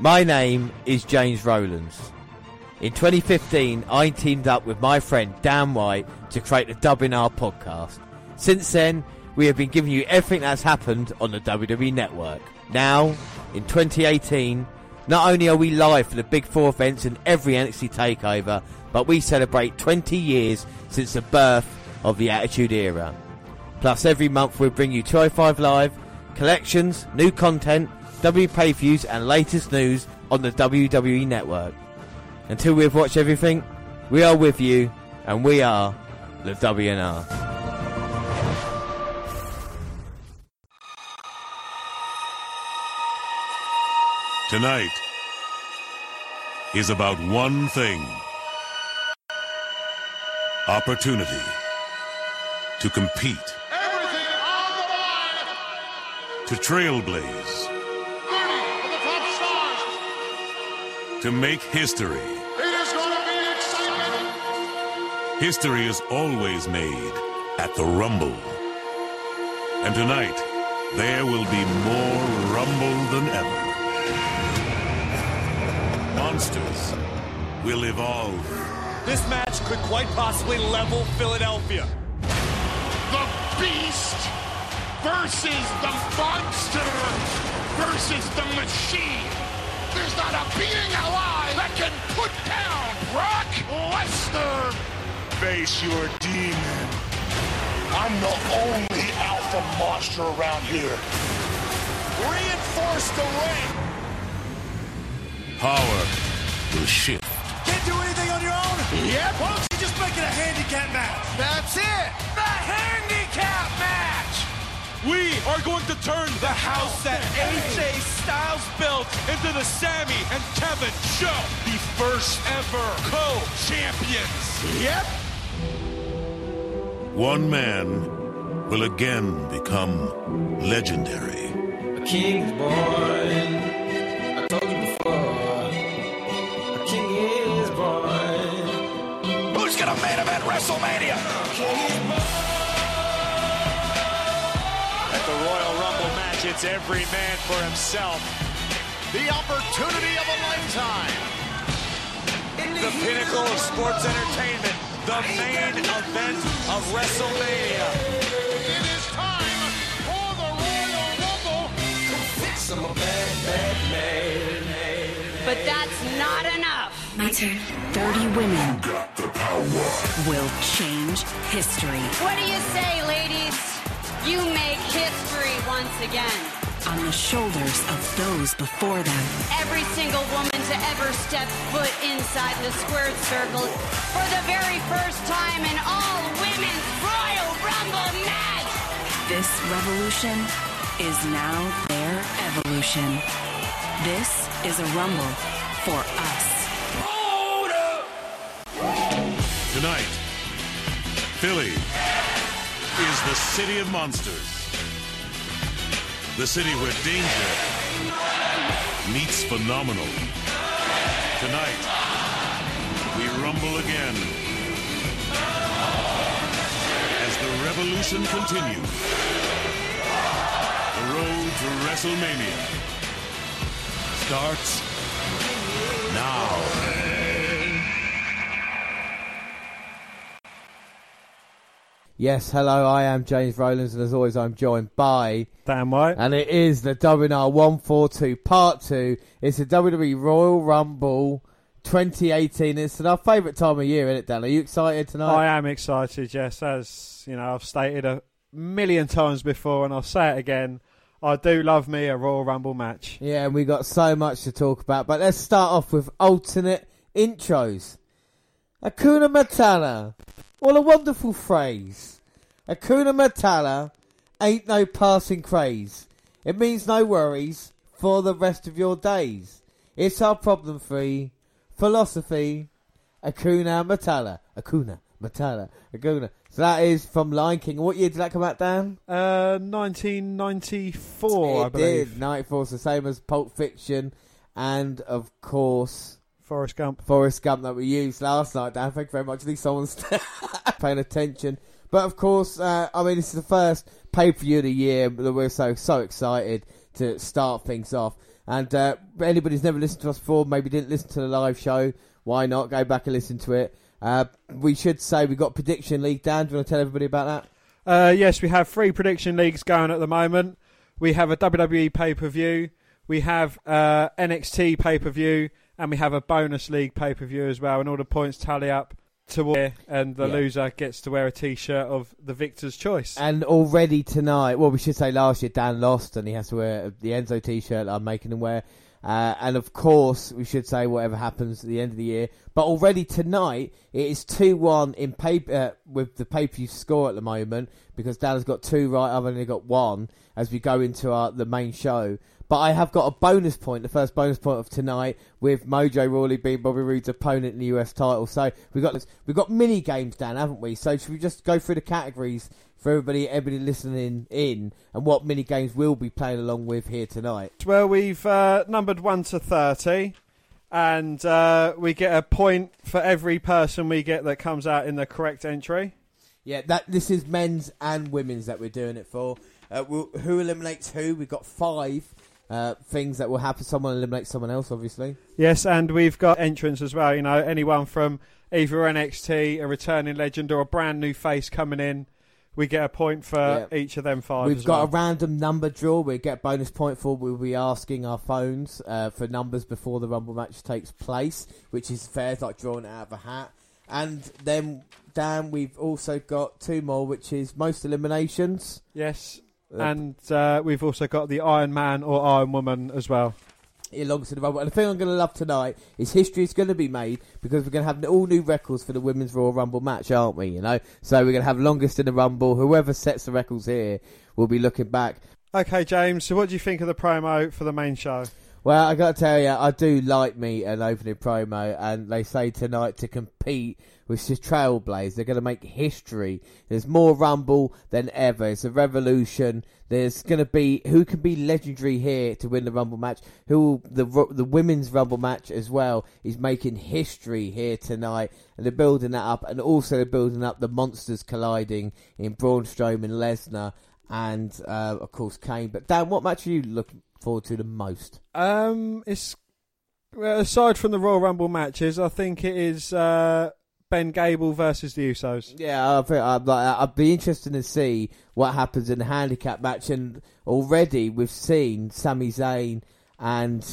My name is James Rowlands. In 2015, I teamed up with my friend Dan White to create the Dubbing R podcast. Since then, we have been giving you everything that's happened on the WWE Network. Now, in 2018, not only are we live for the Big Four events and every NXT takeover, but we celebrate 20 years since the birth of the Attitude Era. Plus, every month we bring you 205 Live, collections, new content, W pay per views, and latest news on the WWE Network. Until we have watched everything, we are with you, and we are the WNR. Tonight is about one thing opportunity to compete, Everything on the line. to trailblaze, Thirty of the top stars. to make history. It is going to be excitement. History is always made at the Rumble. And tonight, there will be more Rumble than ever. Monsters will evolve. This match could quite possibly level Philadelphia. The Beast versus the Monster versus the Machine. There's not a being alive that can put down Brock Lesnar. Face your demon. I'm the only alpha monster around here. Reinforce the ring. Power will shift. Can't do anything on your own. Yeah. Why don't you just make it a handicap match? That's it. The handicap match. We are going to turn the house that AJ Styles built into the Sammy and Kevin show. The first ever co-champions. Yep. One man will again become legendary. A king is born. I told you before. A king is born. Who's gonna main event WrestleMania? At the Royal Rumble match, it's every man for himself. The opportunity of a lifetime. The pinnacle of sports entertainment. The main event of WrestleMania. It is time for the Royal Rumble. Fix him a bad, bad man. But that's not enough. My turn. 30 women will change history What do you say, ladies? You make history once again. on the shoulders of those before them. Every single woman to ever step foot inside the squared circle for the very first time in all women's Royal Rumble match. This revolution is now their evolution. This is a rumble for us. Tonight, Philly is the city of monsters. The city where danger meets phenomenal. Tonight, we rumble again as the revolution continues. The road to WrestleMania starts now. Yes, hello, I am James Rowlands, and as always, I'm joined by Damn right. And it is the WNR 142 Part 2. It's the WWE Royal Rumble 2018. It's our favourite time of year, isn't it, Dan? Are you excited I tonight? am excited, yes. As you know, I've stated a million times before, and I'll say it again. I do love me a Royal Rumble match. Yeah, and we got so much to talk about. But let's start off with alternate intros. Akuna Matata. What a wonderful phrase. Akuna Matata ain't no passing craze. It means no worries for the rest of your days. It's our problem free philosophy. Akuna Matata. Akuna Matata. Akuna. So that is from Lion King. What year did that come out, Dan? Uh, 1994, it I believe. did. Nightfall's the same as Pulp Fiction, and of course Forrest Gump. Forrest Gump that we used last night. Dan, thank you very much. At least someone's paying attention. But of course, uh, I mean, this is the first pay per view of the year that we're so so excited to start things off. And uh, anybody who's never listened to us before, maybe didn't listen to the live show, why not go back and listen to it? Uh, we should say we got prediction league. Dan, do you want to tell everybody about that? Uh, yes, we have three prediction leagues going at the moment. We have a WWE pay per view, we have uh, NXT pay per view, and we have a bonus league pay per view as well. And all the points tally up to where, and the Yeah. loser gets to wear a t shirt of the victor's choice. And already tonight, well, we should say last year Dan lost and he has to wear the Enzo t-shirt that I'm making him wear. Uh, and of course, we should say whatever happens at the end of the year. But already tonight, it is two-one in pay uh, with the pay-per-view score at the moment because Dan has got two right. I've only got one as we go into our the main show. But I have got a bonus point, the first bonus point of tonight, with Mojo Rawley being Bobby Roode's opponent in the US title. So we've got we've got mini games, Dan, haven't we? So should we just go through the categories for everybody, everybody listening in, and what mini games we'll be playing along with here tonight? Well, we've uh, numbered 1 to 30, and uh, we get a point for every person we get that comes out in the correct entry. Yeah, that this is men's and women's that we're doing it for. Uh, we'll, who eliminates who? We've got five uh, things that will happen. Someone eliminates someone else, obviously. Yes, and we've got entrants as well. You know, anyone from either NXT, a returning legend, or a brand new face coming in, we get a point for Yeah. each of them five. We've as got well. a random number draw. We get bonus point for. We'll be asking our phones uh, for numbers before the rumble match takes place, which is fair. It's like drawing it out of a hat. And then Dan, we've also got two more, which is most eliminations. yes, and uh, we've also got the Iron Man or Iron Woman as well. It belongs to the Rumble. And the thing I'm going to love tonight is history is going to be made because we're going to have all new records for the Women's Royal Rumble match, aren't we? You know, so we're going to have longest in the Rumble. Whoever sets the records here will be looking back. Okay, James. So, what do you think of the promo for the main show? Well, I got to tell you, I do like me an opening promo, and they say tonight to compete with the Trailblaze, they're going to make history. There's more Rumble than ever. It's a revolution. There's going to be who can be legendary here to win the Rumble match. Who will, the Ru- the women's Rumble match as well is making history here tonight, and they're building that up, and also they're building up the monsters colliding in Braun Strowman, Lesnar, and uh, of course Kane. But Dan, what match are you looking forward to the most? Um, it's well, aside from the Royal Rumble matches, I think it is uh, Ben Gable versus the Usos. Yeah, I think I'd, like, I'd be interested to see what happens in the handicap match. And already we've seen Sami Zayn and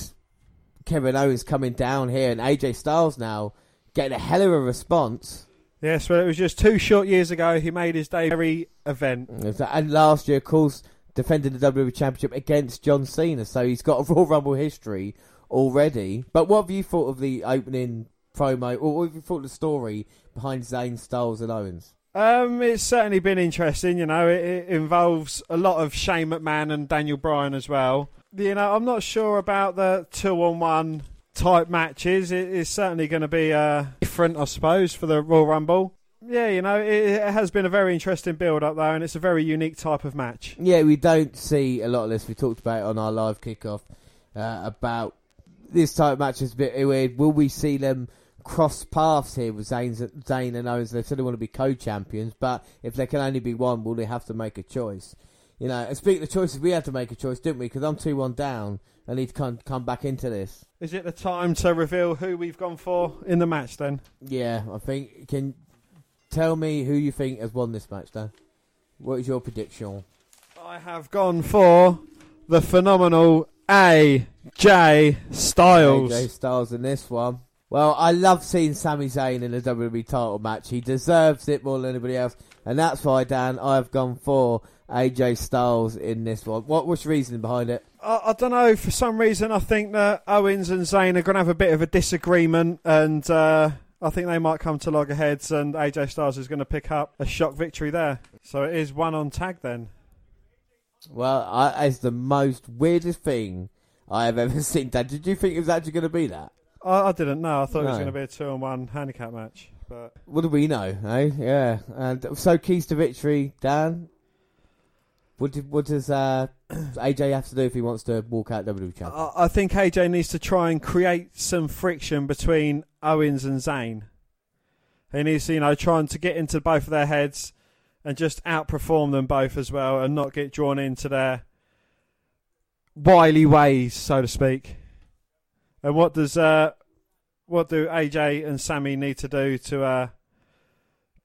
Kevin Owens coming down here, and AJ Styles now getting a hell of a response. Yes, well, it was just two short years ago he made his debut every event. And last year, of course, defended the WWE Championship against John Cena, so he's got a Royal Rumble history already. But what have you thought of the opening promo, or what have you thought of the story behind Zayn, Styles, and Owens? Um, it's certainly been interesting. You know, it, it involves a lot of Shane McMahon and Daniel Bryan as well. You know, I'm not sure about the two-on-one type matches. It is certainly going to be uh, different, I suppose, for the Royal Rumble. Yeah, you know, it, it has been a very interesting build-up though, and it's a very unique type of match. Yeah, we don't see a lot of this. We talked about it on our live kickoff uh, about this type of match is a bit weird. Will we see them cross paths here with Zayn, Zayn and Owens? They said they want to be co-champions, but if there can only be one, will they have to make a choice? You know, and speaking of choices, we had to make a choice, didn't we? Because I'm two one down. I need to come come back into this. Is it the time to reveal who we've gone for in the match then? Yeah, I think can tell me who you think has won this match, Dan. What is your prediction? I have gone for the phenomenal AJ Styles. AJ Styles in this one. Well, I love seeing Sami Zayn in a WWE title match. He deserves it more than anybody else, and that's why Dan, I've gone for AJ Styles in this one. What was your reasoning behind it? I, I don't know. For some reason, I think that Owens and Zayn are going to have a bit of a disagreement, and uh, I think they might come to loggerheads. And AJ Styles is going to pick up a shock victory there. So it is one on tag then. Well, I, it's the most weirdest thing I have ever seen. Dan, did you think it was actually going to be that? I, I didn't know. I thought it was No. going to be a two on one handicap match. But What do we know? Eh? Yeah. And so keys to victory, Dan. What, did, what does uh, AJ have to do if he wants to walk out WWE champion? I, I think AJ needs to try and create some friction between Owens and Zayn. He needs to, you know, trying to get into both of their heads and just outperform them both as well and not get drawn into their wily ways, so to speak. And what does uh, what do AJ and Sammy need to do to uh,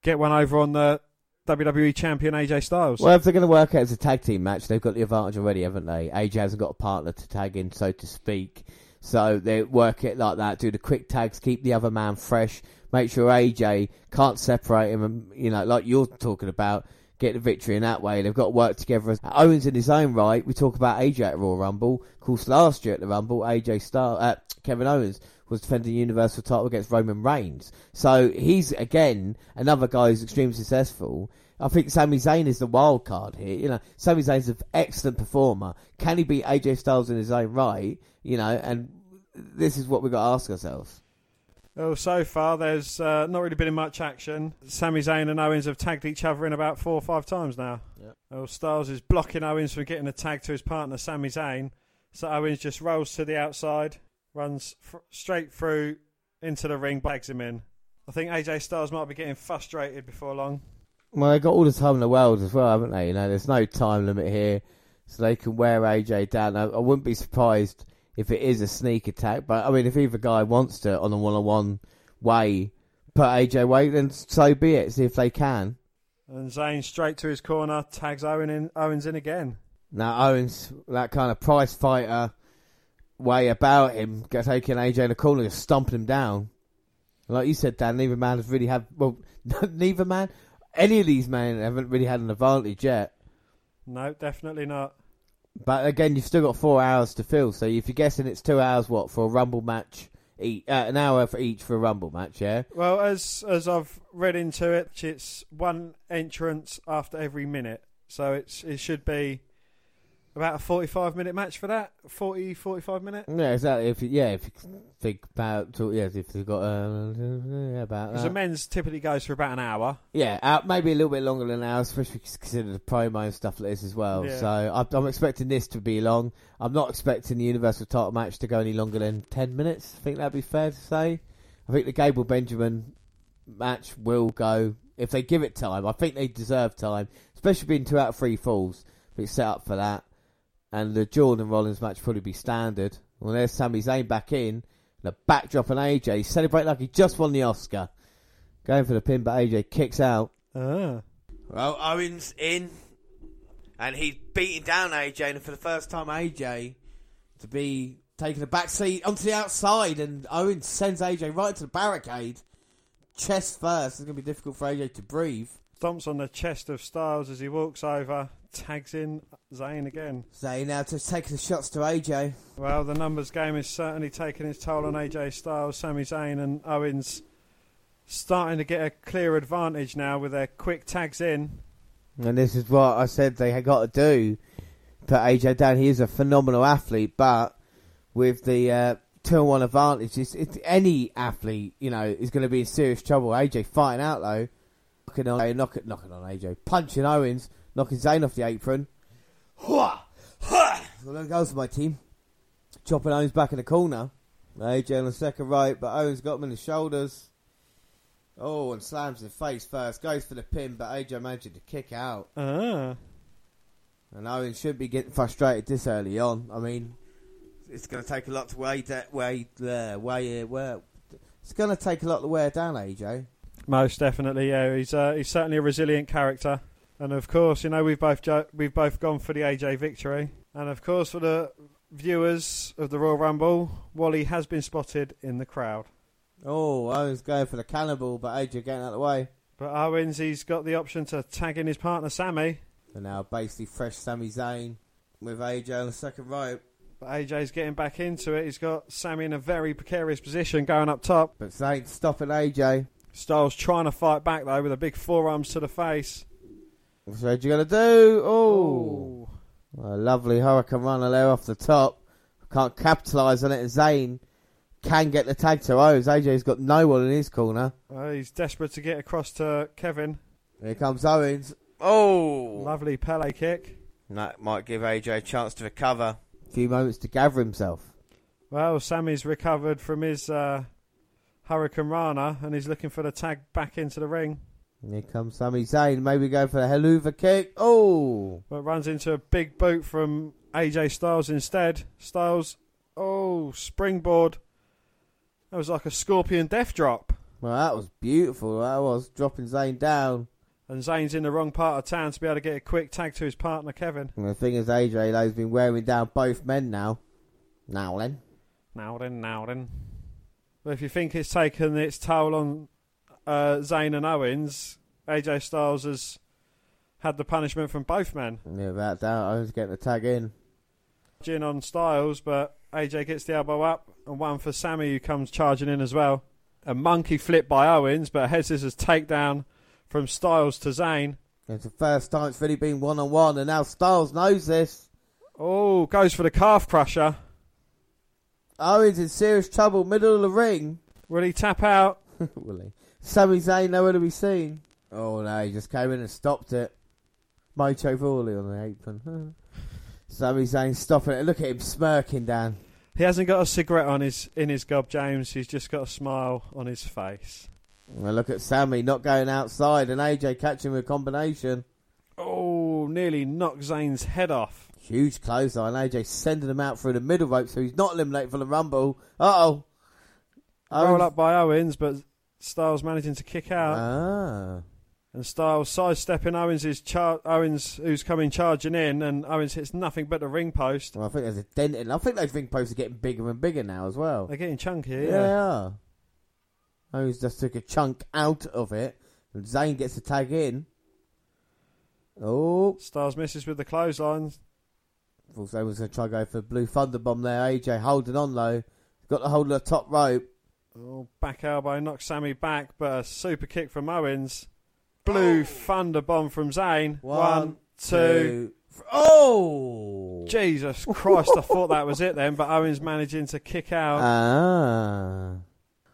get one over on the WWE champion AJ Styles? Well, if they're going to work out as a tag team match, they've got the advantage already, haven't they? AJ hasn't got a partner to tag in, so to speak. So they work it like that, do the quick tags, keep the other man fresh, make sure AJ can't separate him, and, you know, like you're talking about, get the victory in that way. They've got to work together. Owens in his own right, we talk about AJ at Raw Rumble. Of course, last year at the Rumble, AJ Star, uh, Kevin Owens was defending the Universal title against Roman Reigns. So he's, again, another guy who's extremely successful. I think Sami Zayn is the wild card here. You know, Sami Zayn's an excellent performer. Can he beat AJ Styles in his own right? You know, and this is what we've got to ask ourselves. Well, Oh, so far there's uh, not really been much action. Sami Zayn and Owens have tagged each other in about four or five times now. Well, Styles is blocking Owens from getting a tag to his partner Sami Zayn, so Owens just rolls to the outside, runs f- straight through into the ring, bags him in. I think AJ Styles might be getting frustrated before long. Well, they've got all the time in the world as well, haven't they? You know, there's no time limit here, so they can wear AJ down. I, I wouldn't be surprised if it is a sneak attack, but I mean, if either guy wants to on a one-on-one way put AJ away, then so be it. See if they can. And Zayn straight to his corner, tags Owen in, Owens in again. Now Owens, that kind of prize fighter way about him, go- taking AJ in the corner and stomping him down. Like you said, Dan, neither man has really had well, neither man, any of these men haven't really had an advantage yet. No, definitely not. But again, you've still got four hours to fill. So if you're guessing it's two hours, what for a rumble match? Each, uh, an hour for each for a rumble match, yeah. Well, as as I've read into it, it's one entrance after every minute, so it's it should be about a forty-five minute match for that 40, 45 minute. Yeah, exactly. If you, yeah, if you think about so, yeah, if you've got uh, yeah, about Because that. the men's typically goes for about an hour. yeah, uh, maybe a little bit longer than an hour, especially considering the promo and stuff like this as well. Yeah. So I, I'm expecting this to be long. I'm not expecting the Universal Title match to go any longer than ten minutes. I think that'd be fair to say. I think the Gable Benjamin match will go if they give it time. I think they deserve time, especially being two out of three falls. But it's set up for that, and the Jordan Rollins match probably be standard. Well, there's Sami Zayn back in, the backdrop on AJ celebrate like he just won the Oscar, going for the pin, but AJ kicks out. Ah. Well, Owens in, and he's beating down AJ, and for the first time, AJ to be taking a back seat onto the outside, and Owens sends AJ right to the barricade, chest first. It's going to be difficult for AJ to breathe. Stomps on the chest of Styles as he walks over, tags in Zayn again. Zayn now just taking the shots to AJ. Well, the numbers game is certainly taking its toll on AJ Styles, Sami Zayn, and Owens. Starting to get a clear advantage now with their quick tags in. And this is what I said they had got to do. Put AJ down. He is a phenomenal athlete, but with the uh, two-on-one advantage, it's, it's, any athlete, you know, is going to be in serious trouble. AJ fighting out though, knocking on, knocking, knocking on AJ, punching Owens, knocking Zayn off the apron. Hua! Hua! So that goes for my team. Chopping Owens back in the corner. AJ on the second right, but Owens got him in the shoulders. Oh, and slams his face first. Goes for the pin, but AJ managed to kick out. Ah. And Owen should be getting frustrated this early on. I mean, it's going to take a lot to weigh uh, that way there, way here, where. It's going to take a lot to wear down, AJ. Most definitely, yeah. He's uh, he's certainly a resilient character, and of course, you know we've both jo- we've both gone for the AJ victory, and of course for the viewers of the Royal Rumble, Wally has been spotted in the crowd. Oh, Owen's going for the cannibal, but AJ getting out of the way. But Owens, he's got the option to tag in his partner Sammy, And now basically fresh Sami Zayn with AJ on the second rope. but AJ's getting back into it. He's got Sammy in a very precarious position going up top. But Zayn stopping AJ. Styles trying to fight back though with a big forearms to the face. What's AJ going to do? Oh, a lovely hurricane runner there off the top. Can't capitalise on it. And Zayn can get the tag to Owens. AJ's got no one in his corner. Uh, he's desperate to get across to Kevin. Here comes Owens. Oh! Lovely Pele kick. That might give AJ a chance to recover. A few moments to gather himself. Well, Sammy's recovered from his uh, Hurricane Rana and he's looking for the tag back into the ring, And here comes Sami Zayn. Maybe go for the Helluva kick. Oh! but runs into a big boot from AJ Styles instead. Styles, oh, springboard. That was like a scorpion death drop. Well, that was beautiful. That was dropping Zayn down. And Zayn's in the wrong part of town to be able to get a quick tag to his partner, Kevin. And the thing is, AJ though has been wearing down both men now. Now then, Now then, now then. Well, if you think it's taken its toll on uh, Zayn and Owens, AJ Styles has had the punishment from both men. yeah, without doubt, Owens getting the tag in. Gin on Styles, but AJ gets the elbow up, and one for Sammy, who comes charging in as well. A monkey flip by Owens, but a head scissors takedown from Styles to Zayn. It's the first time it's really been one on one, and now Styles knows this. Oh, goes for the calf crusher. Owens in serious trouble, middle of the ring. Will he tap out? Willie. Sami Zayn nowhere to be seen. Oh no, he just came in and stopped it. Mojo Rawley on the apron. Sami Zayn stopping it. Look at him smirking, Dan. He hasn't got a cigarette on his in his gob, James. He's just got a smile on his face. And look at Sammy not going outside and AJ catching with a combination. Oh, nearly knocked Zayn's head off. Huge clothesline. AJ sending him out through the middle rope so he's not eliminated for the rumble. Uh oh. Roll up by Owens, but Styles managing to kick out. Ah. And Styles sidestepping Owens is char- Owens who's coming charging in, and Owens hits nothing but the ring post. Well, I think there's a dent in. I think those ring posts are getting bigger and bigger now as well. They're getting chunky. Yeah. Yeah. Owens just took a chunk out of it. And Zayn gets the tag in. Oh. Styles misses with the clothesline. Also was going to try to go for Blue Thunder Bomb there. AJ holding on though. Got the hold of the top rope. Oh, back elbow knocks Sammy back, but a super kick from Owens. Blue thunder bomb from Zayn. Oh. One, two. thr- Oh! Jesus Christ! I thought that was it then, but Owens managing to kick out. Ah.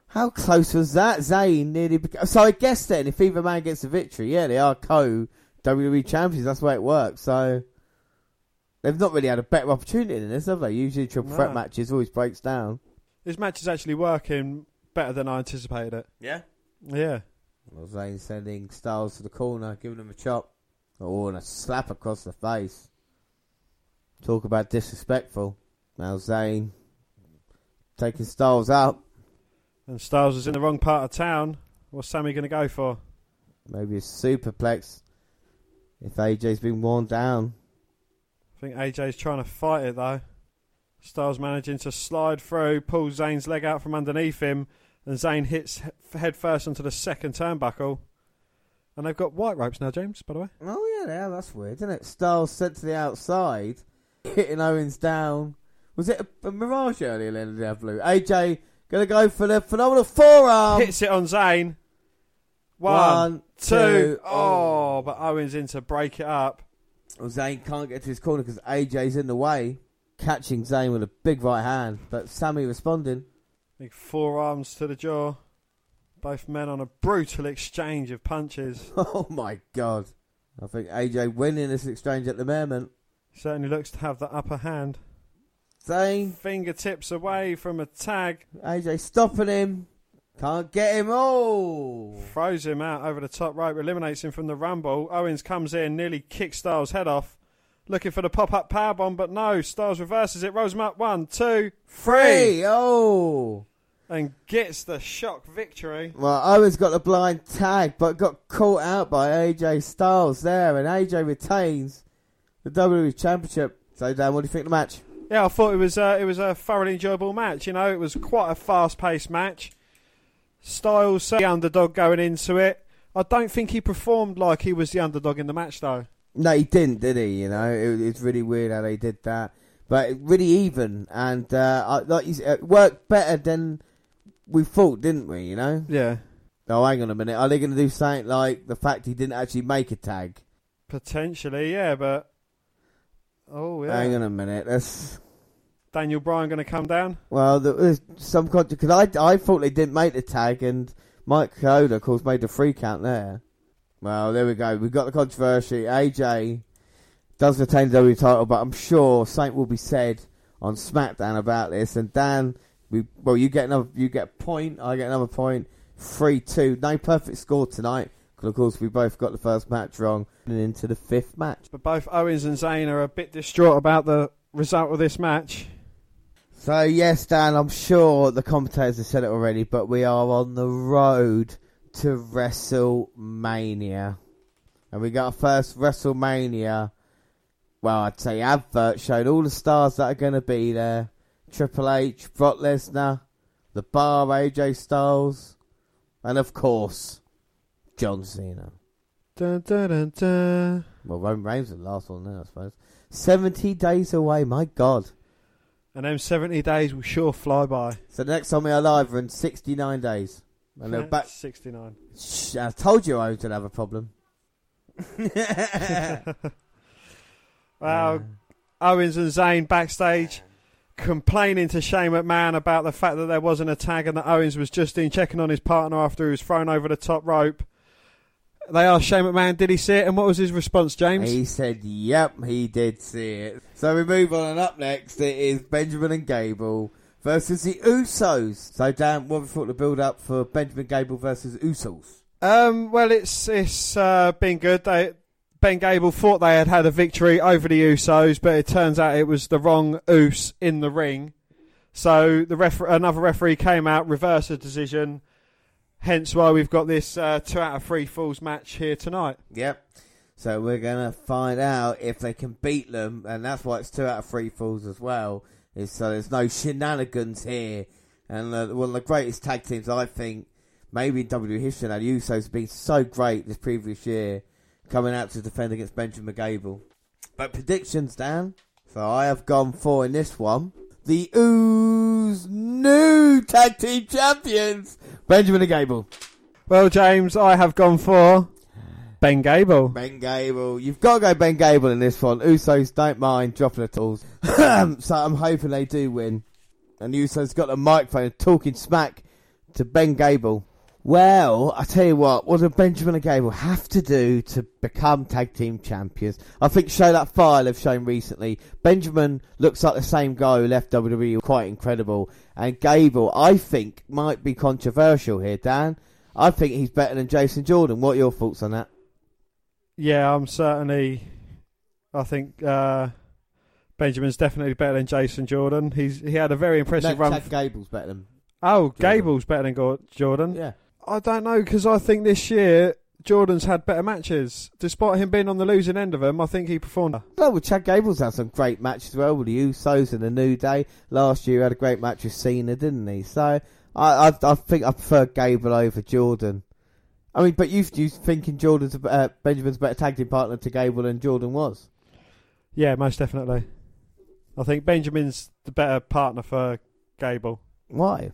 How close was that? Zayn nearly. Beca- so I guess then, if either man gets a victory, yeah, they are co WWE champions. That's the way it works. So they've not really had a better opportunity than this, have they? Usually, triple No. threat matches always breaks down. this match is actually working better than I anticipated it. Yeah. Yeah. Well, Zayn sending Styles to the corner, giving him a chop. Oh, and a slap across the face. Talk about disrespectful. Now Zayn taking Styles up. And Styles is in the wrong part of town. What's Sammy going to go for? Maybe a superplex. If AJ's been worn down. I think AJ's trying to fight it though. Styles managing to slide through, pulls Zayn's leg out from underneath him, and Zayn hits he- head first onto the second turnbuckle. And they've got white ropes now, James, by the way. Oh yeah, yeah, that's weird, isn't it? Styles sent to the outside, hitting Owens down. Was it a, a mirage earlier? Then the blue AJ gonna go for the phenomenal forearm. Hits it on Zayn. One, Um, One, two, oh! two, oh. but Owens in to break it up. Well, Zayn can't get to his corner because AJ's in the way, catching Zayn with a big right hand. But Sammy responding. Big forearms to the jaw. Both men on a brutal exchange of punches. Oh my god! I think AJ winning this exchange at the moment. Certainly looks to have the upper hand. Zayn, Fingertips away from a tag. AJ stopping him. Can't get him. Oh! throws him out over the top rope, eliminates him from the rumble. Owens comes in, nearly kicks Styles' head off, looking for the pop up powerbomb, but no, Styles reverses it, rolls him up one, two, Free. Oh! and gets the shock victory. Well, Owens got the blind tag, but got caught out by AJ Styles there, and AJ retains the WWE Championship. So, Dan, what do you think of the match? Yeah, I thought it was uh, it was a thoroughly enjoyable match. You know, it was quite a fast paced match. Styles said the underdog going into it. I don't think he performed like he was the underdog in the match though. No, he didn't, did he? You know, it, it's really weird how they did that, but it really even, and uh, I- like you s- it worked better than we thought, didn't we? You know. Yeah. Oh, hang on a minute. Are they going to do something like the fact he didn't actually make a tag? Potentially, yeah, but Oh yeah. Hang on a minute. That's Daniel Bryan gonna come down? Well, there was some contra because I, I thought they didn't make the tag, and Mike Coda, of course, made the free count there. Well, there we go. We've got the controversy. AJ does retain the WWE title, but I'm sure something will be said on SmackDown about this. And Dan, we well, you get another, you get a point. I get another point. Three two. No perfect score tonight. 'cause of course, we both got the first match wrong, and into the fifth match. But both Owens and Zayn are a bit distraught about the result of this match. So yes, Dan, I'm sure the commentators have said it already, but we are on the road to WrestleMania, and we got our first WrestleMania. Well, I'd say advert showed all the stars that are going to be there: Triple H, Brock Lesnar, The Bar, AJ Styles, and of course, John Cena. Dun, dun, dun, dun. Well, Roman Reigns was the last one there, I suppose. Seventy days away, my God. And them 70 days will sure fly by. So the next time we're alive, we're in 69 days. And they're back. 69. Shh, I told you I was going to have a problem. Well, Owens and Zayn backstage complaining to Shane McMahon about the fact that there wasn't a tag and that Owens was just in checking on his partner after he was thrown over the top rope. They asked Shane McMahon, did he see it? And what was his response, James? He said, yep, he did see it. So we move on, and up next it is Benjamin and Gable versus the Usos. So, Dan, what we thought the build up for Benjamin Gable versus Usos? Um, well, it's it's uh, been good. They, ben Gable thought they had had a victory over the Usos, but it turns out it was the wrong Us in the ring. So the ref- another referee came out, reversed the decision. Hence why we've got this uh, two out of three falls match here tonight. Yep. So we're going to find out if they can beat them, and that's why it's two out of three falls as well. Is so there's no shenanigans here, and uh, one of the greatest tag teams I think maybe in WWE history. Now the Usos have been so great this previous year, coming out to defend against Benjamin Gable. But predictions, Dan. So I have gone for in this one the Ooze new tag team champions, Benjamin and Gable. Well, James, I have gone for Ben Gable. Ben Gable. You've got to go Ben Gable in this one. Usos don't mind dropping the tools. so I'm hoping they do win. And Usos got the microphone talking smack to Ben Gable. Well, I tell you what, what do Benjamin and Gable have to do to become tag team champions? I think show that fire they've shown recently. Benjamin looks like the same guy who left WWE, quite incredible. And Gable, I think, might be controversial here, Dan. I think he's better than Jason Jordan. What are your thoughts on that? Yeah, I'm certainly. I think uh, Benjamin's definitely better than Jason Jordan. He's he had a very impressive No, run. Chad Gable's better than oh, Jordan. Gable's better than Gor- Jordan. yeah. I don't know because I think this year Jordan's had better matches, despite him being on the losing end of them. I think he performed. No, well, Chad Gable's had some great matches as well with the Usos and the New Day. Last year, he had a great match with Cena, didn't he? So I, I, I think I prefer Gable over Jordan. I mean, but you, you thinking Jordan's a, uh, Benjamin's a better tag team partner to Gable than Jordan was? Yeah, most definitely. I think Benjamin's the better partner for Gable. Why?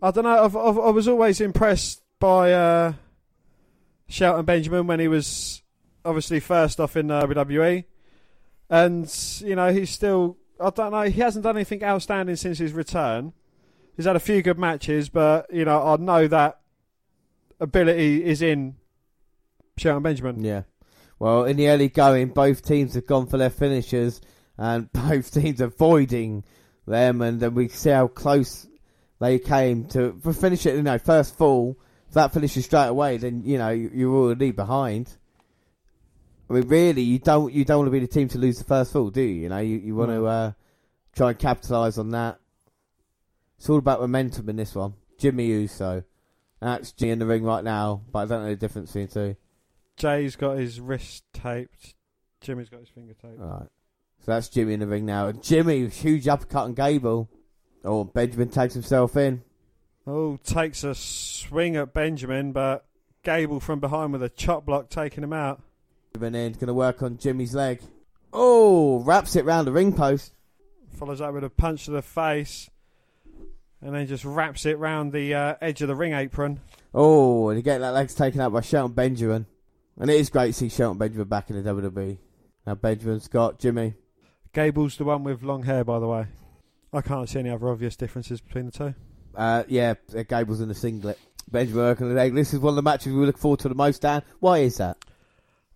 I don't know. I've, I've, I was always impressed by uh, Shelton Benjamin when he was obviously first off in uh, WWE, and you know he's still. I don't know. He hasn't done anything outstanding since his return. He's had a few good matches, but you know I know that ability is in Shelton Benjamin. Yeah. Well, in the early going, both teams have gone for their finishers, and both teams avoiding them, and then we see how close they came to for finish it. You know, first fall, if that finishes straight away, then you know you- you're already behind. I mean, really, you don't you don't want to be the team to lose the first fall, do you? You know, you, you want to uh, try and capitalise on that. It's all about momentum in this one. Jimmy Uso, that's G in the ring right now, but I don't know the difference between the two. Jay's got his wrist taped. Jimmy's got his finger taped. Right. So that's Jimmy in the ring now. And Jimmy, huge uppercut on Gable. Oh, Benjamin tags himself in. Oh, takes a swing at Benjamin, but Gable from behind with a chop block taking him out. Benjamin in, going to work on Jimmy's leg. Oh, wraps it round the ring post. Follows that with a punch to the face, and then just wraps it round the uh, edge of the ring apron. Oh, and you get that leg's taken out by Shelton Benjamin. And it is great to see Shelton Benjamin back in the WWE. Now Benjamin's got Jimmy. Gable's the one with long hair, by the way. I can't see any other obvious differences between the two. Uh, yeah, Gable's in the singlet. Benjamin working on the leg. This is one of the matches we look forward to the most, Dan. Why is that?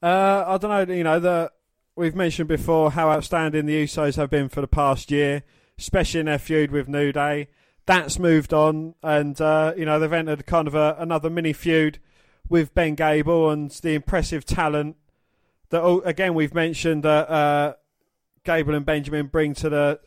Uh, I don't know. You know that we've mentioned before how outstanding the Usos have been for the past year, especially in their feud with New Day. That's moved on, and uh, you know they've entered kind of a, another mini feud with Ben Gable and the impressive talent that oh, again we've mentioned that uh, Gable and Benjamin bring to the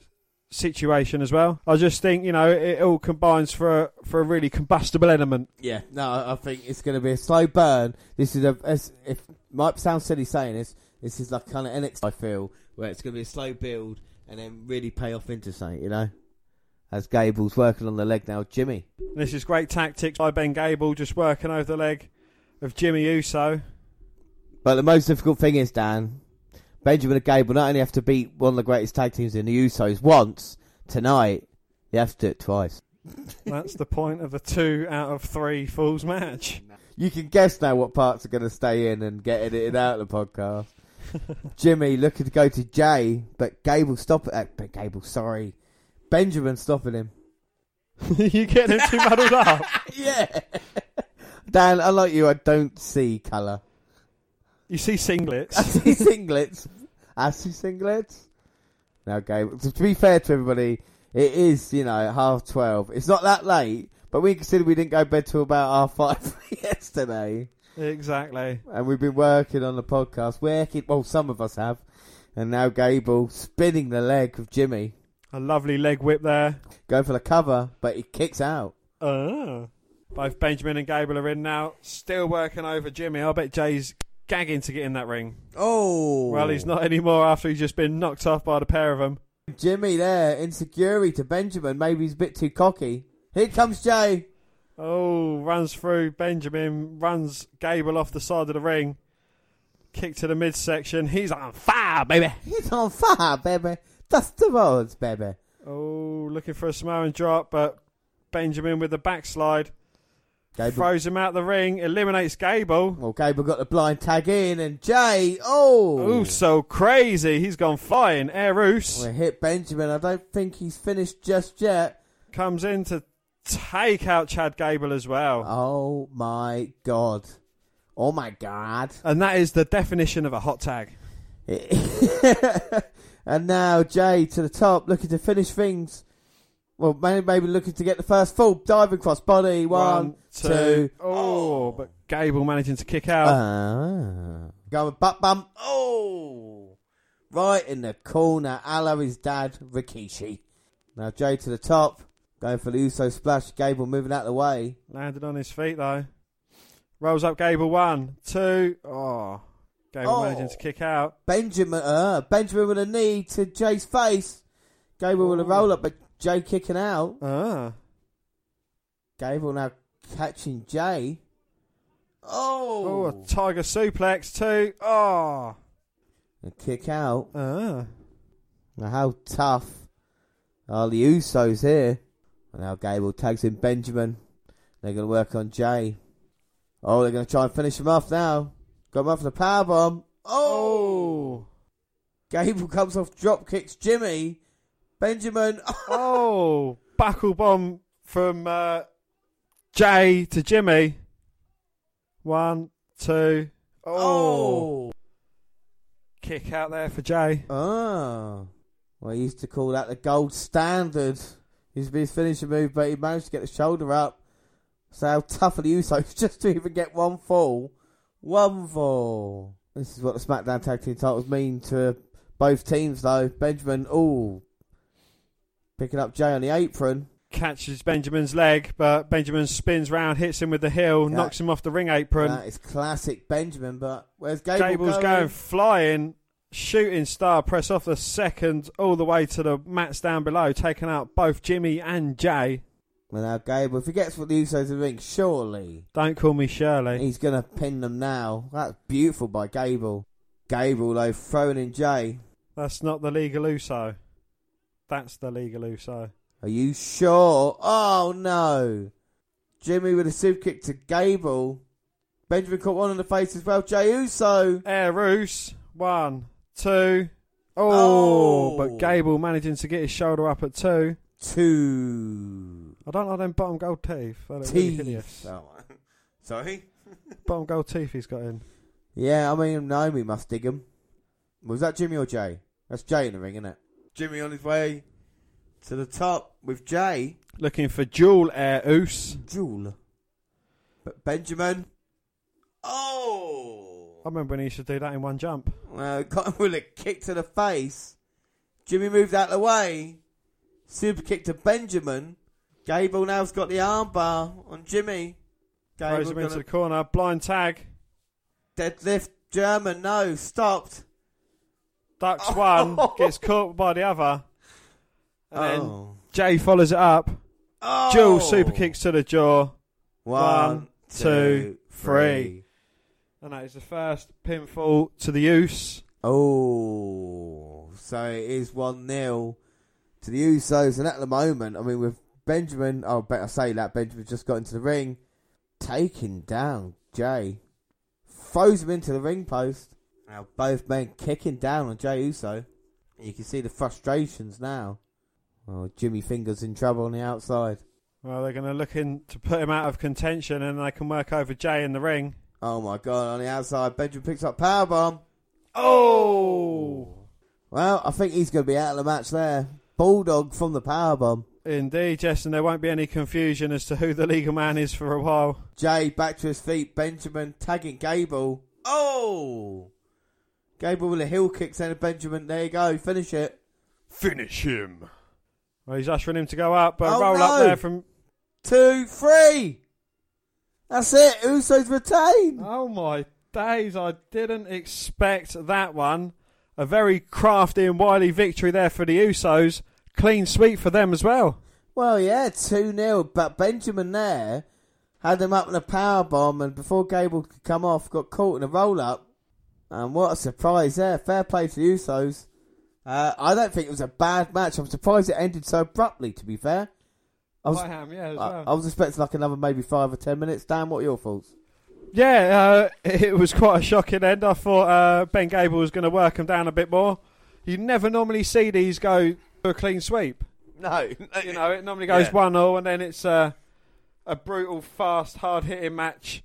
situation as well. I just think you know it all combines for a, for a really combustible element. Yeah, no, I I think it's going to be a slow burn. This is a, as- if might sound silly saying this, this is like kind of NXT. I feel where it's going to be a slow build and then really pay off into something, you know. As Gable's working on the leg now, Jimmy. And this is great tactics by Ben Gable, just working over the leg of Jimmy Uso. But the most difficult thing is Dan, Benjamin and Gable not only have to beat one of the greatest tag teams in the Usos once tonight, they have to do it twice. That's the point of the two out of three falls match. You can guess now what parts are going to stay in and get edited out of the podcast. Jimmy looking to go to Jay, but Gable stop it. But Gable, sorry, Benjamin stopping him. you get them too muddled up. yeah, Dan, unlike you, I don't see colour. You see I singlets. see singlets. I see singlets. Now, Gable. To be fair to everybody, it is you know half twelve. It's not that late, but we consider we didn't go to bed till about half five yesterday. exactly. and we've been working on the podcast. Working, well, some of us have, and now Gable spinning the leg of Jimmy, A lovely leg whip there. go for the cover, but he kicks out. Uh. Both Benjamin and Gable are in now, still working over Jimmy. I bet Jay's gagging to get in that ring. Oh, Well, he's not anymore after he's just been knocked off by the pair of them. Jimmy there, insecurity to Benjamin. Maybe he's a bit too cocky. Here comes Jay. Oh, runs through Benjamin, runs Gable off the side of the ring, kick to the midsection. He's on fire, baby. He's on fire, baby. Dust the roads, baby. Oh, looking for a Samoan drop, but Benjamin with the backslide Gable. throws him out the ring, eliminates Gable. well, Gable got the blind tag in, and Jay. Oh, Oh, so crazy. He's gone flying. Air Roos Well, hit Benjamin. I don't think he's finished just yet. comes in to take out Chad Gable as well. Oh my god. Oh my god. And that is the definition of a hot tag. and now Jay to the top, looking to finish things. Well, maybe, maybe looking to get the first full diving cross body. One, two. Oh, but Gable managing to kick out. Ah. Going butt bump. Oh, right in the corner. Allo is dad, Rikishi. Now Jay to the top, going for the Uso splash. Gable moving out of the way. Landed on his feet though. Rolls up Gable one, two. Oh, Gable Oh. managing to kick out. Benjamin, uh, Benjamin with a knee to Jay's face. Gable with a roll up, but Jay kicking out. Ah, Gable now catching Jay. oh, Oh, a tiger suplex two. Oh, and kick out. ah. Now how tough are the Usos here? And now Gable tags in Benjamin. They're going to work on Jay. Oh, they're going to try and finish him off now. Got him off the power bomb. Oh, Oh, Gable comes off drop kicks Jimmy. Benjamin. oh, buckle bomb from uh, Jay to Jimmy. One, two. Oh, oh. kick out there for Jay. Oh. Well, he used to call that the gold standard. He used to be his finishing move, but he managed to get the shoulder up. So how tough are the Usos just to even get one fall? One fall. This is what the SmackDown Tag Team titles mean to both teams, though. Benjamin, ooh. Picking up Jay on the apron. Catches Benjamin's leg, but Benjamin spins round, hits him with the heel, Yeah. knocks him off the ring apron. That is classic Benjamin, but where's Gable Gable's going? going flying, shooting star press off the second all the way to the mats down below, taking out both Jimmy and Jay. Well, now Gable, if he gets what the Usos are doing, surely Don't call me Shirley. He's gonna pin them now. That's beautiful by Gable. Gable though throwing in Jay. That's not the legal Uso. That's the legal Uso. Are you sure? Oh no. Jimmy with a super kick to Gable. Benjamin caught one in the face as well. Jay Uso. Air Roos, one, two. Oh. oh, but Gable managing to get his shoulder up at two. Two I don't like them bottom gold teeth. They look really teeth. hideous. Oh, Sorry. Bottom gold teeth he's got in. Yeah, I mean Naomi must dig him. Was that Jimmy or Jay? That's Jay in the ring, isn't it? Jimmy on his way to the top with Jay. Looking for dual air Oos. Jewel. But Benjamin. Oh! Oh! I remember when he used to do that in one jump. uh, Well, Cotton with a kick to the face. Jimmy moves out of the way. Super kick to Benjamin. Gable now's got the armbar on Jimmy. Throws Gable him into gonna the corner. Blind tag. deadlift German. No, stopped. Ducks Oh. one. Gets caught by the other. And then Oh. Jay follows it up. oh. Dual super kicks to the jaw. One, One, two, two, three. And that is the first pinfall to the use. Oh, so it is 1 0 to the Usos. And at the moment, I mean, with Benjamin, oh, but I say that, Benjamin just got into the ring, taking down Jay, throws him into the ring post. Now, both men kicking down on Jay Uso. You can see the frustrations now. Oh, Jimmy Finger's in trouble on the outside. Well, they're going to look in to put him out of contention and they can work over Jay in the ring. Oh my god, on the outside, Benjamin picks up powerbomb. Oh! Well, I think he's going to be out of the match there. Bulldog from the powerbomb. Indeed, yes, and there won't be any confusion as to who the legal man is for a while. Jay back to his feet. Benjamin tagging Gable. Oh! Gable with a heel kick, sending Benjamin. There you go. Finish it. Finish him. Well, he's ushering him to go up, but Oh, roll no. up there from. Two, three. That's it. Usos retain. Oh my days, I didn't expect that one. A very crafty and wily victory there for the Usos. Clean sweep for them as well. Well, yeah, 2 0. But Benjamin there had him up in a power bomb, and before Gable could come off, got caught in a roll up. And what a surprise there. Fair play to the Usos. Uh, I don't think it was a bad match. I'm surprised it ended so abruptly, to be fair. I was, am, yeah, as I, I was expecting like another maybe five or ten minutes. Dan, what are your thoughts? Yeah, uh, it was quite a shocking end. I thought uh, Ben Gable was going to work him down a bit more. You never normally see these go to a clean sweep. No, You know, it normally goes Yeah. 1 0, and then it's uh, a brutal, fast, hard hitting match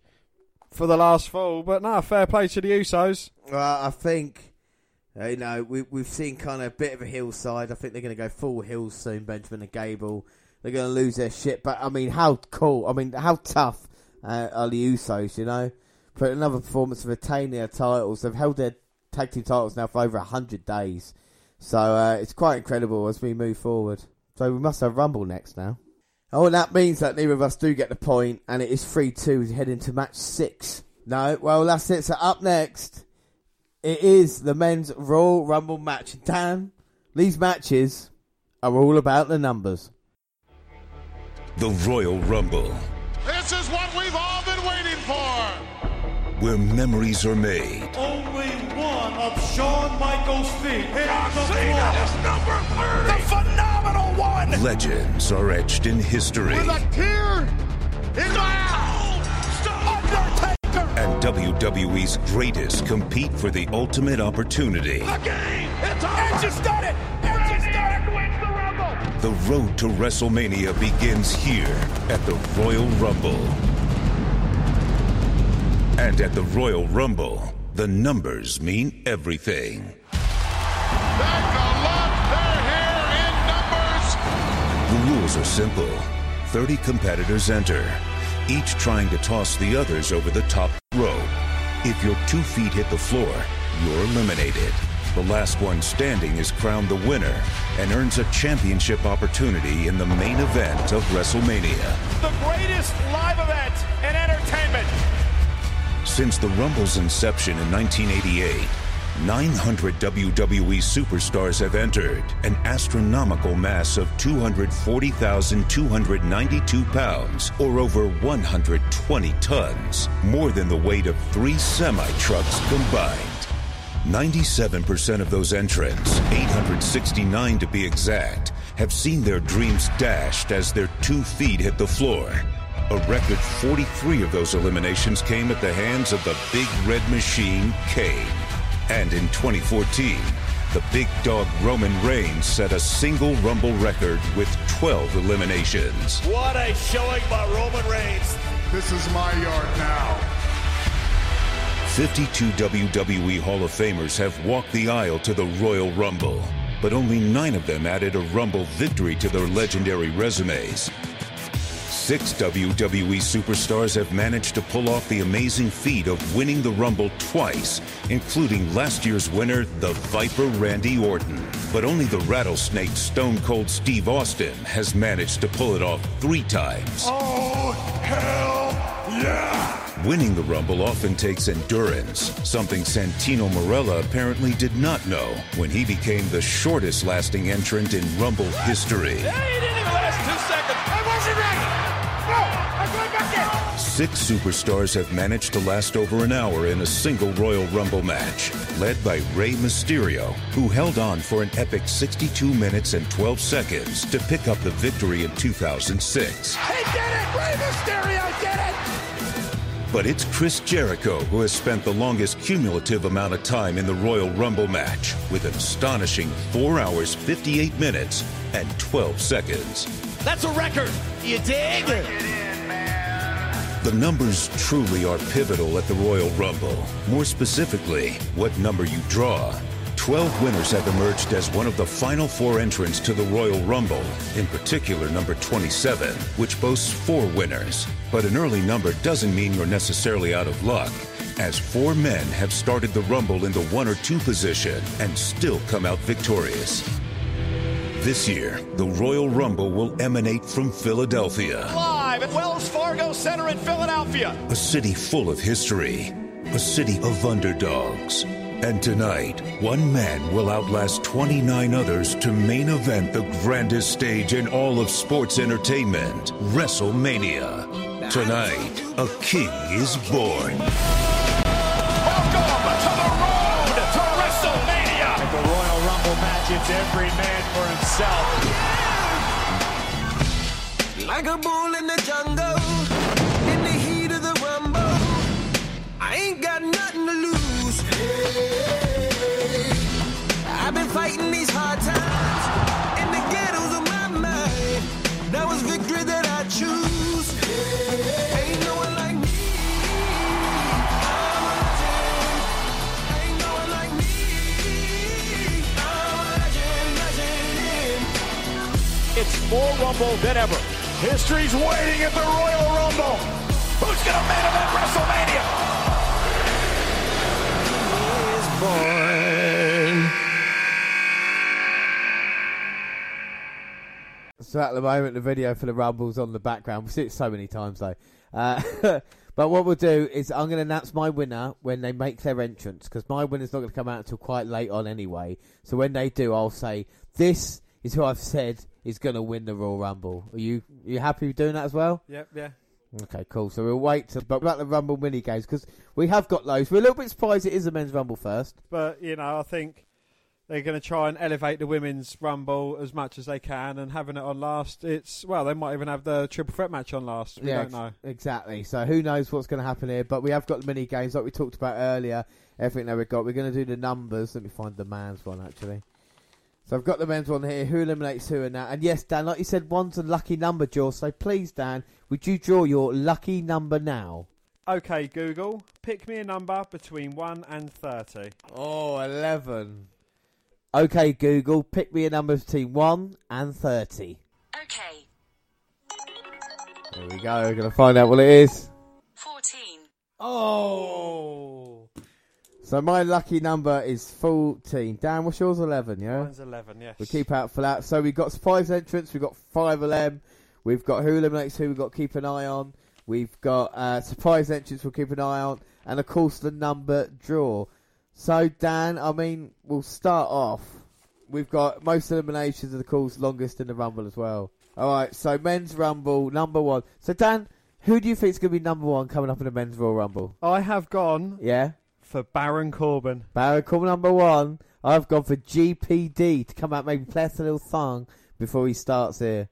for the last fall. But no, fair play to the Usos. Well, I think uh, you know we we've seen kind of a bit of a hillside. I think they're going to go full hills soon. Benjamin and Gable, they're going to lose their shit. But I mean, how cool? I mean, how tough uh, are the Usos? You know, put another performance to retain their titles. They've held their tag team titles now for over hundred days, so uh, it's quite incredible as we move forward. So we must have Rumble next now. Oh, and that means that neither of us do get the point, and it is 3 2 heading to match six. No, well, that's it. So, up next, it is the men's Royal Rumble match. Dan, these matches are all about the numbers. The Royal Rumble, This is what we've all been waiting for. where memories are made Only one of Shawn Michaels' feet hit the floor. The phenomenal one. Legends are etched in history, With a tear in my eye. Undertaker. and WWE's greatest compete for the ultimate opportunity. The game. It's over. Edge has done it. Edge has done it. Wins the Rumble. The road to WrestleMania begins here at the Royal Rumble. And at the Royal Rumble, the numbers mean everything. Thank the Lord they're here in numbers. The rules are simple 30 competitors enter, each trying to toss the others over the top rope. If your two feet hit the floor, you're eliminated. The last one standing is crowned the winner and earns a championship opportunity in the main event of WrestleMania. The greatest live event in entertainment. Since the Rumble's inception in 1988, 900 WWE E superstars have entered, an astronomical mass of 240,292 pounds, or over 120 tons, more than the weight of three semi trucks combined. 97% of those entrants, 869 to be exact, have seen their dreams dashed as their two feet hit the floor. A record 43 of those eliminations came at the hands of the Big Red Machine, Kane. And in 2014, the big dog Roman Reigns set a single Rumble record with 12 eliminations. What a showing by Roman Reigns. This is my yard now. 52 WWE E Hall of Famers have walked the aisle to the Royal Rumble, but only nine of them added a Rumble victory to their legendary resumes. six WWE superstars have managed to pull off the amazing feat of winning the Rumble twice, including last year's winner, the Viper Randy Orton. But only the rattlesnake Stone Cold Steve Austin has managed to pull it off three times. Oh, hell yeah! Winning the Rumble often takes endurance, something Santino Morella apparently did not know when he became the shortest lasting entrant in Rumble history. Hey, it didn't even last two seconds. I wasn't ready. No, I'm going back in. Six superstars have managed to last over an hour in a single Royal Rumble match, led by Rey Mysterio, who held on for an epic 62 minutes and 12 seconds to pick up the victory in 2006. He did it. Rey Mysterio did it. But it's Chris Jericho who has spent the longest cumulative amount of time in the Royal Rumble match, with an astonishing 4 hours 58 minutes and 12 seconds. That's a record. You dig? The numbers truly are pivotal at the Royal Rumble. More specifically, what number you draw. 12 winners have emerged as one of the final four entrants to the Royal Rumble, in particular number 27, which boasts four winners. But an early number doesn't mean you're necessarily out of luck, as four men have started the Rumble in the one or two position and still come out victorious. This year, the Royal Rumble will emanate from Philadelphia. Live at Wells Fargo Center in Philadelphia. A city full of history, a city of underdogs. And tonight, one man will outlast 29 others to main event the grandest stage in all of sports entertainment WrestleMania. Tonight, a king is born. Welcome to the road to WrestleMania. At the Royal Rumble match, it's every man for himself. Like a bull in the jungle, in the heat of the rumble. I ain't got nothing to lose. I've been fighting these hard times, in the ghettos of my mind. Now it's victory that I choose. Ain't no one like me. I'm a legend. Ain't no one like me. I'm a legend, legend. It's more Rumble than ever. History's waiting at the Royal Rumble. Who's going to main event WrestleMania? Is born. So at the moment, the video for the Rumble's on the background. We've seen it so many times though. Uh, but what we'll do is I'm going to announce my winner when they make their entrance because my winner's not going to come out until quite late on anyway. So when they do, I'll say this is who I've said is going to win the Royal Rumble. Are you you happy with doing that as well? Yep, yeah. Okay, cool. So we'll wait to but about the Rumble mini games because we have got those. We're a little bit surprised it is a men's Rumble first. But you know, I think they're going to try and elevate the women's rumble as much as they can, and having it on last, it's well, they might even have the triple threat match on last. We don't ex- know. Exactly. So who knows what's going to happen here? But we have got the mini games like we talked about earlier. Everything that we've got. We're going to do the numbers. Let me find the man's one actually. So I've got the men's one here. Who eliminates who and that? And yes, Dan, like you said, one's a lucky number draw. So please, Dan, would you draw your lucky number now? Okay, Google, pick me a number between one and thirty. Oh, 11. Okay, Google, pick me a number between 1 and 30. Okay, There we go. We're going to find out what it is. 14. Oh. So my lucky number is 14. Dan, what's yours? 11, yeah? Mine's eleven. Yes. We keep out for that. So we've got surprise entrance, we've got 5 of them, we've got who eliminates who, we've got keep an eye on, we've got uh, surprise entrance, we'll keep an eye on, and of course the number draw. So Dan, I mean, we'll start off. We've got most eliminations of the calls longest in the Rumble as well. Alright, so men's Rumble, number one. So Dan, who do you think's going to be number one coming up in the men's Royal Rumble? I have gone Yeah? for Baron Corbin. Barry Corbin number one. I've gone for GPD to come out maybe play us a little song before he starts here.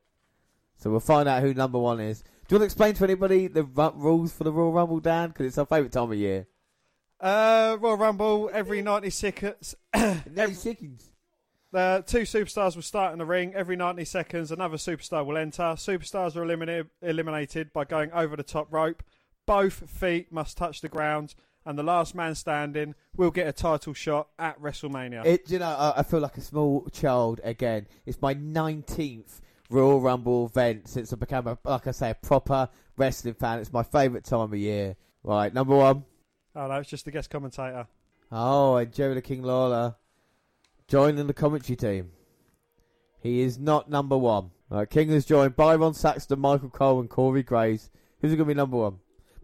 So we'll find out who number one is. Do you want to explain to anybody the ru- rules for the Royal Rumble, Dan? Because it's our favourite time of year. Uh, Royal Rumble every ninety seconds. Every seconds. The two superstars will start in the ring. Every 90 seconds, another superstar will enter. Superstars are eliminated, eliminated by going over the top rope. Both feet must touch the ground, and the last man standing will get a title shot at WrestleMania. It, do you know, I, I feel like a small child again. It's my 19th Royal Rumble event since I became, a, like I say, a proper wrestling fan. It's my favourite time of year. Right, number one. Oh, no, it's just the guest commentator. Oh, and Jerry the King Lawler joining the commentary team. He is not number one. Right, King has joined Byron Saxton, Michael Cole, and Corey Graves. Who's going to be number one?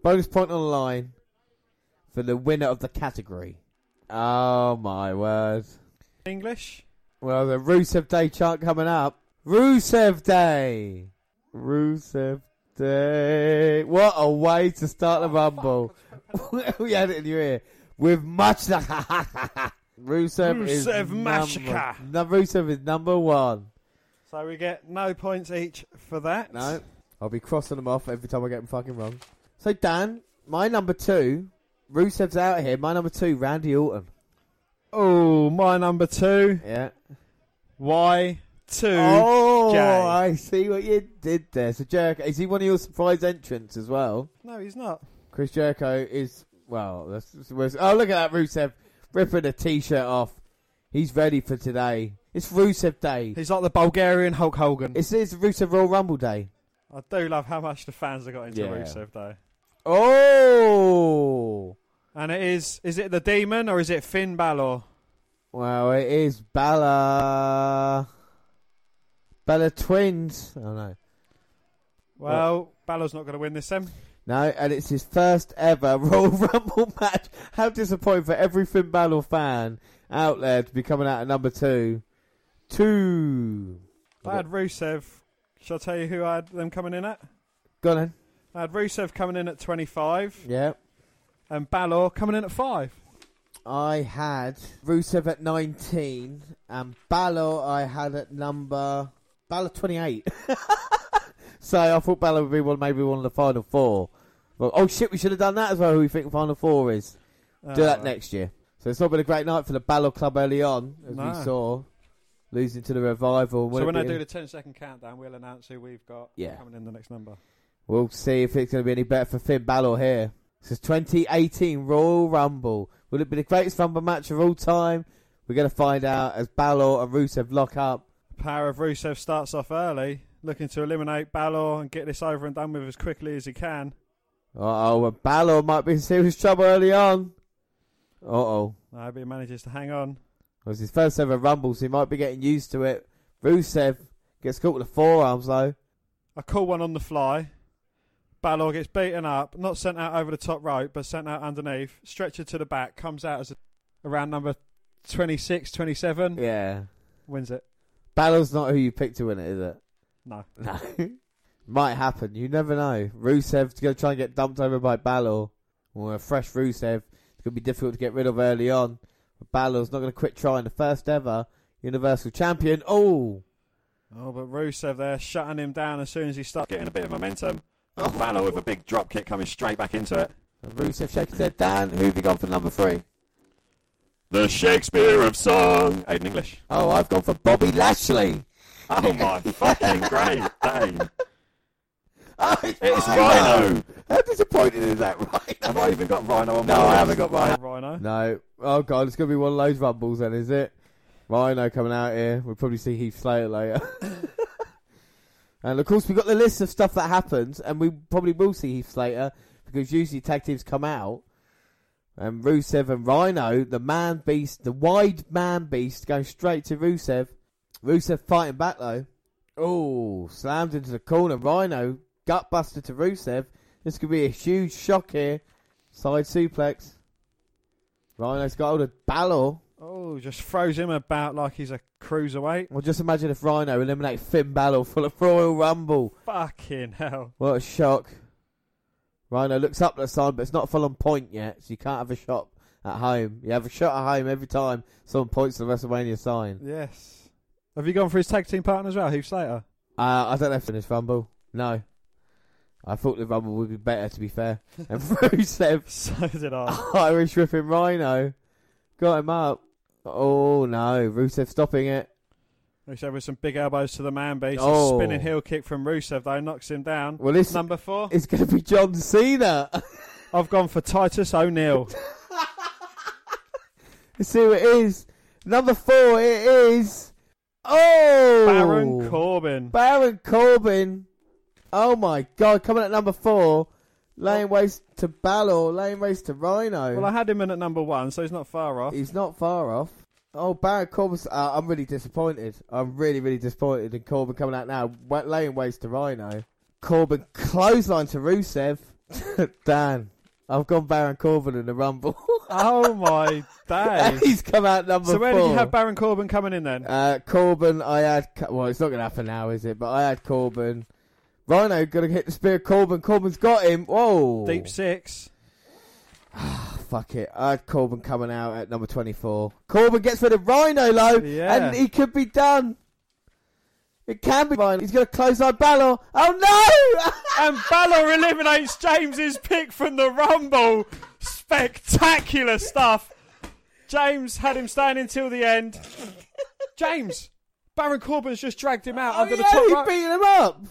Bonus point on the line for the winner of the category. Oh my word! English? Well, the Rusev Day chart coming up. Rusev Day. Rusev Day. What a way to start the rumble. we had it in your ear with much. Rusev, is Rusev number- massacre. No, Rusev is number one. So we get no points each for that. No, I'll be crossing them off every time I get them fucking wrong. So Dan, my number two, Rusev's out here. My number two, Randy Orton. Oh, my number two. Yeah. Why two? Oh, Jay. I see what you did there. So Jericho, is he one of your surprise entrants as well? No, he's not. Chris Jericho is well. That's, that's the worst. Oh, look at that Rusev ripping a t-shirt off. He's ready for today. It's Rusev Day. He's like the Bulgarian Hulk Hogan. It's, it's Rusev Royal Rumble Day. I do love how much the fans have got into Yeah. Rusev though. Oh, And it is is it the demon or is it Finn Balor? well, it is Bella. Bella twins. Oh no, Well, Balor's not going to win this then. no, and it's his first ever Royal Rumble match. How disappointing for every Finn Balor fan out there to be coming out at number two. Two. I had Rusev. Shall I tell you who I had them coming in at? Go on then. I had Rusev coming in at 25 Yeah. and Balor coming in at 5. I had Rusev at 19 and Balor I had at number Balor 28. so I thought Balor would be one, maybe one of the final four. But, oh shit, we should have done that as well. Who we think final four is? Do that Uh. next year. So it's not been a great night for the Balor Club early on, as No. we saw, losing to the revival. Will So it when I be- do the 10 second countdown, we'll announce who we've got Yeah. coming in the next number. We'll see if it's going to be any better for Finn Balor here. This is 2018 Royal Rumble. Will it be the greatest Rumble match of all time? We're going to find out as Balor and Rusev lock up. Power of Rusev starts off early, looking to eliminate Balor and get this over and done with as quickly as he can. Uh-oh, and Balor might be in serious trouble early on. Uh-oh. I hope he manages to hang on. It was his first ever Rumble, so he might be getting used to it. Rusev gets caught with the forearms, though. I call one on the fly. Balor gets beaten up, not sent out over the top rope, but sent out underneath, stretchered to the back, comes out as a, around number 26, 27, Yeah. wins it. Balor's not who you picked to win it, is it? No. No. Might happen. You never know. Rusev's going to try and get dumped over by Balor. Or a fresh Rusev. It's going to be difficult to get rid of early on. But Balor's not going to quit trying. The first ever Universal Champion. Oh! Oh, but Rusev there shutting him down as soon as he starts getting a bit of momentum. Oh, Balor with a big drop kick coming straight back into it. And Rusev shaking said, Dan, who have you gone for number three? The Shakespeare of Song. Aiden English. Oh, I've gone for Bobby Lashley. Oh my fucking great Dane. Oh, it's, It's Rhino. How disappointed is that, Rhino? Have I even got Rhino on No, I haven't got Rhino. Rhino. No. Oh, God, it's going to be one of those rumbles then, is it? Rhino coming out here. We'll probably see Heath Slater later. and, of course, we've got the list of stuff that happens, and we probably will see Heath Slater because usually tag teams come out. And Rusev and Rhino, the man beast, the wide man beast, going straight to Rusev. Rusev fighting back, though. Oh, slammed into the corner. Rhino, gutbuster to Rusev. This could be a huge shock here. Side suplex. Rhino's got hold of Balor. Oh, just throws him about like he's a cruiserweight. Well, just imagine if Rhino eliminated Finn Balor for the Royal Rumble. Fucking hell. What a shock. Rhino looks up at the side, but it's not full on point yet, so you can't have a shot at home. You have a shot at home every time someone points to the WrestleMania sign. Yes. Have you gone for his tag team partner as well, Heath Slater? Uh, I don't know if in this Rumble. No. I thought the Rumble would be better, to be fair. And Rusev So did I. Irish ripping Rhino. Got him up. Oh no, Rusev stopping it. Rusev with some big elbows to the man beast. A Oh. Spinning heel kick from Rusev though, knocks him down. Well, this Number four. is going to be John Cena. I've gone for Titus O'Neil. Let's see who it is. Number four, it is Oh, Baron Corbin. Baron Corbin. Oh my God! Coming at number four, laying waste to Balor, laying waste to Rhino. Well, I had him in at number one, so he's not far off. He's not far off. Oh, Baron Corbin's. Uh, I'm really disappointed. I'm really, really disappointed in Corbin coming out now, wa- laying waste to Rhino. Corbin clothesline to Rusev. Dan, I've gone Baron Corbin in the Rumble. oh my days! He's come out number so where four. did you have Baron Corbin coming in then? Uh, Corbin, I had. Well, it's not going to happen now, is it? But I had Corbin. Rhino going to hit the spear. of Corbin. Corbin's got him. Whoa. Deep six. Fuck it. I had Corbin coming out at number 24. Corbin gets rid of Rhino, though. Yeah. And he could be done. It can be Rhino. He's going to close our Balor. Oh, no! And Balor eliminates James's pick from the Rumble. Spectacular stuff. James had him standing till the end. James, Baron Corbin's just dragged him out under Oh, yeah, the top. he rope. beat him up.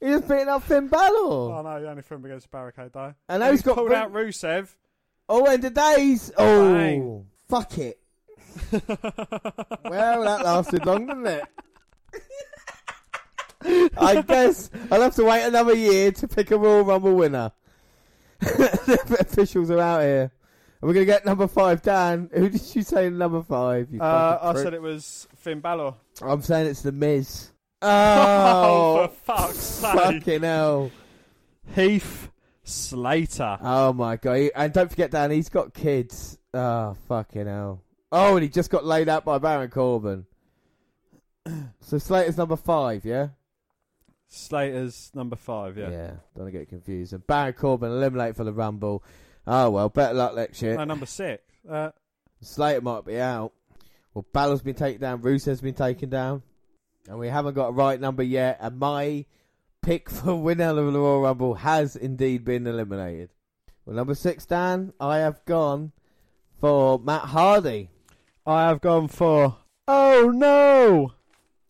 He was beating up Finn Oh Balor. no, he only threw him against the barricade though. And now he's got pulled Ru- out Rusev. Oh, and the days. Oh, Bang. fuck it. well, that lasted long, didn't it? I guess I'll have to wait another year to pick a Royal Rumble winner. the officials are out here. And we're going to get number five. Dan, who did you say number five? You Uh, fucking I prick. said it was Finn Balor. I'm saying it's The Miz. Oh, Oh, for fuck's sake. fucking hell. Heath Slater. Oh my god! He- And don't forget, Dan, he's got kids. Oh fucking hell! Oh, and he just got laid out by Baron Corbin. So Slater's number five, yeah. Slater's number five, yeah. Don't wanna get confused. And Baron Corbin eliminate for the Rumble. Oh well, better luck next year. No, number six. Uh, Slater might be out. Well, Balor's been taken down. Rusev's been taken down, and we haven't got a right number yet. And my pick for winner of the Royal Rumble has indeed been eliminated. Well, number six, Dan, I have gone for Matt Hardy. I have gone for. Oh no!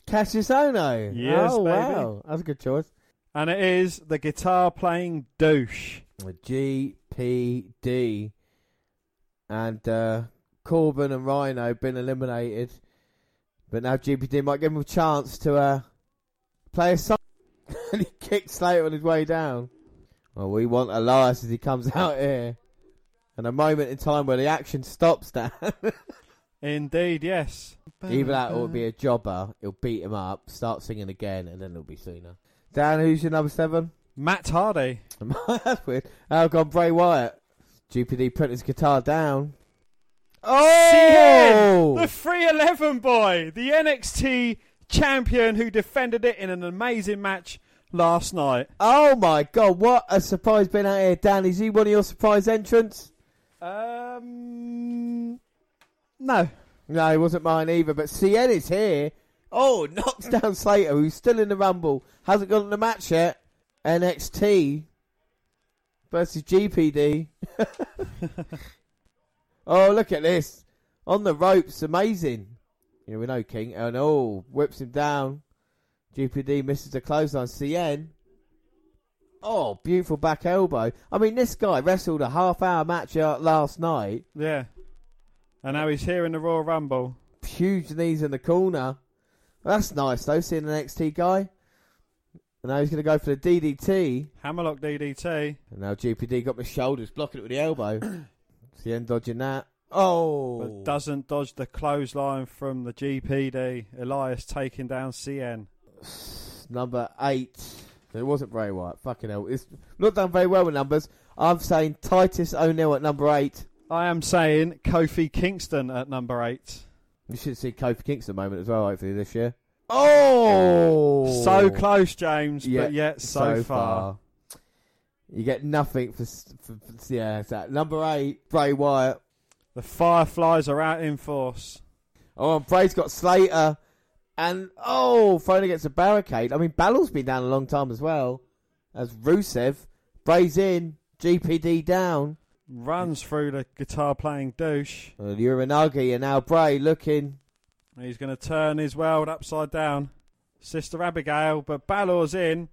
Cassius Ono. Yes, oh, baby. wow. That's a good choice. And it is the guitar playing douche. GPD. And uh, Corbin and Rhino been eliminated. But now GPD might give him a chance to uh, play a song. and he kicks Slater on his way down. Well, we want Elias as he comes out here. And a moment in time where the action stops down. Indeed, yes. Either that or it'll be a jobber. He'll beat him up, start singing again, and then it'll be sooner. Dan, who's your number seven? Matt Hardy. That's weird. Oh, I've got Bray Wyatt. GPD put his guitar down. Oh! The 311 boy, the NXT champion who defended it in an amazing match last night. Oh my god, what a surprise been out here, Dan. Is he one of your surprise entrants? Um. No. No, he wasn't mine either, but CN is here. Oh, knocks down Slater, who's still in the Rumble. Hasn't gotten the match yet. NXT versus GPD. oh, look at this. On the ropes, amazing. Yeah, we know King. And oh, whips him down. GPD misses the clothesline. CN. Oh, beautiful back elbow. I mean, this guy wrestled a half hour match uh, last night. Yeah. And now he's here in the Royal Rumble. huge knees in the corner. That's nice though, seeing an NXT guy. And now he's going to go for the DDT. Hammerlock DDT. And now GPD got my shoulders, blocking it with the elbow. it's the end dodging that. Oh, But doesn't dodge the clothesline from the GPD. Elias taking down CN. number eight. It wasn't Bray Wyatt. Fucking hell, it's not done very well with numbers. I'm saying Titus O'Neil at number eight. I am saying Kofi Kingston at number eight. You should see Kofi Kingston moment as well, hopefully this year. Oh, So close, James, but yet so, far. You get nothing for, s- for, for yeah. It's that number eight, Bray Wyatt. The Fireflies are out in force. Oh, and Bray's got Slater, and oh, thrown against a barricade. I mean, Balor's been down a long time as well as Rusev. Bray's in, GPD down. Runs through the guitar playing douche. Uh, Uranagi and now Bray looking. He's going to turn his world upside down. Sister Abigail, but Balor's in.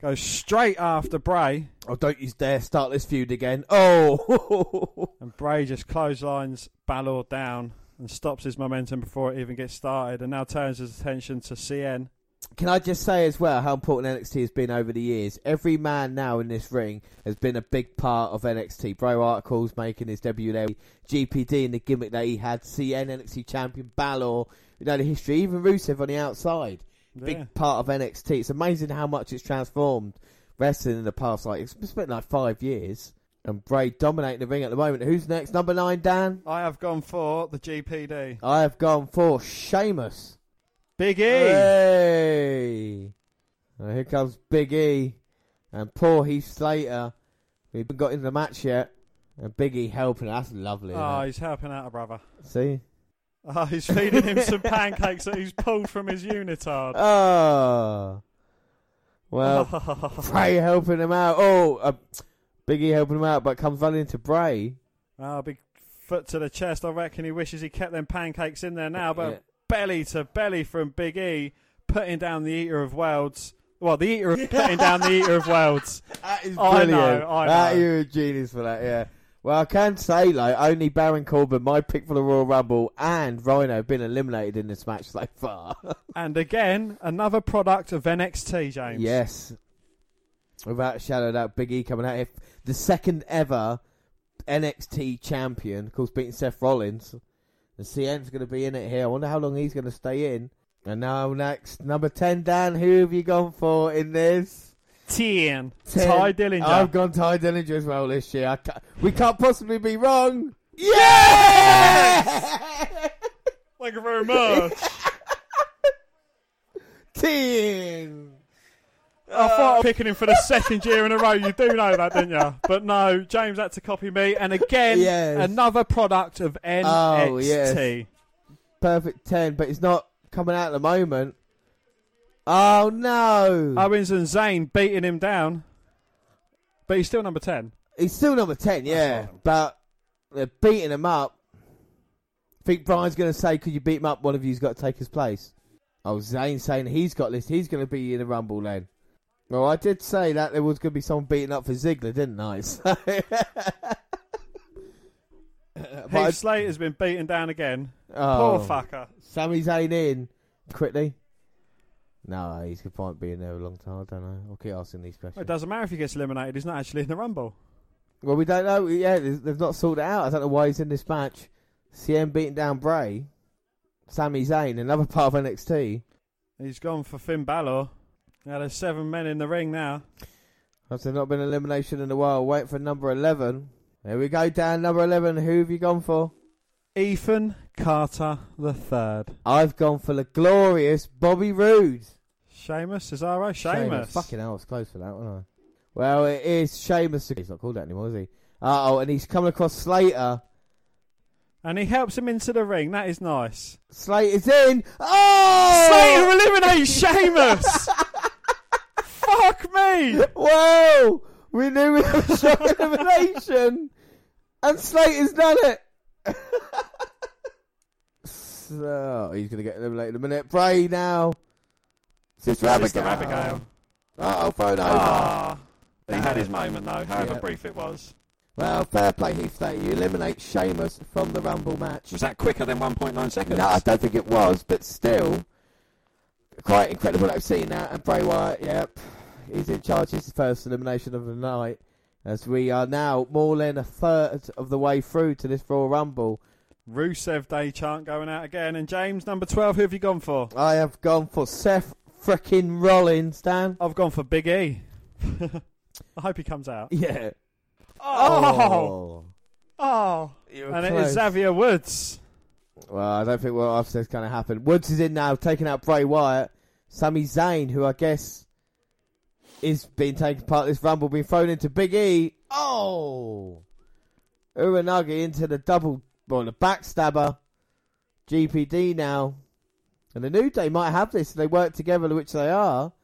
Goes straight after Bray. Oh, don't you dare start this feud again. Oh, And Bray just clotheslines Balor down and stops his momentum before it even gets started, and now turns his attention to CN. Can I just say as well how important NXT has been over the years? Every man now in this ring has been a big part of NXT. Bro Articles making his debut there, GPD and the gimmick that he had, CN NXT champion, Balor, you know the history, even Rusev on the outside. Yeah. Big part of NXT. It's amazing how much it's transformed wrestling in the past, like, it's it's been like five years. And Bray dominating the ring at the moment. Who's next? Number nine, Dan? I have gone for the GPD. I have gone for Sheamus. Big E. Hey! Now here comes Big E and poor Heath Slater. We haven't got into the match yet. And Big E helping. That's lovely. isn't Oh, it? he's helping out a brother. See? Oh, he's feeding him some pancakes that he's pulled from his unitard. Oh! Well, Bray helping him out. Oh, uh, Big E helping him out, but comes running into Bray. Oh, big foot to the chest. I reckon he wishes he kept them pancakes in there now, but Yeah. belly to belly from Big E, putting down the eater of worlds. Well, the eater of, putting down the eater of worlds. That is I know, brilliant. I That- know. you're a genius for that, yeah. Well, I can say, like, only Baron Corbin, my pick for the Royal Rumble, and Rhino have been eliminated in this match so far. And again, another product of NXT, James. Yes. Without a shadow of doubt, Big E coming out. If the second ever NXT champion, of course, beating Seth Rollins. And CM's going to be in it here. I wonder how long he's going to stay in. And now next, number 10, Dan, who have you gone for in this? Ten. 10. Ty Dillinger. I've gone Ty Dillinger as well this year. I ca we can't possibly be wrong. Yes! Thank you very much. 10! I thought I was picking him for the second year in a row. You do know that, didn't you? But no, James had to copy me. And again, Yes. another product of NXT. Oh, yes. Perfect 10, but it's not coming out at the moment. Oh, no. Owens and Zayn beating him down. But he's still number 10. He's still number 10, yeah. But they're beating him up. think Brian's going to say, could you beat him up? One of you's got to take his place. Oh, Zayn saying he's got this. He's going to be in the Rumble then. Well, I did say that there was going to be someone beating up for Ziggler, didn't I? So- But I- Heath Slater's been beaten down again. Oh. Poor fucker. Sami Zayn in quickly. No, he's good point being there a long time. I don't know. I'll keep asking these It questions. doesn't matter if he gets eliminated. He's not actually in the Rumble. Well, we don't know. Yeah, they've they've not sorted it out. I don't know why he's in this match. CM beating down Bray. Sami Zayn, another part of NXT. He's gone for Finn Balor. Now there's seven men in the ring now. Has there not been elimination in a while? Wait for number 11. There we go, Dan. Number 11. Who have you gone for? Ethan Carter the third. I've gone for the glorious Bobby Roode. Sheamus, Cesaro, Sheamus. Fucking hell, I was close for that, wasn't I? Well, it is Sheamus. He's not called that anymore, is he? Uh oh, and he's coming across Slater. And he helps him into the ring. That is nice. Slater's in. Oh! Slater eliminates Sheamus. Fuck me. Whoa! We knew we had a shock elimination! And Slater's done it! so, he's going to get eliminated in a minute. Bray now! Sister Abigail! Abigail. Uh-oh, phone over. Ah, He had his moment though, however brief it was. Well, fair play, Heath Slater. You eliminate Sheamus from the Rumble match. Was that quicker than 1.9 seconds? No, I don't think it was, but still, quite incredible that I've seen that. And Bray Wyatt, yep, he's in charge. It's the first elimination of the night, as we are now more than a third of the way through to this Royal Rumble. Rusev Day chant going out again. And James, number 12, who have you gone for? I have gone for Seth frickin' Rollins, Dan. I've gone for Big E. I hope he comes out. Yeah. Oh! Oh! You were And it close. is Xavier Woods. Well, I don't think what I've said's going to happen. Woods is in now, taking out Bray Wyatt. Sami Zayn, who I guess is being taken part of this rumble, being thrown into Big E. Oh! Uranagi into the double, well, the backstabber. GPD now. And the New Day might have this. They work together, which they are.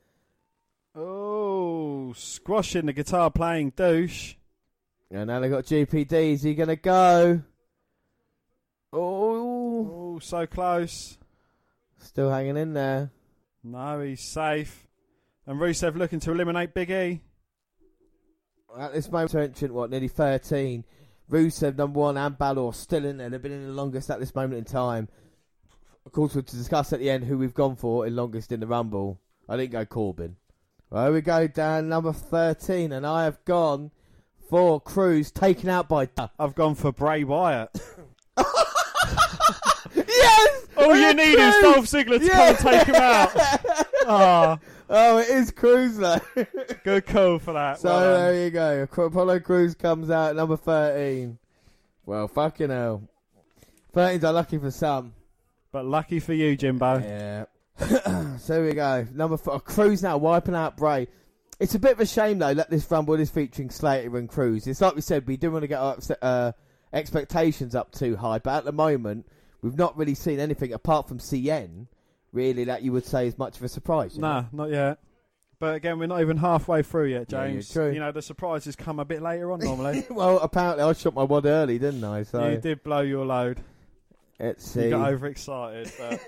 Oh, squashing the guitar playing douche. And now they've got GPD. Is he going to go? Oh! Oh, so close. Still hanging in there. No, he's safe. And Rusev looking to eliminate Big E. At this moment, entrant, what, nearly 13. Rusev number one and Balor still in there. They've been in the longest at this moment in time. Of course, we're to discuss at the end who we've gone for in longest in the Rumble. I didn't go Corbin. Well, here we go down number 13, and I have gone for Cruz taken out by. I've gone for Bray Wyatt. yes! All It you is need is Cruz! Dolph Ziggler to Yeah. come and take him out. Ah, Oh, it is Cruz, though. good call for that. So uh, Well done. there you go. Cro- Apollo Crews comes out at number 13. Well, fucking hell. 13s are lucky for some. but lucky for you, Jimbo. Yeah. so here we go. Number 4. Crews now wiping out Bray. It's a bit of a shame, though, that this Rumble is featuring Slater and Cruz. It's like we said, we didn't want to get our upset, uh, expectations up too high, but at the moment, we've not really seen anything apart from CN, really, that you would say is much of a surprise. you know? Nah, not yet. But again, we're not even halfway through yet, Yeah, James. you're true. You know, the surprises come a bit later on normally. Well, apparently I shot my wad early, didn't I? So You did blow your load. let's see. You got overexcited. But...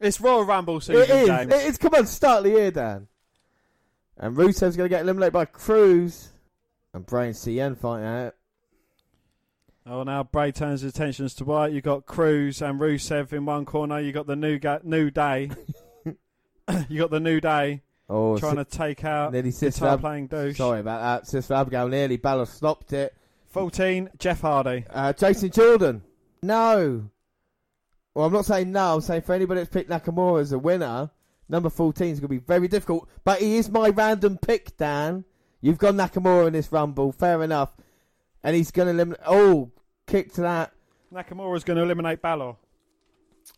it's Royal Rumble season, It is. James. It is. Come on, start the year, Dan. And Rusev's going to get eliminated by Cruz. And Bray and CN fighting out. Oh, now Bray turns his attentions to Wyatt. You got Cruz and Rusev in one corner. You got the new ga- new day. you got the new day Oh, trying to take out nearly Sister Uh, guitar Ab- playing douche. Sorry about that. Sister Abigail nearly. Balor stopped it. Fourteen, Jeff Hardy. Uh, Jason Jordan. No. Well, I'm not saying no. I'm saying for anybody that's picked Nakamura as a winner, number 14 is going to be very difficult. But he is my random pick, Dan. You've got Nakamura in this Rumble. Fair enough. And he's going to eliminate. Oh, kick to that. Nakamura's going to eliminate Balor.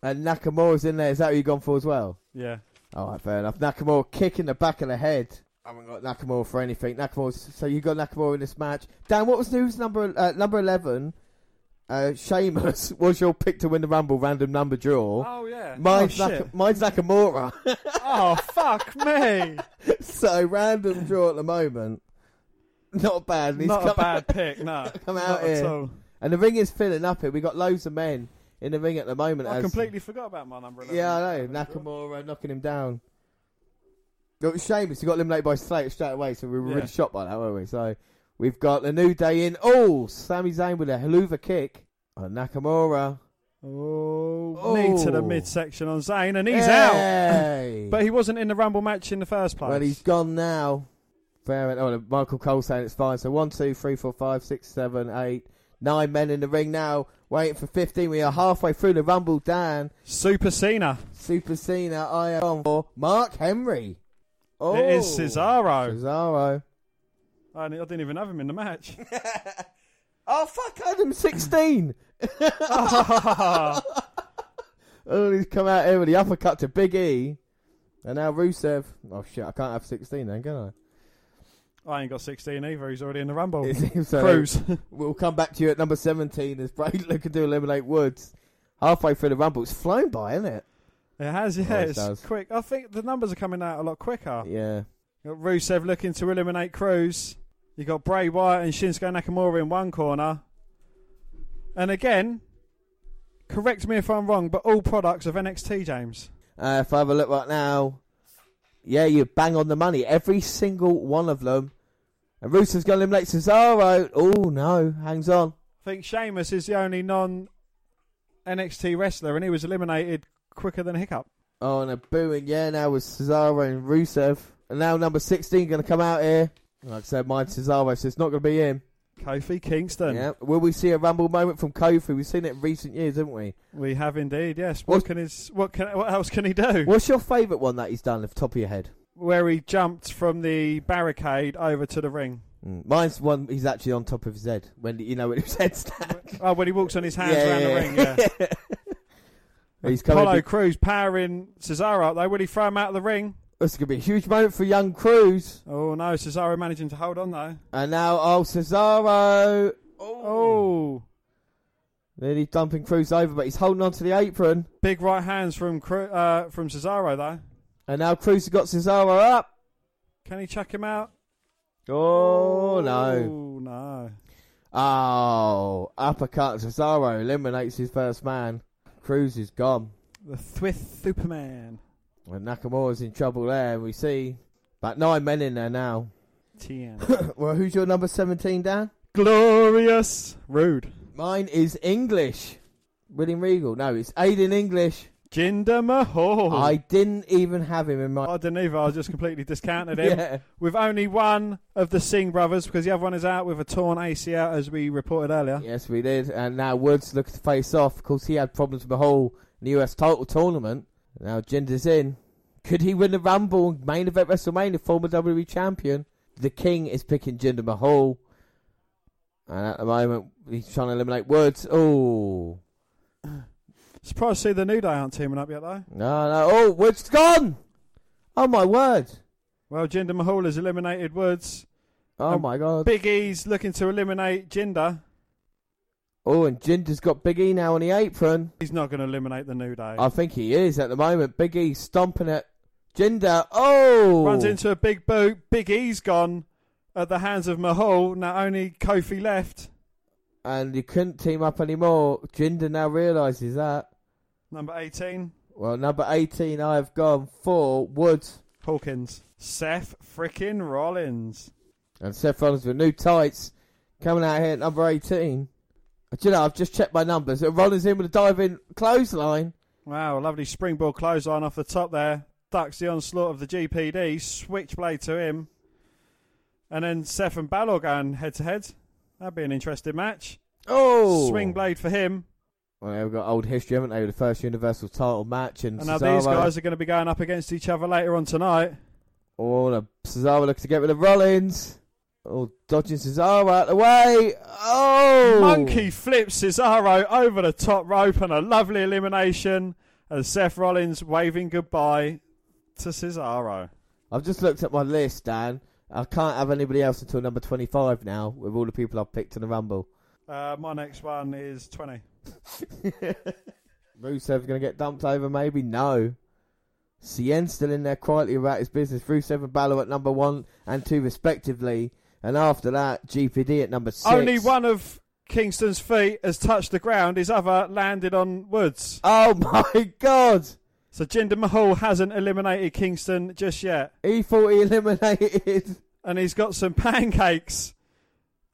And Nakamura's in there. Is that who you've gone for as well? Yeah, All right, fair enough. Nakamura kicking the back of the head. I haven't got Nakamura for anything. Nakamura's, so you got Nakamura in this match. Dan, what was news number uh, number eleven? Uh, Sheamus was your pick to win the Rumble random number draw. Oh, yeah. mine's, Oh, Naka- shit. mine's Nakamura. Oh fuck me! so random draw at the moment. Not bad. and he's Not come a bad pick, no. Come Not out at here. all. And the ring is filling up here. We got loads of men in the ring at the moment. I as- completely forgot about my number. 11. Yeah, I know. Nakamura knocking him down. It was Sheamus. He got eliminated by Slater straight away, so we were Yeah. really shocked by that, weren't we? So we've got the new day in. Oh, Sami Zayn with a haluva kick on Nakamura. Oh, Oh. knee to the midsection on Zayn, and he's Hey! out. But he wasn't in the Rumble match in the first place. well, he's gone now. Fair enough. Oh, Michael Cole saying it's fine. So one, two, three, four, five, six, seven, eight, nine men in the ring now, waiting for fifteen. We are halfway through the Rumble. Dan Super Cena. Super Cena. I am on for Mark Henry. Oh, It is Cesaro. Cesaro. I I didn't even have him in the match. Oh fuck, Adam sixteen. oh, he's come out here with the uppercut to Big E, and now Rusev. Oh shit, I can't have sixteen then, can I ain't got 16 either. He's already in the Rumble. I? So Cruz. We'll come back to you at number seventeen as Bray looking to eliminate Woods. Halfway through the rumble, it's flown by, isn't it? it has, yeah. it it's does. quick. I think the numbers are coming out a lot quicker. Yeah. You got Rusev looking to eliminate Cruz. You got Bray Wyatt and Shinsuke Nakamura in one corner. And again, correct me if I'm wrong, but all products of NXT, James. Uh, if I have a look right now, yeah, you bang on the money. Every single one of them. And Rusev's going to eliminate Cesaro. Oh no, hangs on. I think Sheamus is the only non NXT wrestler, and he was eliminated quicker than Hiccup. Oh, and a booing, yeah, now with Cesaro and Rusev. And now number 16 going to come out here. Like I said, mine's Cesaro, so it's not going to be him. Kofi Kingston. Yeah. Will we see a Rumble moment from Kofi? We've seen it in recent years, haven't we? We have indeed, yes. What What- can his what can what else can he do? What's your favourite one that he's done off the top of your head? Where he jumped from the barricade over to the ring. Mm. Mine's one he's actually on top of his head. When You know, when his head's down. Oh, when he walks on his hands Yeah, around yeah, the yeah. ring, yeah. he's coming. Apollo Cruz powering Cesaro up though. Will he throw him out of the ring? This is going to be a huge moment for young Cruz. Oh no, Cesaro managing to hold on though. And now, oh, Cesaro. Oh, Nearly dumping Cruz over, but he's holding on to the apron. big right hands from Cru- uh, from Cesaro though. And now Cruz has got Cesaro up. Can he chuck him out? Oh, no. Oh no. Oh, uppercut Cesaro eliminates his first man. Cruz is gone. The Thwith Superman. And Nakamura's in trouble there. We see about nine men in there now. TM. well, who's your number 17, Dan? glorious. Rude. Mine is English. William Regal. No, it's Aiden English. Jinder Mahal. I didn't even have him in my. I didn't either. I just completely discounted him. Yeah. With only one of the Singh brothers, because the other one is out with a torn ACL, as we reported earlier. Yes, we did. And now Woods looking to face off. Of course, he had problems with the whole US title tournament. Now Jinder's in. Could he win the Rumble and main event WrestleMania? Former WWE champion. The King is picking Jinder Mahal. And at the moment, he's trying to eliminate Woods. Oh. Surprised to see the New Day aren't teaming up yet, though. No, no. Oh, Woods gone! Oh, my word. Well, Jinder Mahal has eliminated Woods. Oh, Um, my God. Big E's looking to eliminate Jinder. oh, and Jinder's got Big E now on the apron. He's not going to eliminate the New Day. I think he is at the moment. Big E stomping at Jinder. Oh! Runs into a big boot. Big E's gone at the hands of Mahal. Now only Kofi left. and you couldn't team up anymore. Jinder now realises that. Number 18, Well, number 18, I've gone for Woods. Hawkins. Seth frickin' Rollins. And Seth Rollins with new tights coming out here at number 18. Do you know, I've just checked my numbers. And Rollins in with a diving clothesline. Wow, lovely springboard clothesline off the top there. Ducks the onslaught of the GPD. Switchblade to him. And then Seth and Balor going head to head. That'd be an interesting match. Oh! Swing blade for him. Well, they've got old history, haven't they? With the first Universal title match and, And now Cesaro. these guys are going to be going up against each other later on tonight. Oh, the Cesaro looks to get rid of Rollins. Oh, dodging Cesaro out the way. Oh! Monkey flips Cesaro over the top rope and a lovely elimination as Seth Rollins waving goodbye to Cesaro. I've just looked at my list, Dan. I can't have anybody else until number 25 now, with all the people I've picked in the Rumble. Uh, my next one is 20. Rusev's going to get dumped over, maybe? No. Cien's still in there quietly about his business. Rusev and Balor at number one and two, respectively. And after that, GPD at number six. Only one of Kingston's feet has touched the ground, his other landed on Woods. Oh my god! So Jinder Mahal hasn't eliminated Kingston just yet. He thought he E eliminated. And he's got some pancakes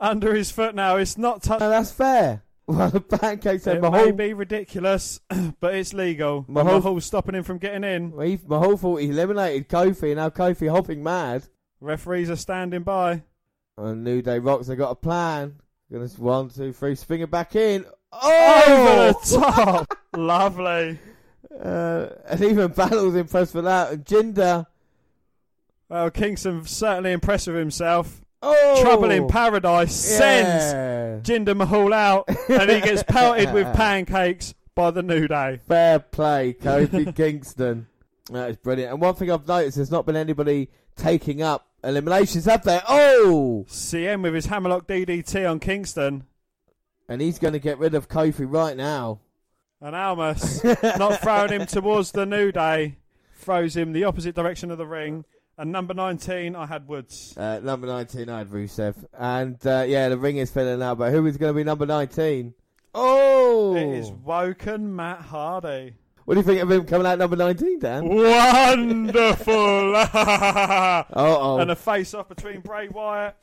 under his foot now. It's not touching. No, that's fair. Well, the pancakes It and may Mahal. be ridiculous, but it's legal. And Mahal- Mahal's stopping him from getting in. Well, he- Mahal thought he eliminated Kofi, and now Kofi hopping mad. Referees are standing by. And New Day Rocks, they got a plan. Gonna s- one, two, three, swing it back in. Over Oh! the top. Lovely. Uh, and even Battle's impressed with that. And Jinder. Well, Kingston certainly impressed with himself. Oh! Trouble in Paradise sends Yeah. Jinder Mahal out, and he gets pelted with pancakes by the New Day. Fair play, Kofi Kingston. That is brilliant. And one thing I've noticed, there's not been anybody taking up eliminations, have there? Oh! CM with his hammerlock DDT on Kingston. And he's going to get rid of Kofi right now. And Almas, not throwing him towards the New Day, throws him the opposite direction of the ring. And number 19, I had Woods. Uh, number 19, I had Rusev. And uh, yeah, the ring is filling out, but who is going to be number 19? Oh! It is Woken Matt Hardy. What do you think of him coming out number 19, Dan? Wonderful! Oh, and oh. a face off between Bray Wyatt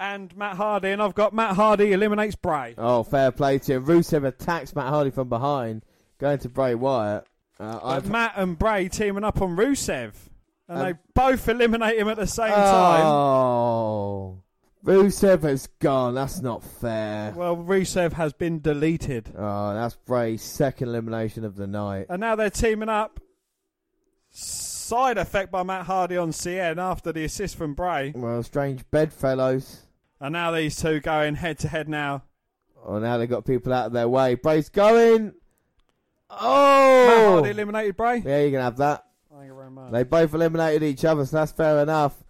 and Matt Hardy. And I've got Matt Hardy eliminates Bray. Oh, fair play to him. Rusev attacks Matt Hardy from behind, going to Bray Wyatt. Uh, But I've... Matt and Bray teaming up on Rusev. And Um, they both eliminate him at the same time. Oh. Rusev has gone. That's not fair. Well, Rusev has been deleted. Oh, that's Bray's second elimination of the night. And now they're teaming up. Side effect by Matt Hardy on CN after the assist from Bray. Well, strange bedfellows. And now these two going head to head now. Oh, now they've got people out of their way. Bray's going. Matt Oh! Hardy eliminated Bray. Yeah, you can have that. Thank you very much. They both eliminated each other, so that's fair enough.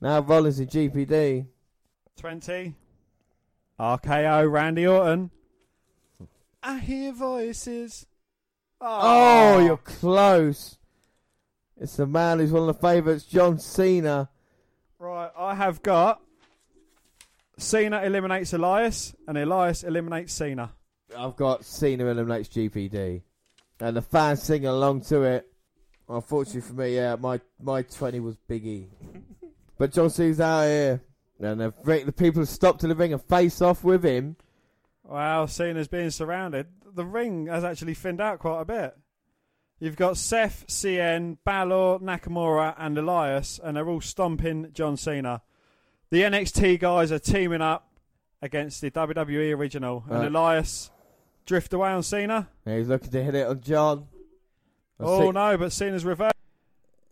Now Rollins and GPD. 20. RKO Randy Orton. I hear voices. Ah, Oh, you're close. It's the man who's one of the favourites, John Cena. Right, I have got Cena eliminates Elias and Elias eliminates Cena. I've got Cena eliminates GPD, and the fans singing along to it. Unfortunately for me, yeah, my my twenty was Big E, but John Cena's out here. And the, the people have stopped in the ring and face off with him. Well, seen as being surrounded, the ring has actually thinned out quite a bit. You've got Seth, CN, Balor, Nakamura, and Elias, and they're all stomping John Cena. The NXT guys are teaming up against the WWE original, and Right. Elias drift away on Cena. And he's looking to hit it on John. I oh see- no, but Cena's reversed.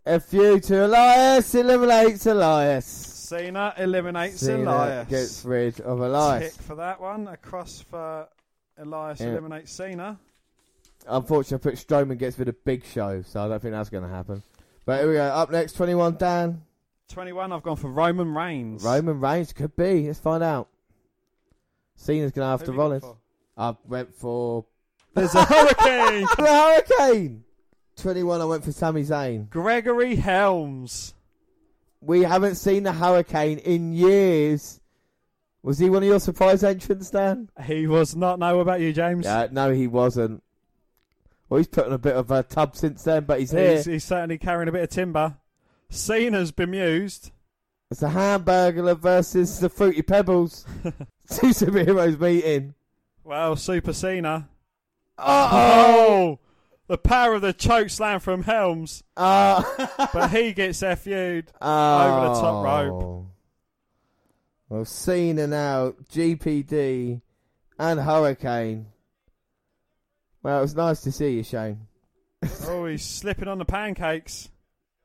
F you to Elias eliminates Elias. Cena eliminates Cena Elias. gets rid of Elias. Tick for that one. A cross for Elias Yeah. eliminates Cena. Unfortunately, I put Strowman gets rid of Big Show, so I don't think that's going to happen. But here we go. Up next, 21 Dan. 21, I've gone for Roman Reigns. Roman Reigns could be. Let's find out. Cena's going to have Who to have you gone Rollins. for? I went for There's a hurricane! the Hurricane. 21, I went for Sami Zayn. Gregory Helms. We haven't seen the Hurricane in years. Was he one of your surprise entrants, Dan? He was not. No, what about you, James? Yeah, no, he wasn't. Well, he's put on a bit of a tub since then, but he's here. he's, he's certainly carrying a bit of timber. Cena's bemused. It's the Hamburglar versus the Fruity Pebbles. Two superheroes meeting. Well, Super Cena. Uh-oh! Oh! The power of the choke slam from Helms, Uh, but he gets FU'd. oh. the top rope. Well, Cena now, GPD, and Hurricane. Well, it was nice to see you, Shane. Oh, he's slipping on the pancakes.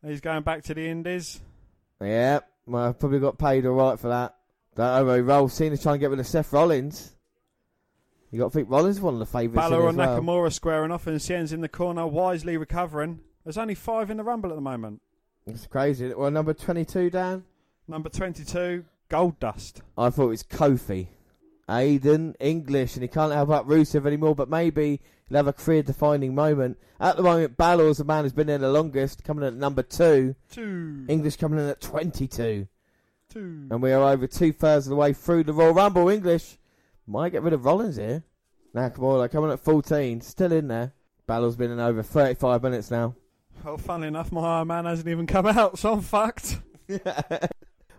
He's going back to the Indies. Yeah, well, I probably got paid all right for that. Don't worry, roll. Cena's trying to get rid of Seth Rollins. You got to think Rollins is one of the favourites. in Balor as and well. Nakamura squaring off, and Cien's in the corner, wisely recovering. There's only five in the Rumble at the moment. It's crazy. Well, number 22, Dan. Number 22, Gold Dust. I thought it was Kofi. Aiden, English, and he can't help out Rusev anymore, but maybe he'll have a career defining moment. At the moment, Balor's the man who's been there the longest, coming in at number two. Two. English coming in at 22. two. And we are over two thirds of the way through the Royal Rumble. English might get rid of Rollins here. Nakamura coming at 14, still in there. Balor's been in over 35 minutes now. Well, funnily enough, my Iron Man hasn't even come out, so I'm fucked.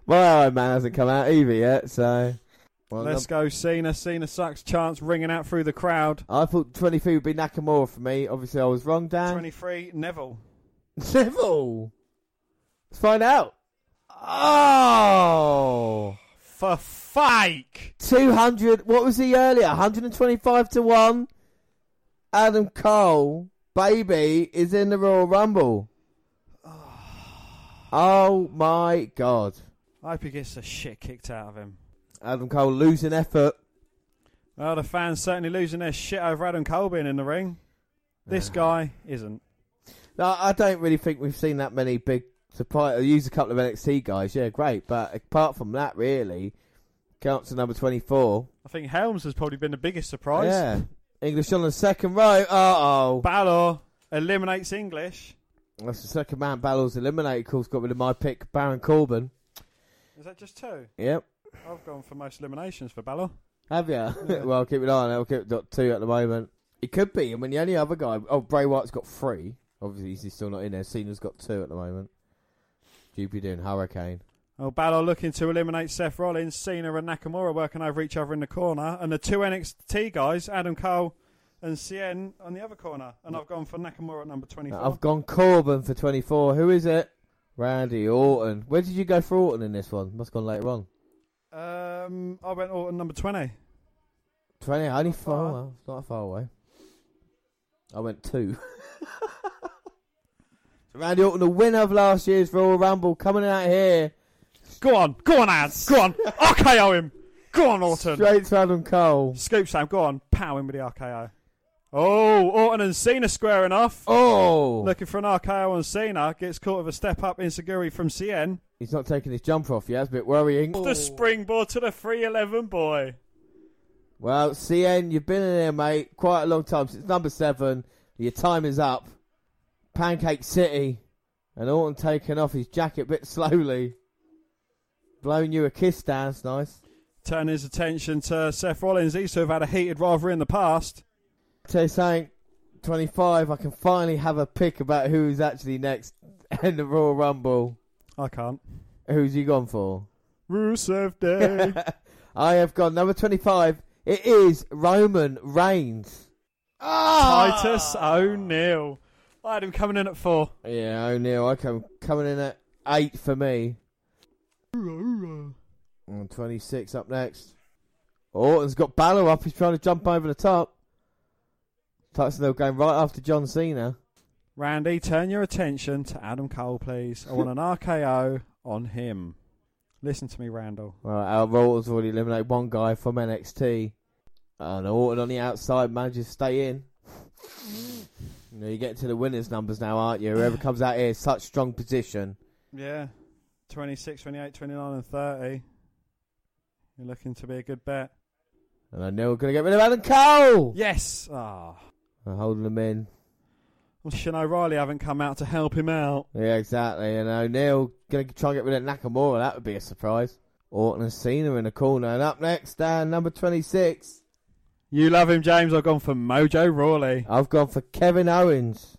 well, Iron Man hasn't come out either yet, so. Well, Let's go, Cena. Cena sucks. Chance ringing out through the crowd. I thought 23 would be Nakamura for me. Obviously, I was wrong, Dan. 23, Neville. Neville. Let's find out. Oh. For fake! 200. What was he earlier? 125 to 1. Adam Cole, baby, is in the Royal Rumble. Oh my god. I hope he gets the shit kicked out of him. Adam Cole losing effort. Well, the fans certainly losing their shit over Adam Cole being in the ring. This guy isn't. No, I don't really think we've seen that many big surprise. Use a couple of NXT guys, yeah, great. But apart from that, really, count to number twenty-four. I think Helms has probably been the biggest surprise. Yeah, English on the second row. Uh oh, Balor eliminates English. that's the second man. Balor's eliminated. Of course, got rid of my pick, Baron Corbin. Is that just two? Yep, I've gone for most eliminations for Balor. have you? well, keep an eye on it. I'll keep it dot two at the moment. It could be. I mean, the only other guy. Oh, Bray Wyatt's got three. Obviously, he's still not in there. Cena's got two at the moment. GP doing Hurricane. Oh, Balor looking to eliminate Seth Rollins, Cena and Nakamura working over each other in the corner, and the two NXT guys, Adam Cole and Cien, on the other corner. And I've gone for Nakamura at number 24. I've gone Corbin for 24. Who is it? Randy Orton. Where did you go for Orton in this one? Must have gone later on. um, I went Orton number 20. 20, only far, far. well, it's not far away. I went two. so Randy Orton, the winner of last year's Royal Rumble, coming out here Go on, go on, ads, go on, RKO him, go on, Orton. straight to Adam Cole. Scoop Sam, go on, pow him with the RKO. Oh, Orton and Cena squaring off. Oh, Looking for an RKO on Cena, gets caught with a step up insecurity from Cien. Oh. he's not taking his jumper off yet. It's a bit worrying. The springboard to the 311 boy. Well, CN, you've been in there, mate, quite a long time since number seven. Your time is up. Pancake City, and Orton taking off his jacket a bit slowly, blowing you a kiss, Dan's nice. turn his attention to Seth Rollins. These two have had a heated rivalry in the past. Tell you something, 25, I can finally have a pick about who's actually next in the Royal Rumble. I can't. Who's he gone for? Rusev Day. I have got number 25. It is Roman Reigns. Titus O'Neil. I had him coming in at four. Yeah, O'Neill, I come coming in at 8 for me. And 26 up next. Orton's got Balor up. He's trying to jump over the top. Tyson Hill going right after John Cena. Randy, turn your attention to Adam Cole, please. I want an RKO on him. Listen to me, Randall. Well, our Roller's already eliminated one guy from NXT. And Orton on the outside manages to stay in. You know, you get to the winners' numbers now, aren't you? Whoever comes out here is such strong position. Yeah. 26, 28, 29, and 30. You're looking to be a good bet. And I know we're going to get rid of Adam Cole! Yes! Ah. I'm holding him in. Well, Shin O'Reilly haven't come out to help him out. Yeah, exactly. And O'Neill going to try and get rid of Nakamura. That would be a surprise. Orton and Cena in the corner. And up next, uh, number 26, You love him, James. I've gone for Mojo Rawley. I've gone for Kevin Owens.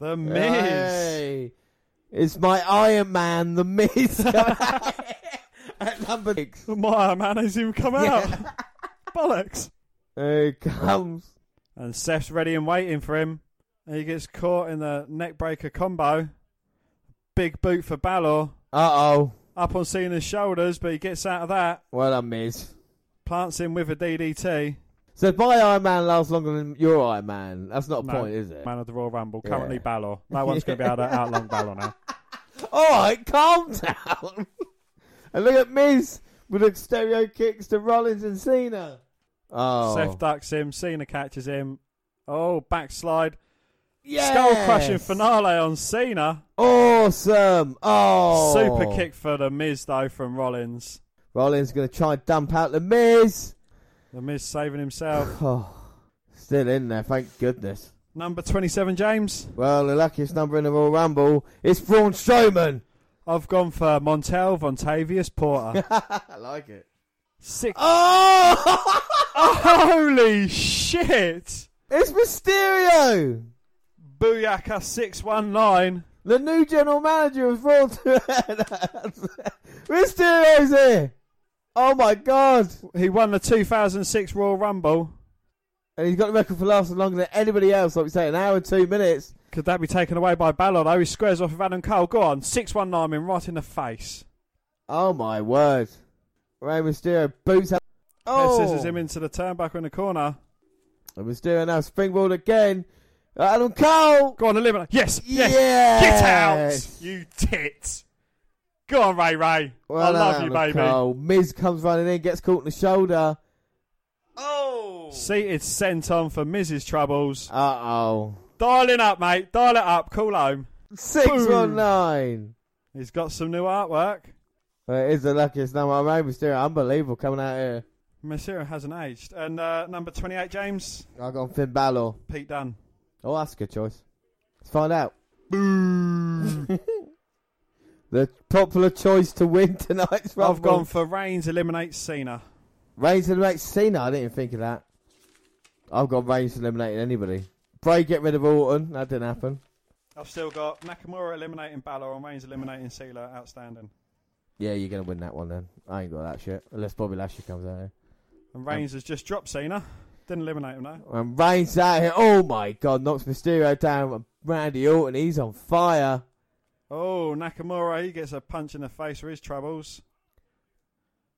The Miz. Hey. It's my Iron Man, The Miz. At number six. My man has even come out. Bollocks. Here he comes. And Seth's ready and waiting for him. And he gets caught in the neckbreaker combo. Big boot for Balor. Uh-oh. Up on Cena's shoulders, but he gets out of that. Well done, Miz. Plants him with a DDT. So if my Iron Man lasts longer than your Iron Man, that's not a No, point, is it? Man of the Royal Rumble. Currently Yeah. Balor. No one's going to be able to outlong Balor now. All right, calm down. and look at Miz with the stereo kicks to Rollins and Cena. Oh, Seth ducks him. Cena catches him. Oh, backslide. yes. Skull crushing finale on Cena. Awesome. Oh, Super kick for the Miz though from Rollins. Rollins going to try and dump out the Miz. The Miz saving himself. Oh, still in there. Thank goodness. Number twenty-seven, James. Well, the luckiest number in the Royal Rumble is Braun Strowman. I've gone for Montel Vontavious Porter. I like it. Six. Oh, Holy shit! it's Mysterio, Booyaka six one nine. the new general manager of Raw. Mysterio's here. Oh my god. He won the two thousand six Royal Rumble. And he's got the record for lasting longer than anybody else, like we say, an hour and two minutes. Could that be taken away by Balor? though? He squares off with Adam Cole. Go on, six one nine him right in the face. Oh my word. Rey Mysterio boots up. Oh. Oh! Scissors him into the turnbuckle in the corner. And Mysterio now springboard again. Adam Cole! Go on, eliminate. Yes, yes. Yes. Get out, you tit. Go on, Ray Ray. I Well love done, you, Adam baby. Cole. Miz comes running in, gets caught in the shoulder. Seated sent on for Mrs. Troubles. Uh oh. Dialing up, mate. Dial it up. Call home. 619. He's got some new artwork. Well, It is the luckiest number. Rey Mysterio, unbelievable coming out here. Mysterio hasn't aged. And uh, number 28, James. I've got Finn Balor. Pete Dunne. Oh, that's a good choice. Let's find out. the popular choice to win tonight's Rumble. I've gone for Reigns eliminates Cena. Reigns eliminates Cena. I didn't even think of that. I've got Reigns eliminating anybody. Bray get rid of Orton. That didn't happen. I've still got Nakamura eliminating Balor and Reigns eliminating Cena. Outstanding. Yeah, you're gonna win that one then. I ain't got that shit unless Bobby Lashley comes out here. And Reigns has just dropped Cena. Didn't eliminate him, no. And Reigns out here. Oh my God! Knocks Mysterio down. And Randy Orton. He's on fire. Oh, Nakamura, he gets a punch in the face for his troubles.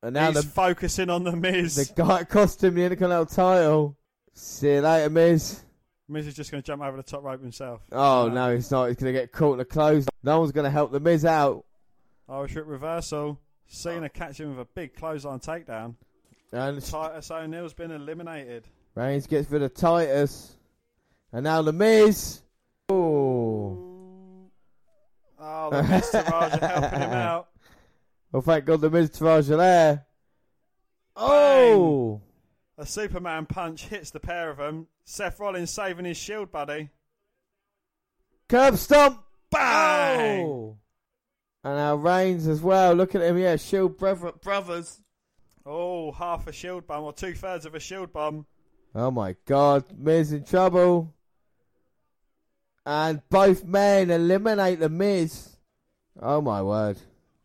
And now He's the focusing on the Miz. the guy that cost him the Intercontinental title. See you later, Miz. Miz is just going to jump over the top rope himself. Oh no, he's not. He's gonna get caught in the clothes. No one's gonna help the Miz out. Irish whip Oh, reversal. Oh. Cena catch him with a big clothesline takedown. And Titus O'Neil's been eliminated. Reigns gets rid of Titus. And now the Miz. Oh, Oh, the Miz Taraj are helping him out. well, thank God the Miz Taraj are there. Oh, A Superman punch hits the pair of them. Seth Rollins saving his shield, buddy. curb stomp. Bang! Oh. And now Reigns as well. Look at him, yeah, Shield brother, brothers. Oh, half a shield bomb or two thirds of a shield bomb. Oh my God, Miz in trouble. And both men eliminate the Miz. Oh my word.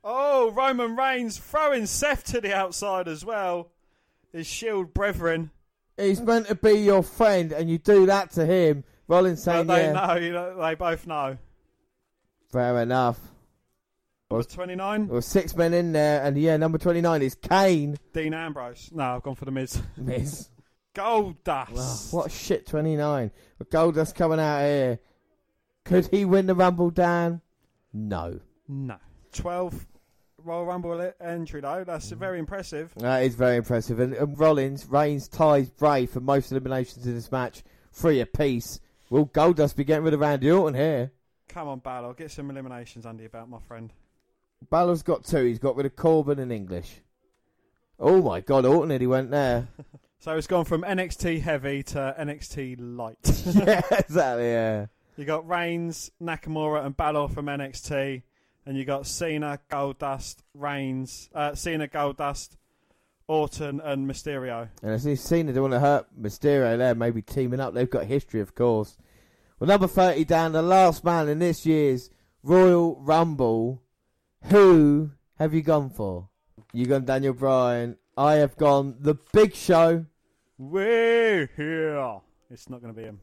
Oh, Roman Reigns throwing Seth to the outside as well. His shield brethren. He's meant to be your friend, and you do that to him. Rollins But saying, they "Yeah, know, you know, they both know. fair enough." Was 29? There were six men in there, and yeah, number twenty-nine is Kane. Dean Ambrose. No, I've gone for the Miz. Miz, Gold Wow, dust. what a shit twenty-nine. But Goldust coming out here. Could he win the Rumble, Dan? No, No. 12 Royal Rumble e- entry, though. That's very impressive. that is very impressive. And, and Rollins, Reigns, ties Bray for most eliminations in this match, three apiece. Will Goldust be getting rid of Randy Orton here? Come on, Balor. Get some eliminations under your belt, my friend. Balor's got two. He's got rid of Corbin and English. Oh my God, Orton and he went there. So it's gone from NXT heavy to NXT light. yeah, exactly. Yeah. you got Reigns, Nakamura, and Balor from NXT, and you got Cena, Goldust, Reigns, uh, Cena, Goldust, Orton, and Mysterio. And as he's seen, they don't want to hurt Mysterio there, maybe teaming up. They've got history, of course. Well, number 30 down, the last man in this year's Royal Rumble. Who have you gone for? You've gone Daniel Bryan. I have gone The Big Show. We're here. It's not going to be him.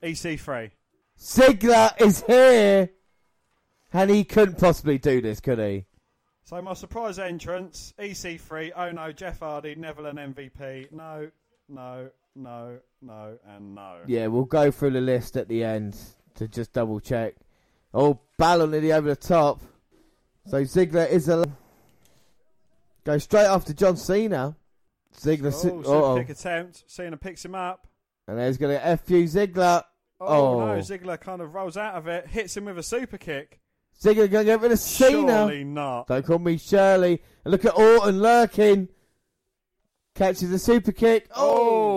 E EC3. Ziggler is here. And he couldn't possibly do this, could he? So my surprise entrance, EC3, oh no, Jeff Hardy, Neville and MVP. No, no, no, no, and no. Yeah, we'll go through the list at the end to just double check. Oh, Balor nearly over the top. So Ziggler is a go straight after John Cena. Ziggler, si- Oh, super oh, kick attempt. Cena picks him up. and there's going to f you Ziggler. Oh, Oh. no, Ziggler kind of rolls out of it, hits him with a super kick. Ziggler going to get rid of Cena. Surely not. Don't call me Shirley. And look at Orton lurking. Catches a super kick. Oh,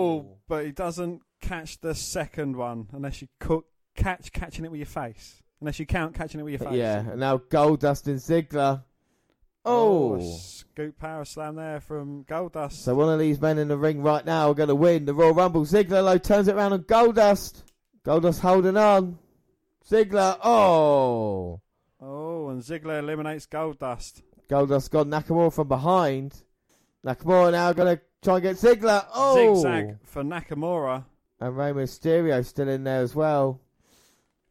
Oh, but he doesn't catch the second one unless you cook, catch catching it with your face. Unless you count catching it with your face. yeah. And now Goldust and Ziggler. Oh, Oh. scoop power slam there from Goldust. So one of these men in the ring right now are going to win the Royal Rumble. Ziggler though turns it around on Goldust. Goldust holding on. Ziggler, oh, oh, and Ziggler eliminates Goldust. Goldust got Nakamura from behind. Nakamura now going to try and get Ziggler. Oh, Zigzag for Nakamura. And Rey Mysterio still in there as well.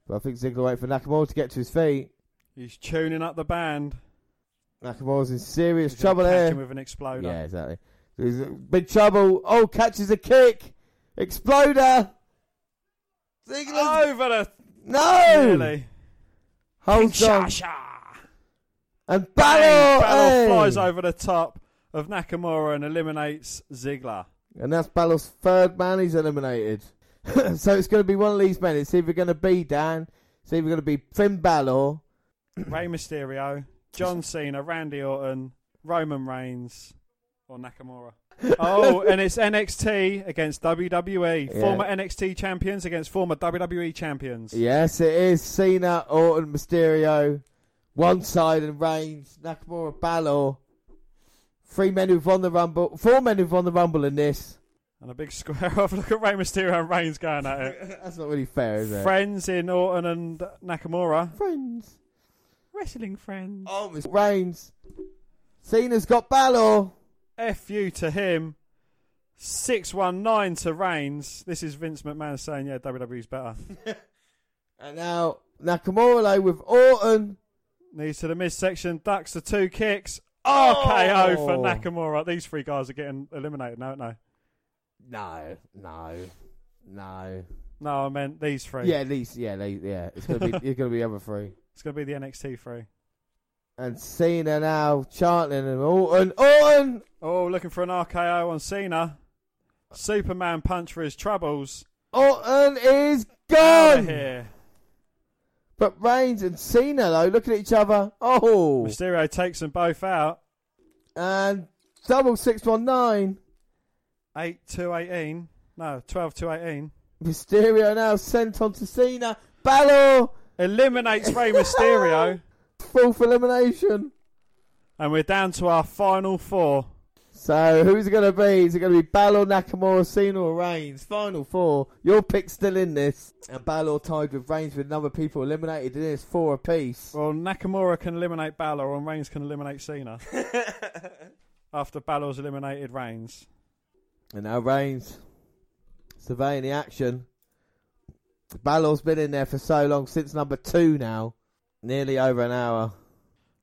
But I think Ziggler waiting for Nakamura to get to his feet. He's tuning up the band. Nakamura's in serious He's gonna trouble catch here. him with an exploder. Yeah, exactly. There's a big trouble. Oh, catches a kick. Exploder. Ziggler. Over the No. really. Holds on. Shasha. And Bang! Balor. Balor hey! flies over the top of Nakamura and eliminates Ziggler. And that's Balor's third man he's eliminated. so it's going to be one of these men. It's either going to be Dan, it's either going to be Finn Balor. Rey Mysterio, John Cena, Randy Orton, Roman Reigns, or Nakamura. oh, and it's NXT against WWE. Yeah. Former NXT champions against former WWE champions. Yes, it is Cena, Orton, Mysterio. One side and Reigns, Nakamura, Balor. Three men who've won the Rumble. Four men who've won the Rumble in this. And a big square off. Look at Rey Mysterio and Reigns going at it. That's not really fair, is it? Friends in Orton and Nakamura. Friends. Wrestling friends. Oh, Miss Reigns. Cena's got Balor. F you to him. 619 to Reigns. This is Vince McMahon saying, yeah, WWE's better. And now Nakamura though, with Orton. Knees to the midsection, ducks the two kicks. RKO for Oh. Nakamura. These three guys are getting eliminated now, aren't they? No, no, no. No, I meant these three. Yeah, at least yeah, they, yeah. It's gonna be it's gonna be other three. It's going to be the NXT three. And Cena now chanting and Orton, Orton. Oh, looking for an RKO on Cena. Superman punch for his troubles. Orton is Out of gone. here. But Reigns and Cena though, looking at each other. Oh, Mysterio takes them both out. and double six one nine. 8 to 18. No, 12 to 18. Mysterio now sent on to Cena. Balor, Eliminates Rey Mysterio. fourth elimination. and we're down to our final four. So who's it going to be? Is it going to be Balor, Nakamura, Cena, or Reigns? Final four. Your pick's still in this. And Balor tied with Reigns with another people eliminated. It is four apiece. Well, Nakamura can eliminate Balor, and Reigns can eliminate Cena. After Balor's eliminated Reigns. And now Reigns surveying the action. Balor's been in there for so long, since number two now. Nearly over an hour.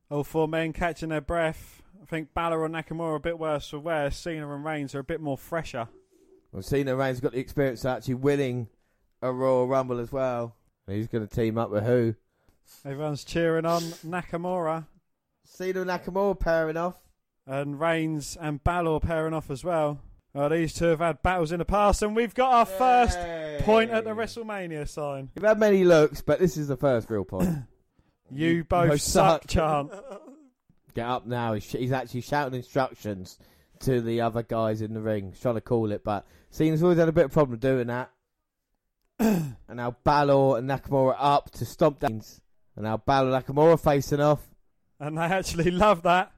All four men catching their breath. I think Balor and Nakamura are a bit worse for wear. Cena and Reigns are a bit more fresher. Well, Cena Reigns got the experience of actually winning a Royal Rumble as well. And he's going to team up with who? Everyone's cheering on Nakamura Cena and Nakamura pairing off. and Reigns and Balor pairing off as well. Well, these two have had battles in the past, and we've got our Yay. first point at the WrestleMania sign. You've had many looks, but this is the first real point. You, both both suck, suck. chant. Get up now. He's, he's actually shouting instructions to the other guys in the ring. He's trying to call it, but Cena's always had a bit of problem doing that. and now Balor and Nakamura up to stomp down. And now Balor and Nakamura facing off. And they actually love that.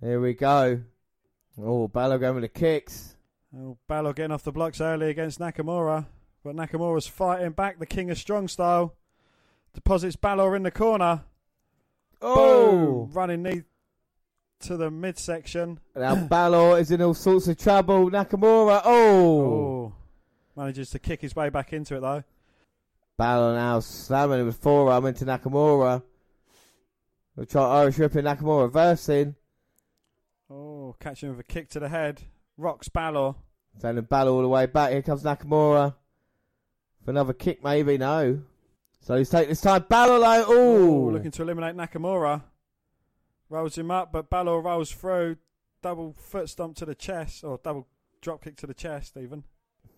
Here we go. Oh, Balor going with the kicks. Oh, Balor getting off the blocks early against Nakamura, but Nakamura's fighting back the King of Strong style. Deposits Balor in the corner. Oh! Boom! Running knee to the midsection. Now Balor is in all sorts of trouble. Nakamura, oh. Oh. Manages to kick his way back into it though. Balor now slamming with forearm into Nakamura. We'll try Irish ripping Nakamura reversing. Oh, catching with a kick to the head. Rocks Balor. Sending Balor all the way back. Here comes Nakamura. For another kick, maybe. No. So he's taking this time. Balor, though. Oh, Ooh. looking to eliminate Nakamura. Rolls him up, but Balor rolls through. Double foot stomp to the chest, or double drop kick to the chest, even.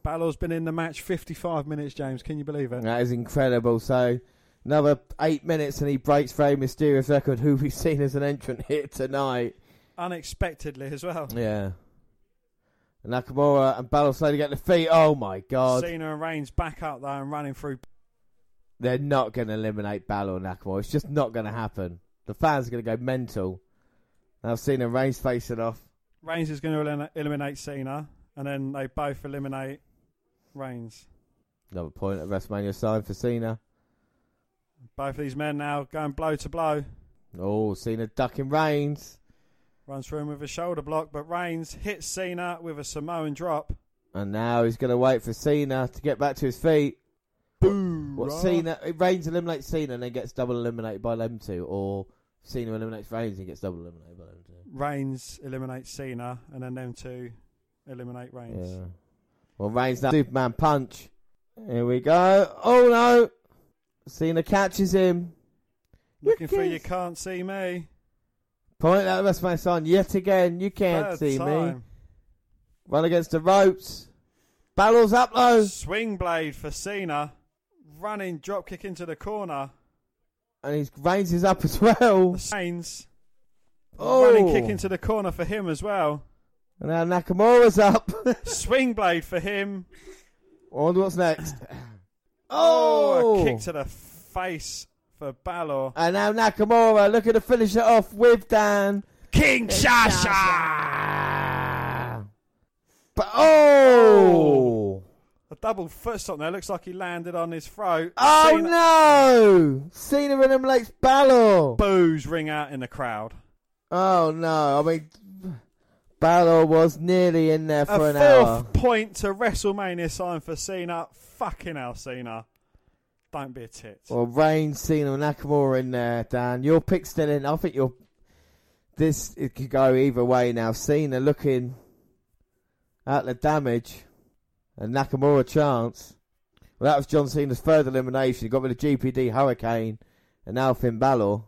Balor's been in the match 55 minutes, James. Can you believe it? That is incredible. So another eight minutes and he breaks Rey Mysterio's record, who we've seen as an entrant here tonight. Unexpectedly as well. Yeah. And Nakamura and Balor slowly get the feet. Oh, my God. Cena and Reigns back up there and running through. they're not going to eliminate Balor and Nakamura. It's just not going to happen. The fans are going to go mental. Now Cena and Reigns facing off. Reigns is going to eliminate Cena, and then they both eliminate Reigns. Another point at WrestleMania sign for Cena. Both of these men now going blow to blow. Oh, Cena ducking Reigns. Runs through him with a shoulder block, but Reigns hits Cena with a Samoan drop. And now he's going to wait for Cena to get back to his feet. Boom! What Cena? Reigns eliminates Cena and then gets double eliminated by them two, or Cena eliminates Reigns and gets double eliminated by them two. Reigns eliminates Cena, and then them two eliminate Reigns. Yeah. Well, Reigns now Superman punch. Here we go. Oh no! Cena catches him. Looking for Yes. you can't see me. Point out the WrestleMania sign yet again. You can't Third see me. time. Run against the ropes. Balor's up though. Swing blade for Cena. Running drop kick into the corner. And his Reigns is up as well. Reigns Oh. running kick into the corner for him as well. And now Nakamura's up. Swing blade for him. I wonder what's next. Oh, Oh! a kick to the face for Balor. And now Nakamura looking to finish it off with Dan. King Shasha. But oh! A double foot stomp there. Looks like he landed on his throat. Oh Cena- no! Cena eliminates Balor. Boos ring out in the crowd. Oh no! I mean, Balor was nearly in there A for an fourth hour. point to WrestleMania sign for Cena. Fucking hell, Cena. Don't be a tit. Well, Reigns, Cena, and Nakamura in there, Dan. Your pick's still in. I think your this it could go either way now. Cena looking at the damage, and Nakamura chance. Well, that was John Cena's third elimination. He got rid of GPD Hurricane, and now Finn Balor.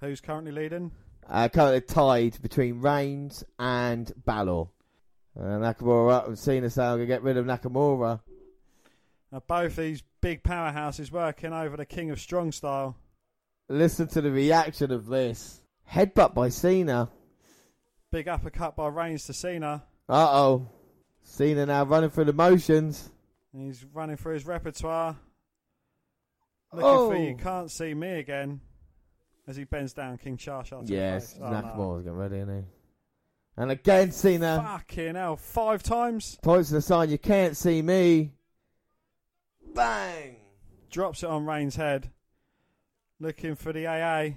Who's currently leading? Uh, currently tied between Reigns and Balor. And Nakamura up and Cena saying I'm gonna get rid of Nakamura. Now both these big powerhouses working over the King of Strong style. Listen to the reaction of this. Headbutt by Cena. Big uppercut by Reigns to Cena. Uh oh. Cena now running through the motions. And he's running through his repertoire. Looking for Oh. you can't see me again. As he bends down King Shasha. to the Yes, face. Oh, no. Nakamura's getting ready, isn't And again, Cena Fucking hell, five times. points to the sign, you can't see me. Bang! Drops it on Reigns' head. Looking for the AA.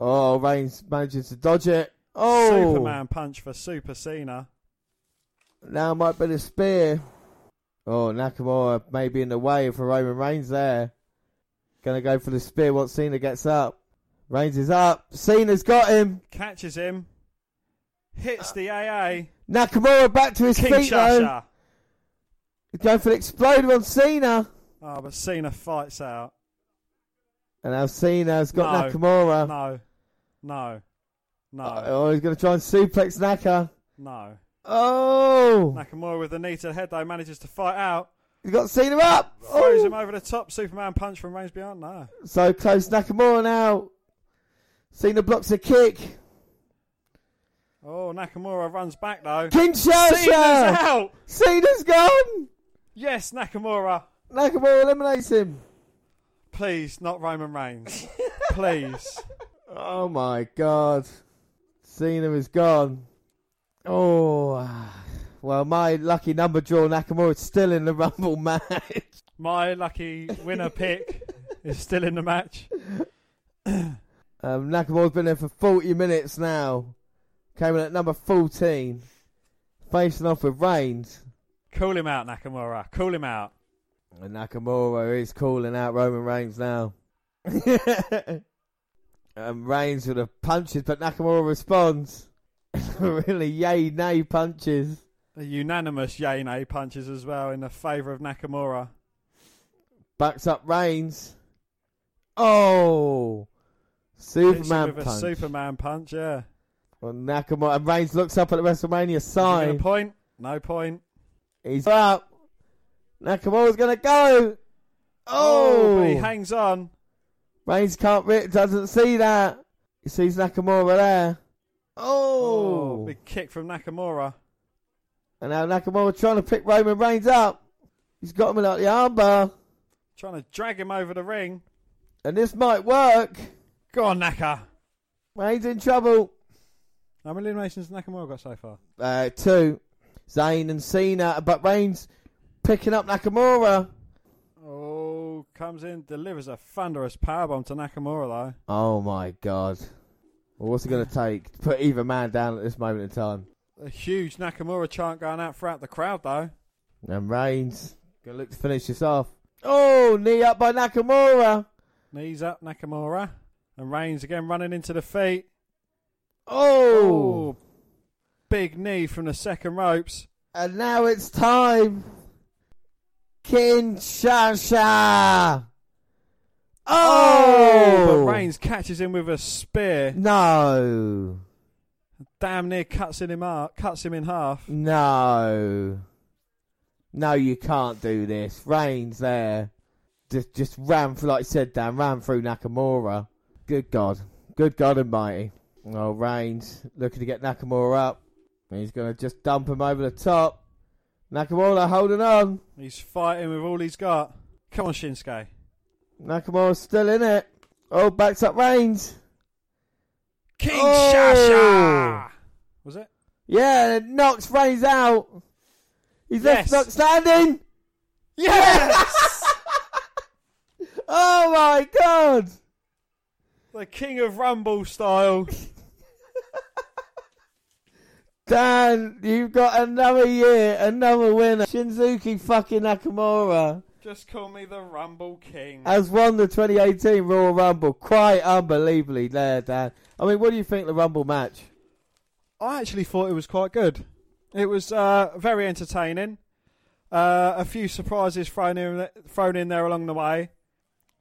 Oh, Reigns manages to dodge it. Oh! Superman punch for Super Cena. Now might be the spear. Oh, Nakamura may be in the way for Roman Reigns there. Gonna go for the spear once Cena gets up. Reigns is up. Cena's got him. Catches him. Hits the AA. Nakamura back to his Uh, feet though. Kinshasa. He's going for the exploder on Cena. Oh, but Cena fights out. And now Cena's got No. Nakamura. No. No. No. Oh, he's gonna try and suplex Naka. no. Oh! Nakamura with the knee to the head though manages to fight out. He's got Cena up. Throws Oh. him over the top. Superman punch from Reigns behind. No. So close Nakamura now. Cena blocks a kick. Oh, Nakamura runs back though. Kinshasa! Cena's out. Cena's gone. Yes, Nakamura. Nakamura eliminates him. Please, not Roman Reigns. Please. Oh my god. Cena is gone. Oh. ah. Well, my lucky number draw Nakamura is still in the Rumble match. My lucky winner pick is still in the match. Um, Nakamura's been there for 40 minutes now. Came in at number 14. Facing off with Reigns. Call him out, Nakamura. Call him out. And Nakamura is calling out Roman Reigns now. um, Reigns with the punches, but Nakamura responds. really yay nay punches. A unanimous yay nay punches as well in the favour of Nakamura. Backs up Reigns. Oh! Superman Hits him with punch. a Superman punch, yeah. Well, Nakamura. And Reigns looks up at the WrestleMania Is he gonna sign. point? No point. He's up. Nakamura's going to go. but he Oh! hangs on. Reigns can't, re- doesn't see that. He sees Nakamura there. Oh! big kick from Nakamura. and now Nakamura trying to pick Roman Reigns up. He's got him in like the armbar. Trying to drag him over the ring. And this might work. Go on, Naka. Reigns in trouble. How many eliminations has Nakamura got so far? uh, two, Zayn and Cena, but Reigns picking up Nakamura. Oh, comes in, delivers a thunderous powerbomb to Nakamura, Oh my god. Well, what's it going to take to put either man down at this moment in time? though. A huge Nakamura chant going out throughout the crowd, though. And Reigns going to look to finish this off. Oh, knee up by Nakamura. Knees up, Nakamura. And Reigns again running into the feet. Oh, big knee from the second ropes. and now it's time. Kinshasa. Oh, But Reigns catches him with a spear. No, Damn near cuts in him up, cuts him in half. No. No, you can't do this. Reigns there. Just just ran for like you said Dan, ran through Nakamura. Good God. Good God almighty. Oh Reigns looking to get Nakamura up. He's gonna just dump him over the top. Nakamura holding on. He's fighting with all he's got. Come on, Shinsuke. Nakamura's still in it. Oh, backs up Reigns. King Oh! Shasha! Was it? Yeah, and it knocks Reigns out. He's left Yes. Knox standing. Yes! Oh my god. the King of Rumble style. Dan, you've got another year, another winner. Shinzuki fucking Nakamura Just call me the Rumble King. has won the 2018 Royal Rumble. Quite unbelievably there, Dan. I mean, what do you think of the Rumble match? I actually thought it was quite good. It was uh, very entertaining. Uh, a few surprises thrown in, thrown in there along the way.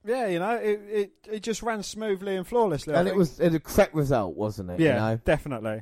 Yeah, you know, it, it, it just ran smoothly and flawlessly. I and it think. was a correct result, wasn't it? yeah, You know? definitely.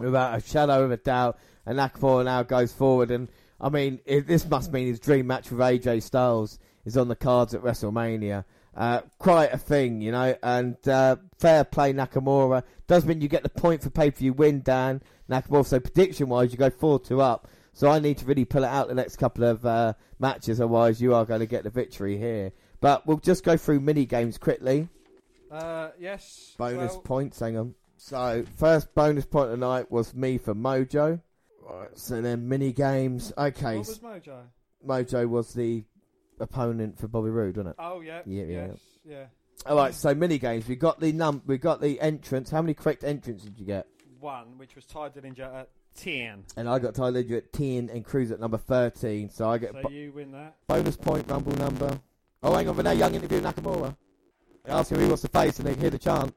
Without a shadow of a doubt. And Nakamura now goes forward. And, I mean, it, this must mean his dream match with AJ Styles is on the cards at WrestleMania. Uh, quite a thing, you know. And uh, fair play, Nakamura. Does mean you get the point for pay per view win, Dan. Nakamura, so prediction wise, you go 4 2 up. So I need to really pull it out the next couple of uh, matches, otherwise, you are going to get the victory here. But we'll just go through mini games quickly. Uh, yes. Bonus well, points, hang on. So, first bonus point of the night was me for Mojo. Right, so then mini games. Okay, What s- was Mojo? Mojo was the opponent for Bobby Roode, wasn't it? Oh yeah. Yeah, yeah, yes, yeah. All right, so mini games. We got the num. We got the entrance. How many correct entrants did you get? One, which was Ty Dillinger at ten. And I got Tyler Ledger at ten and Cruz at number thirteen. So I get So bo- you win that. bonus point rumble number. Oh, hang on, Renee Young interview Nakamura. They ask him who he wants to face, and they hear the chant.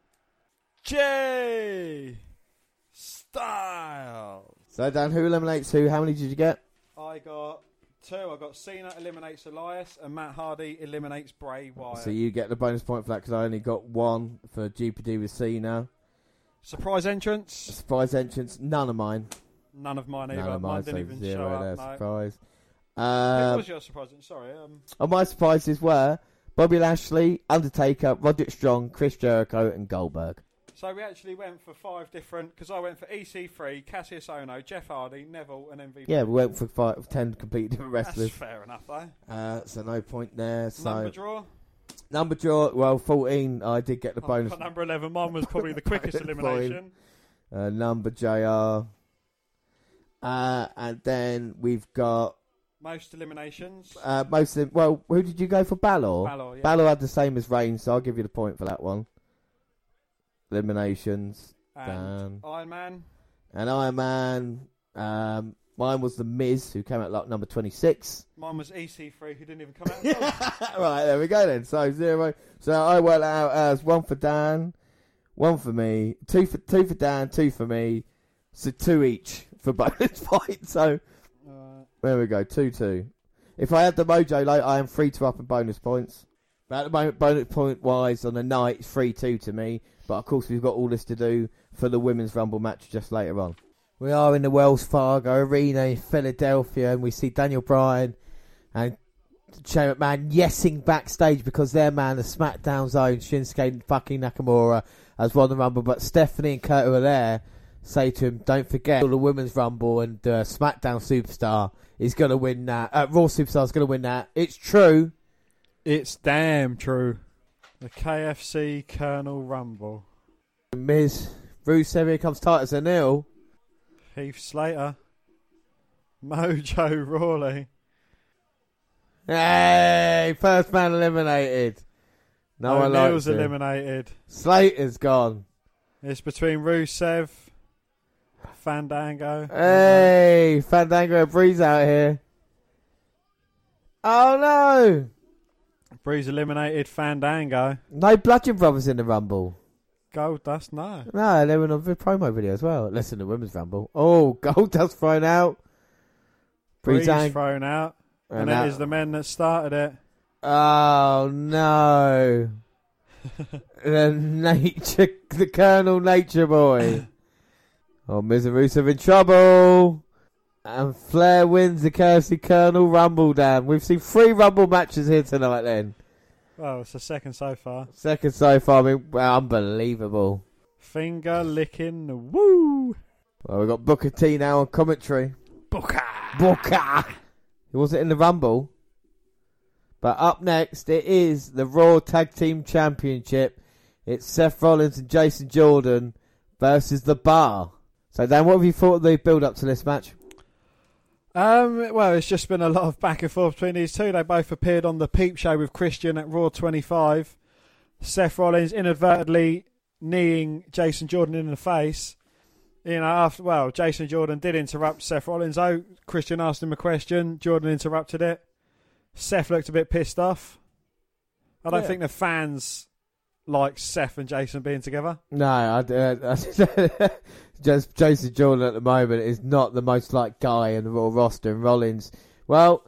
J Styles. So Dan, who eliminates who? How many did you get? I got two. I got Cena eliminates Elias and Matt Hardy eliminates Bray Wyatt. So you get the bonus point for that because I only got one for GPD with C now. Surprise entrance. Surprise entrance, none of mine. None of mine either. None of mine, didn't so even show zero there, up. No. surprise. Who Um, was your surprise entrance? Sorry. Um, and my surprises were Bobby Lashley, Undertaker, Roderick Strong, Chris Jericho, and Goldberg. so we actually went for five different. Because I went for EC3, Cassius Ono, Jeff Hardy, Neville, and MVP. Yeah, we went for five, ten completely different That's wrestlers. fair enough, though. Uh, so no point there. So Number draw. Number draw. Well, fourteen. I did get the Oh, bonus. cut number 11. Mine was probably the quickest Fine. elimination. Uh, number Jr. Uh, and then we've got Most eliminations. uh, most. Of, well, who did you go for? Balor. Balor, yeah. Balor had the same as Reigns, so I'll give you the point for that one. Eliminations. and Dan. Iron Man. And Iron Man. Um, mine was the Miz, who came out like number twenty-six. Mine was EC3, who didn't even come out. Oh, at all. right, there we go then. So zero. So I worked out as one for Dan, one for me, two for two for Dan, two for me. So two each for bonus point. So there we go, two two. If I had the mojo low, I am three to up in bonus points. But at the moment, bonus point wise on the night, it's three two to me. But of course, we've got all this to do for the women's rumble match just later on. We are in the Wells Fargo Arena in Philadelphia, and we see Daniel Bryan and Shane McMahon yesing backstage because their man, the SmackDown Zone, Shinsuke fucking Nakamura, has won the Rumble. But Stephanie and Kurt who are there. Say to him, don't forget all the women's Rumble and uh, SmackDown Superstar is going to win that. Uh, Raw Superstar is going to win that. It's true. It's damn true. The KFC Colonel Rumble. Miz, Rusev, here comes Titus O'Neil. Heath Slater. Mojo Rawley. Hey, first man eliminated. No one likes O'Neill's him. eliminated. Slater's gone. It's between Rusev, Fandango. Hey, Fandango Breeze out here. Oh no! Breeze eliminated Fandango. No Bludgeon Brothers in the Rumble. Goldust, no. No, they were in a vi- promo video as well. Less in the Women's Rumble. Oh, gold dust thrown out. Breeze Breezang. thrown out. And, And out. it is the men that started it. Oh no. the nature, the Colonel Nature Boy. oh, Miz and Rusev in trouble. And Flair wins the Kirsty Colonel Rumble down. We've seen three Rumble matches here tonight then. Well, it's the second so far. Second so far, I mean, well, unbelievable. Finger licking, woo! Well, we've got Booker T now on commentary. Booker! Booker! He wasn't in the Rumble. But up next, it is the Raw Tag Team Championship. It's Seth Rollins and Jason Jordan versus The Bar. So, Dan, what have you thought of the build up to this match? Um, well, it's just been a lot of back and forth between these two. They both appeared on the Peep Show with Christian at Raw 25. Seth Rollins inadvertently kneeing Jason Jordan in the face. You know, after well, Jason Jordan did interrupt Seth Rollins. Oh, Christian asked him a question. Jordan interrupted it. Seth looked a bit pissed off. I don't Yeah. think the fans like Seth and Jason being together. No, I, uh, just Jason Jordan at the moment is not the most like guy in the Raw roster. And Rollins, well,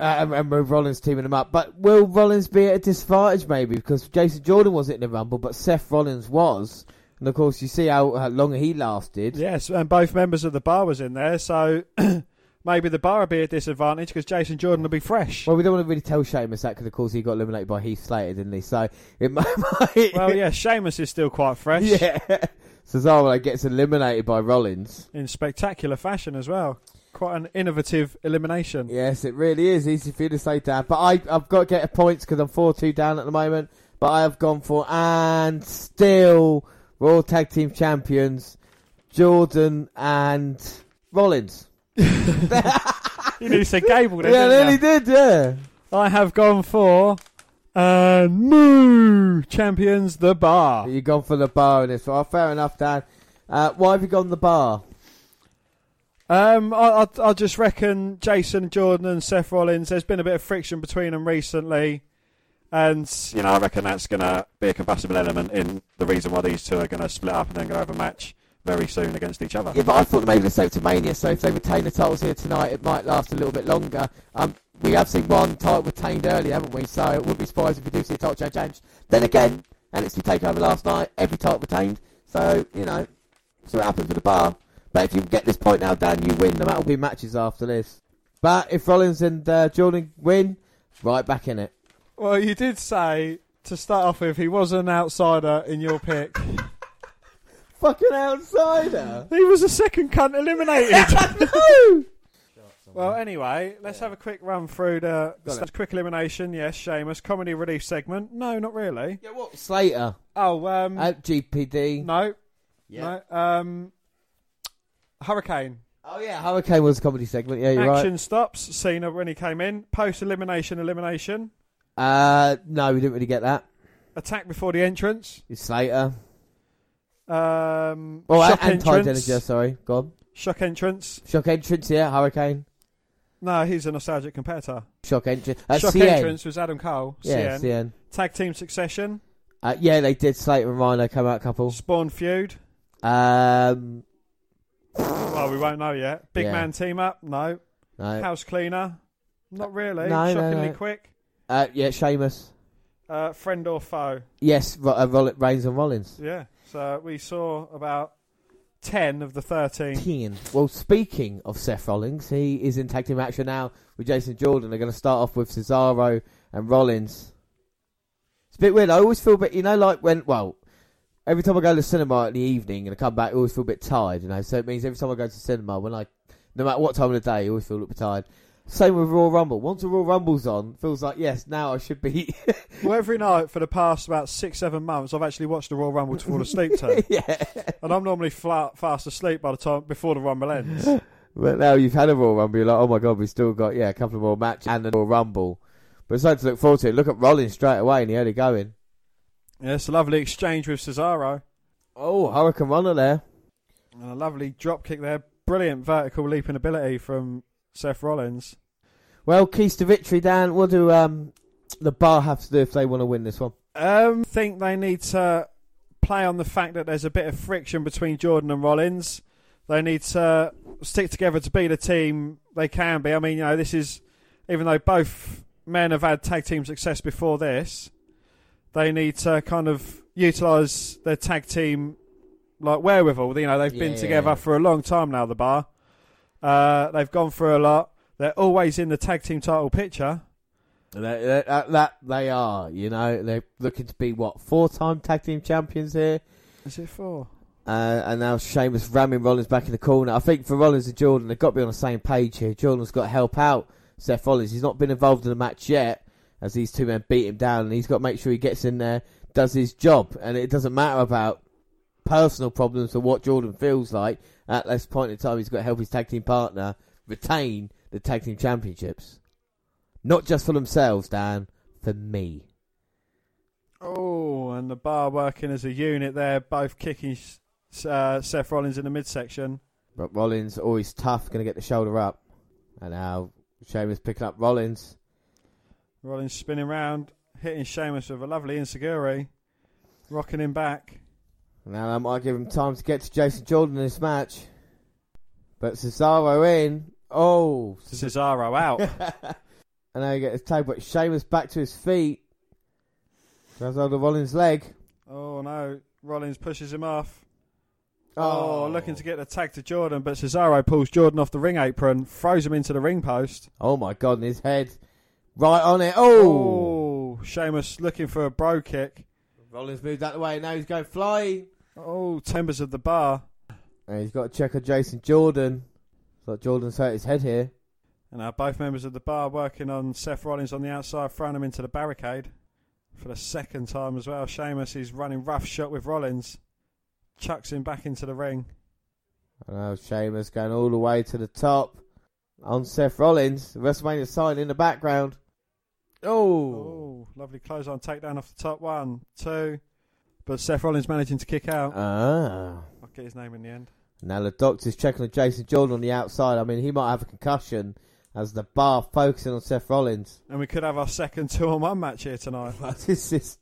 uh, and, and with Rollins teaming him up, but will Rollins be at a disadvantage maybe because Jason Jordan wasn't in the Rumble, but Seth Rollins was, and of course you see how, how long he lasted. Yes, and both members of the bar was in there, so maybe the bar would be at disadvantage because Jason Jordan will be fresh. Well, we don't want to really tell Sheamus that because of course he got eliminated by Heath Slater, didn't he? So it might. might Well, yeah, Sheamus is still quite fresh yeah. Cesaro like, gets eliminated by Rollins. in spectacular fashion as well. Quite an innovative elimination. Yes, it really is easy for you to say, Dan. But I, I've got to get a points because I'm 4 2 down at the moment. But I have gone for, and still, Royal Tag Team Champions, Jordan and Rollins. You nearly said Gable then. yeah, I didn't nearly you? did, yeah. I have gone for uh, new champions, the bar. You've gone for the bar in this one. Fair enough, Dan. Uh, why have you gone the bar? Um, I, I, I just reckon Jason Jordan and Seth Rollins. There's been a bit of friction between them recently, and you know I reckon that's gonna be a combustible element in the reason why these two are gonna split up and then go have a match very soon against each other. Yeah, but I thought maybe the save to Mania, so if they retain the titles here tonight, it might last a little bit longer. Um, we have seen one title retained early, haven't we? So it wouldn't be surprised if we do see a title change. change. Then again, and it's the takeover last night, every title retained. So, you know, see what happens with the bar. But if you get this point now, Dan, you win no matter Two matches after this. But if Rollins and uh, Jordan win, right back in it. Well, you did say to start off with he was an outsider in your pick. Fucking outsider. he was the second cunt eliminated. Well, anyway, let's have a quick run through the st- quick elimination. Yes, Sheamus comedy relief segment. No, not really. yeah, what? Slater Oh, um, at GPD. no, Yeah. no. Um, Hurricane Oh yeah, Hurricane was a comedy segment. Yeah, you're action stops. Cena when he came in. Post elimination, elimination. right. Uh, no, we didn't really get that. Attack before the entrance. It's Slater. Um, Oh, shock and Ty entrance. Dillinger. Sorry, gone. Shock entrance. Shock entrance. Yeah, Hurricane. No, he's a nostalgic competitor. Shock entrance. Uh, Shock CN. entrance was Adam Cole. Yeah, CN. CN. Tag team succession. Uh, yeah, they did. Slater and Rhino come out couple. Spawn feud. Um, Well, we won't know yet. Big Yeah. man team up. No. no. House cleaner. Not really. no, no, Shockingly no. quick. Uh, yeah, Sheamus. Uh, friend or foe. Yes, Ro- uh, Roll- Reigns and Rollins. Yeah. So we saw about 10 of the 13. Keen. Well, speaking of Seth Rollins, he is in tag team action now with Jason Jordan. They're going to start off with Cesaro and Rollins. It's a bit weird. I always feel a bit, you know, like when, well, every time I go to the cinema in the evening and I come back, I always feel a bit tired, you know. So it means every time I go to the cinema, when I, no matter what time of the day, I always feel a little bit tired. Same with Raw Rumble. Once a Raw Rumble's on, feels like, yes, now I should be. Well, every night for the past about six, seven months, I've actually watched the Royal Rumble to fall asleep to. yeah. And I'm normally flat, fast asleep by the time before the Rumble ends. Well, But now you've had a Royal Rumble, you're like, oh my god, we've still got, yeah, a couple of more matches and a Royal Rumble. But it's something to look forward to. Look at Rollins straight away in the early going. it's a lovely exchange with Cesaro. Oh, Hurricane Runner there. And a lovely drop kick there. Brilliant vertical leaping ability from Seth Rollins. Well, keys to victory, Dan. What do um, the bar have to do if they want to win this one? Um, think they need to play on the fact that there's a bit of friction between Jordan and Rollins. They need to stick together to be the team they can be. I mean, you know, this is even though both men have had tag team success before this, they need to kind of utilize their tag team like wherewithal. You know, they've been Yeah. together for a long time now. The bar, uh, they've gone through a lot. They're always in the tag team title picture. That, that, that- that they are, you know, they're looking to be, what, four time tag team champions here? Is it four? Uh, and now Sheamus ramming Rollins back in the corner. I think for Rollins and Jordan, they've got to be on the same page here. Jordan's got to help out Seth Rollins. He's not been involved in the match yet, as these two men beat him down, and he's got to make sure he gets in there, does his job. And it doesn't matter about personal problems or what Jordan feels like. At this point in time, he's got to help his tag team partner retain the tag team championships. Not just for themselves, Dan, for me. Oh, and the bar working as a unit there, both kicking uh, Seth Rollins in the midsection. But Rollins always tough, going to get the shoulder up. And now Sheamus picking up Rollins. Rollins spinning round, hitting Sheamus with a lovely insiguri, rocking him back. Now that might give him time to get to Jason Jordan in this match. But Cesaro in. Oh. Cesaro out. And now he gets his tag, but Sheamus back to his feet. Grabs hold of Rollins' leg. oh no, Rollins pushes him off. Oh, looking to get the tag to Jordan, but Cesaro pulls Jordan off the ring apron, throws him into the ring post. Oh my god, and his head. Right on it. Oh. Oh, Sheamus looking for a bro kick. Rollins moved out the way, now he's going flying. Oh, timbers of the bar. And he's got to check on Jason Jordan. Thought Jordan's hurt his head here. And now both members of the bar working on Seth Rollins on the outside, throwing him into the barricade for the second time as well. Sheamus is running rough shot with Rollins. chucks him back into the ring. I know Sheamus going all the way to the top on Seth Rollins. The WrestleMania sign in the background. Oh, Oh, lovely close on takedown off the top. One, two. But Seth Rollins managing to kick out. ah. I'll get his name in the end. Now the doctor's checking on Jason Jordan on the outside. I mean, he might have a concussion as the bar focusing on Seth Rollins. And we could have our second two on one match here tonight. This is.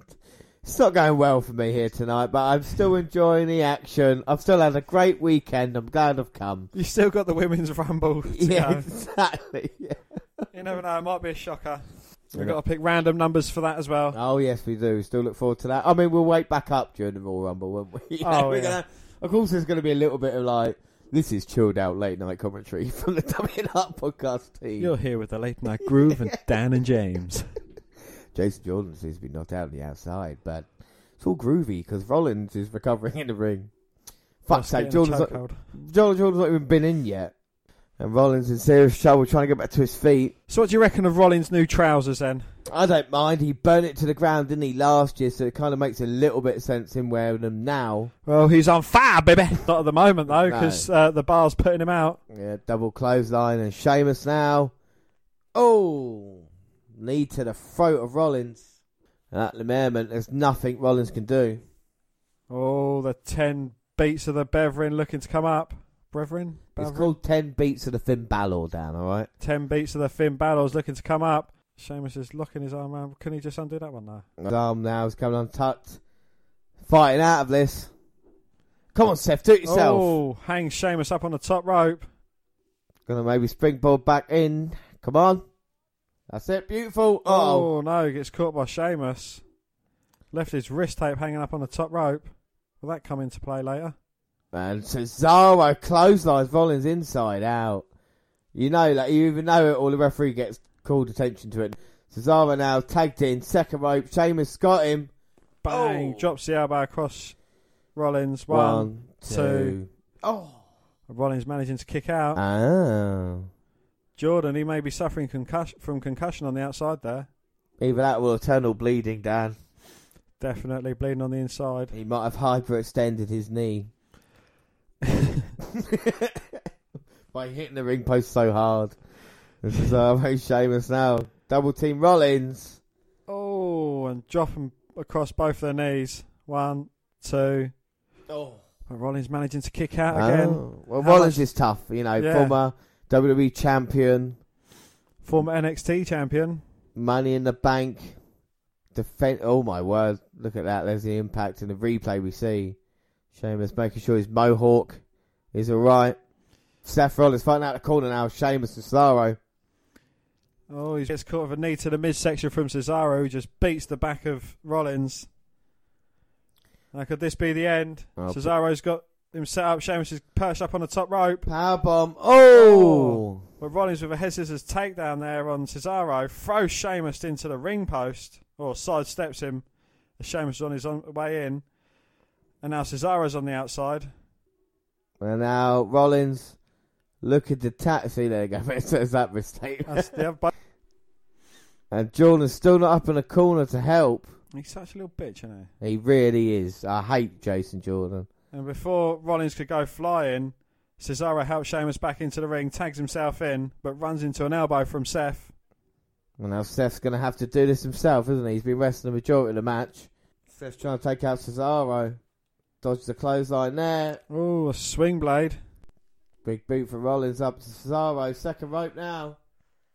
It's not going well for me here tonight, but I'm still enjoying the action. I've still had a great weekend. I'm glad I've come. You've still got the women's rumble. To Yeah, go. exactly. Yeah. You never know, it might be a shocker. We've got to pick random numbers for that as well. Oh yes, we do. Still look forward to that. I mean, we'll wake back up during the Royal Rumble, won't we? You know, Oh, we're yeah. gonna- of course, there's going to be a little bit of like this is chilled out late night commentary from the Dumbing Up podcast team. You're here with the late night groove and Dan and James. Jason Jordan seems to be knocked out on the outside, but it's all groovy because Rollins is recovering in the ring. Fuck's sake, Jordan's not, Chokehold. Jordan Jordan's not even been in yet, and Rollins in serious trouble trying to get back to his feet. So, what do you reckon of Rollins' new trousers then? I don't mind. He burnt it to the ground, didn't he, last year? So it kind of makes a little bit of sense him wearing them now. Well, he's on fire, baby. Not at the moment though, No. because uh, the bar's putting him out. Yeah, double clothesline and Sheamus now. Oh, knee to the throat of Rollins. At the moment, there's nothing Rollins can do. Oh, the ten beats of the Beveren looking to come up. Brethren, It's Beveren? called 10 beats of the Finn Balor down, alright? ten beats of the Finn Balor's looking to come up. Sheamus is locking his arm around. Can he just undo that one now? His arm now is coming untucked. Fighting out of this. Come on, Seth, do it yourself. Oh, hangs Sheamus up on the top rope. Gonna maybe springboard back in. Come on. That's it, beautiful. Oh, Oh no, gets caught by Sheamus. Left his wrist tape hanging up on the top rope. Will that come into play later? man. Cesaro clotheslines Rollins inside out. You know, like, you even know it, or the referee gets called attention to it. Cesaro now tagged in, second rope. Sheamus got him. Bang! Oh. Drops the elbow across Rollins. One. One, two. two. Oh. Rollins managing to kick out. Ah. Oh. Jordan, he may be suffering concuss- from concussion on the outside there. Either that or eternal bleeding, Dan. Definitely bleeding on the inside. He might have hyperextended his knee by hitting the ring post so hard. This is our main Sheamus now. Double team Rollins. Oh, and drop him across both their knees. One, two. But Rollins managing to kick out again. Oh. Well, How Rollins much- is tough, you know, Yeah. former WWE champion, Former NXT champion. Money in the Bank. Defend. Oh my word! Look at that. There's the impact in the replay we see. Sheamus making sure his mohawk is all right. Seth Rollins fighting out the corner now. Sheamus and Cesaro. Oh, he gets caught with a knee to the midsection from Cesaro, who just beats the back of Rollins. Now, could this be the end? Oh, Cesaro's got him set up. Sheamus is perched up on the top rope. Powerbomb. Oh! But Rollins with a head scissors takedown there on Cesaro throws Sheamus into the ring post or sidesteps him. as Sheamus is on his own way in, and now Cesaro's on the outside. Oh. And now Rollins. Look at the tap. See, there you go. It says that mistake. That's the other. bu- and Jordan's still not up in the corner to help. He's such a little bitch, isn't he? He really is. I hate Jason Jordan. And before Rollins could go flying, Cesaro helps Sheamus back into the ring, tags himself in, but runs into an elbow from Seth. And now Seth's going to have to do this himself, isn't he? He's been wrestling the majority of the match. Seth's trying to take out Cesaro. Dodge the clothesline there. Oh, a swing blade. Big boot for Rollins up to Cesaro. Second rope now.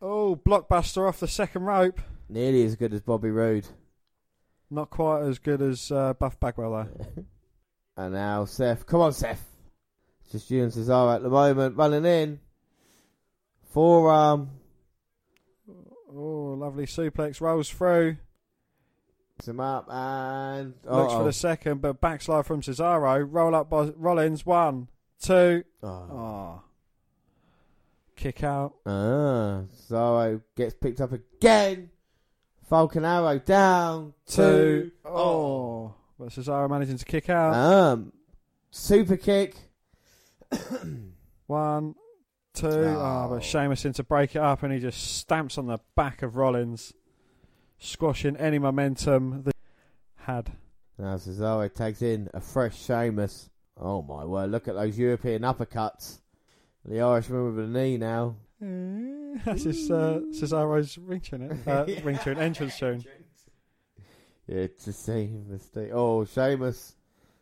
Oh, blockbuster off the second rope. Nearly as good as Bobby Roode. Not quite as good as uh, Buff Bagwell though. And now Seth. Come on, Seth. Just you and Cesaro at the moment. Running in. Forearm. Oh, lovely suplex rolls through. Picks him up and. Looks for Uh-oh. the second, but backslide from Cesaro. Roll up by Rollins. One, two. Oh. Oh. Kick out. Ah, Cesaro gets picked up again. Falcon Arrow down. Two. Two. Oh. But Cesaro managing to kick out. Um, super kick. One, two. Oh. but Sheamus in to break it up, and he just stamps on the back of Rollins, squashing any momentum that he had. Now Cesaro tags in a fresh Sheamus. Oh my word! Look at those European uppercuts. The Irishman with the knee now. That's his, uh, Cesaro's ring tune, uh, ring tune, entrance tune. Yeah, to see mistake. Oh, Sheamus.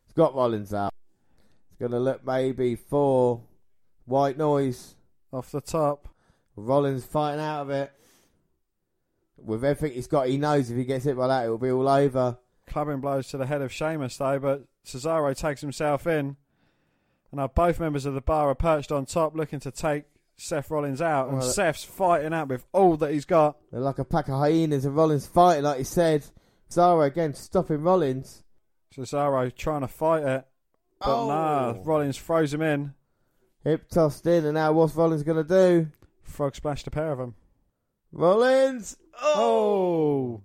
It's got Rollins out. It's going to look maybe for White Noise. Off the top. Rollins fighting out of it. With everything he's got, he knows if he gets hit by that, it'll be all over. Clubbing blows to the head of Sheamus, though, but Cesaro takes himself in. And now both members of the bar are perched on top looking to take Seth Rollins out. And Well, that- Seth's fighting out with all that he's got. They're like a pack of hyenas and Rollins fighting, like he said. Cesaro again stopping Rollins. Cesaro trying to fight it. But Oh. nah, Rollins throws him in. Hip tossed in, and now what's Rollins going to do? Frog splashed a pair of them. Rollins! Oh!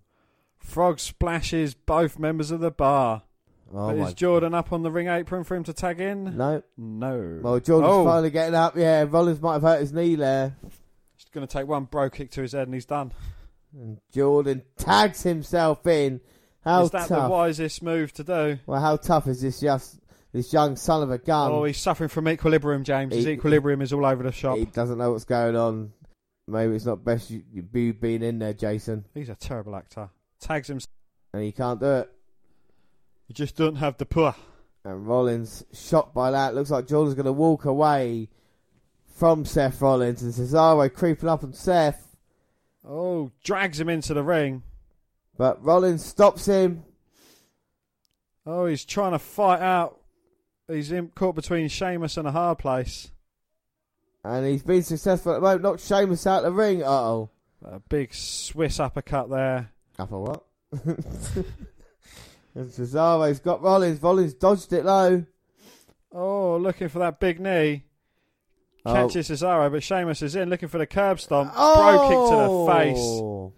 Frog splashes both members of the bar. Oh but my is Jordan up on the ring apron for him to tag in? No. No. Well, Jordan's oh, finally getting up. Yeah, Rollins might have hurt his knee there. He's going to take one bro kick to his head and he's done. And Jordan tags himself in. How is that tough. the wisest move to do? Well, how tough is this just this young son of a gun? oh, he's suffering from equilibrium, James. His Um, he- equilibrium is all over the shop. he doesn't know what's going on. Maybe it's not best you, you be being in there, Jason, he's a terrible actor. Tags him. and he can't do it. You just don't have the poor. And Rollins shocked by that. Looks like Jordan's going to walk away from Seth Rollins, and Cesaro creeping up on Seth, Oh, drags him into the ring. but Rollins stops him. Oh, he's trying to fight out. He's in, caught between Sheamus and a hard place. And he's been successful at the moment. Knocked Sheamus out of the ring. Uh oh. A big Swiss uppercut there. Up or what? and Cesaro's got Rollins. Rollins dodged it low. Oh, looking for that big knee. Oh. Catches Cesaro, but Sheamus is in, looking for the curb stomp. Bro kick to the face. Oh.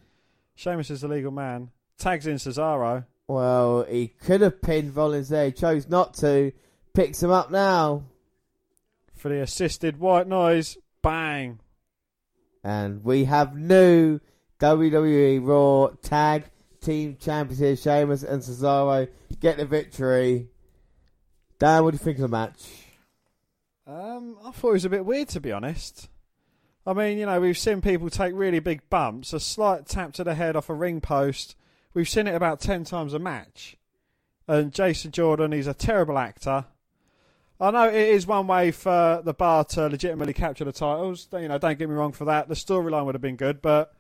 Sheamus is the legal man. Tags in Cesaro. Well, he could have pinned Rollins there. He chose not to. Picks him up now. for the assisted white noise. Bang! And we have new WWE Raw Tag Team Champions here. Sheamus and Cesaro get the victory. Dan, what do you think of the match? Um, I thought it was a bit weird to be honest. I mean, you know, we've seen people take really big bumps, a slight tap to the head off a ring post. We've seen it about ten times a match. And Jason Jordan, he's a terrible actor. I know it is one way for the bar to legitimately capture the titles. You know, don't get me wrong for that. The storyline would have been good, but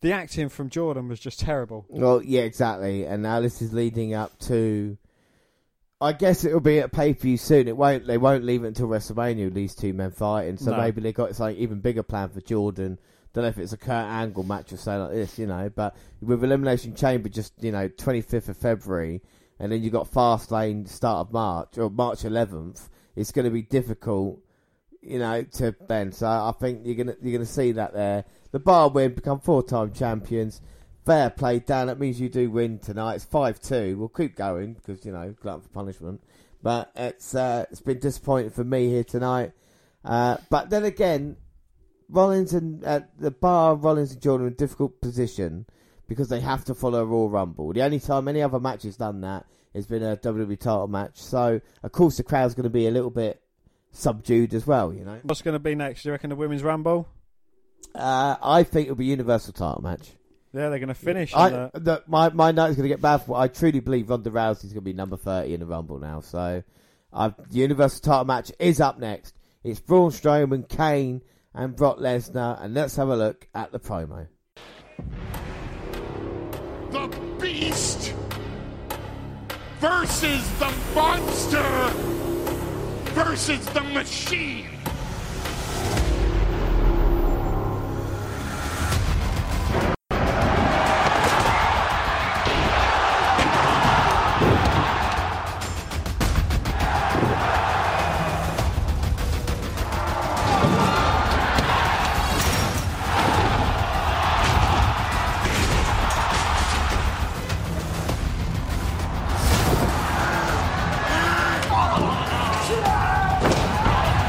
the acting from Jordan was just terrible. Well, yeah, exactly. And now this is leading up to. I guess it'll be at pay per view soon. It won't. They won't leave it until WrestleMania. These two men fighting, so No. maybe they got something even bigger plan for Jordan. Don't know if it's a Kurt Angle match or something like this, you know. But with Elimination Chamber, just you know, twenty fifth of February, and then you have got Fast Lane start of March or March eleventh. It's going to be difficult, you know, to Ben. So I think you're gonna you're gonna see that there. The Bar win, become four time champions. Fair play, Dan. That means you do win tonight. It's five two. We'll keep going because you know glutton for punishment. But it's uh, it's been disappointing for me here tonight. Uh, but then again, Rollins and uh, the bar, Rollins and Jordan are in a difficult position because they have to follow a Raw Rumble. The only time any other match has done that has been a WWE title match. So of course the crowd's going to be a little bit subdued as well. You know, What's going to be next? Do you reckon the women's rumble? uh, I think it'll be a Universal title match. Yeah, they're going to finish. on I, the- the, my my note's going to get bad. For, I truly believe Ronda Rousey's going to be number thirty in the Rumble now. So, I've, the Universal Title match is up next. It's Braun Strowman, Kane, and Brock Lesnar, and let's have a look at the promo. The Beast versus the Monster versus the Machine.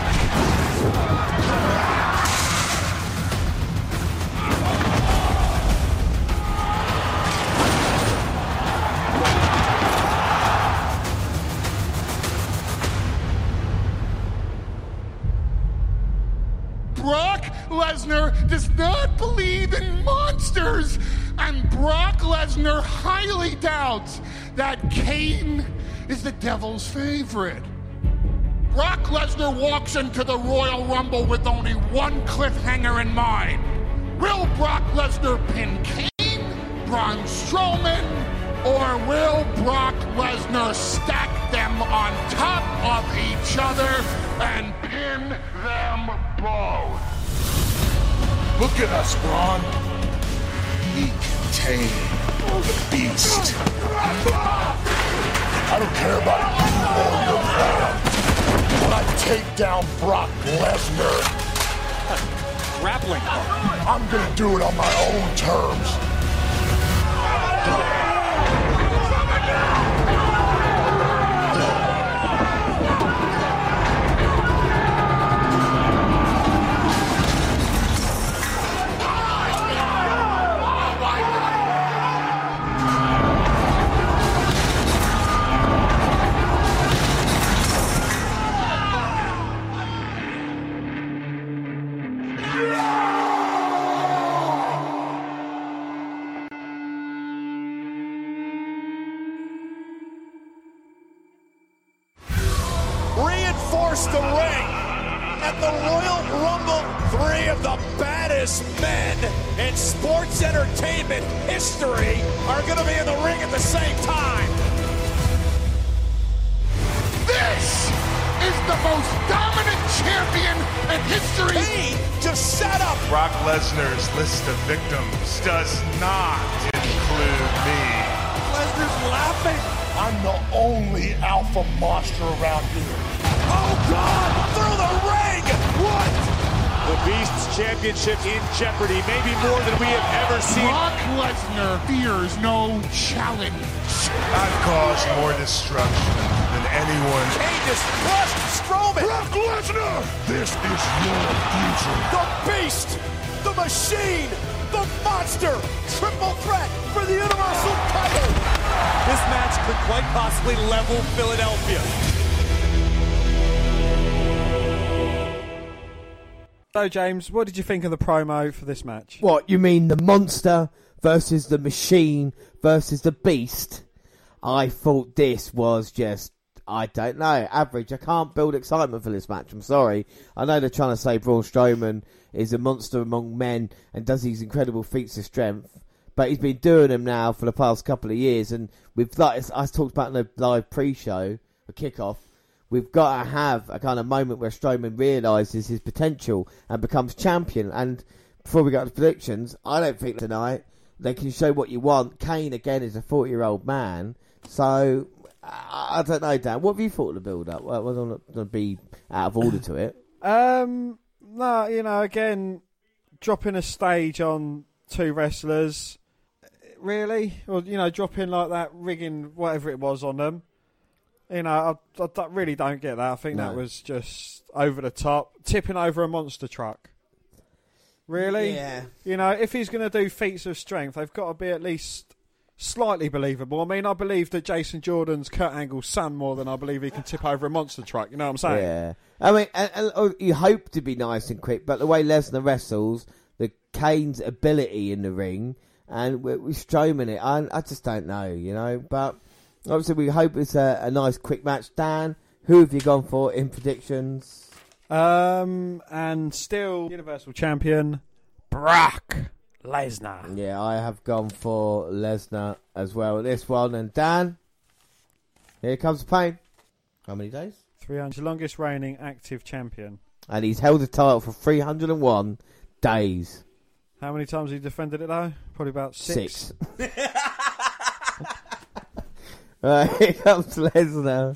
Whoa! Brock Lesnar does not believe in monsters, and Brock Lesnar highly doubts that Kane is the devil's favorite. Brock Lesnar walks into the Royal Rumble with only one cliffhanger in mind. Will Brock Lesnar pin Kane, Braun Strowman, or will Brock Lesnar stack them on top of each other and pin them both? Look at us, Braun. We contain the beast. I don't care about you or your plan. When I take down Brock Lesnar, grappling. I'm gonna do it on my own terms. Reinforce the ring at the Royal Rumble. Three of the baddest men in sports entertainment history are going to be in the ring at the same time. This is the most dominant champion in history. He just set up. Brock Lesnar's list of victims does not include me. Lesnar's laughing. I'm the only alpha monster around here. Oh God! Through the ring! What? The Beast's championship in jeopardy, maybe more than we have ever seen. Brock Lesnar fears no challenge. I've caused more destruction than anyone. Kane just crushed Strowman. Brock Lesnar, this is your future. The Beast, the Machine, the Monster, triple threat for the Universal title. This match could quite possibly level Philadelphia. So, James, what did you think of the promo for this match? What, you mean the monster versus the machine versus the beast? I thought this was just, I don't know, average. I can't build excitement for this match, I'm sorry. I know they're trying to say Braun Strowman is a monster among men and does these incredible feats of strength, but he's been doing them now for the past couple of years, and we've, like I talked about in the live pre-show, the kickoff, we've got to have a kind of moment where Strowman realises his potential and becomes champion. And before we go to predictions, I don't think tonight they can show what you want. Kane again is a forty-year-old man, so I I don't know, Dan. What have you thought of the build-up? Well, I am not going to be out of order to it. Um, no, you know, again, dropping a stage on two wrestlers, really, or you know, dropping like that, rigging whatever it was on them. You know, I, I don't- really don't get that. I think No. that was just over the top, tipping over a monster truck. Really? Yeah. You know, if he's going to do feats of strength, they've got to be at least slightly believable. I mean, I believe that Jason Jordan's Kurt Angle's son more than I believe he can tip over a monster truck. You know what I'm saying? Yeah, I mean, and, and, oh, you hope to be nice and quick, but the way Lesnar wrestles, the Kane's ability in the ring, and we're, we're Strowman it, I, I just don't know, you know. But obviously, we hope it's a, a nice quick match. Dan, who have you gone for in predictions? Um, and still Universal Champion Brock Lesnar. Yeah, I have gone for Lesnar as well. This one and Dan. Here comes the pain. How many days? 300 longest reigning active champion. And he's held the title for 301 days. How many times he defended it though? Probably about six. Six. Right, here comes Lesnar.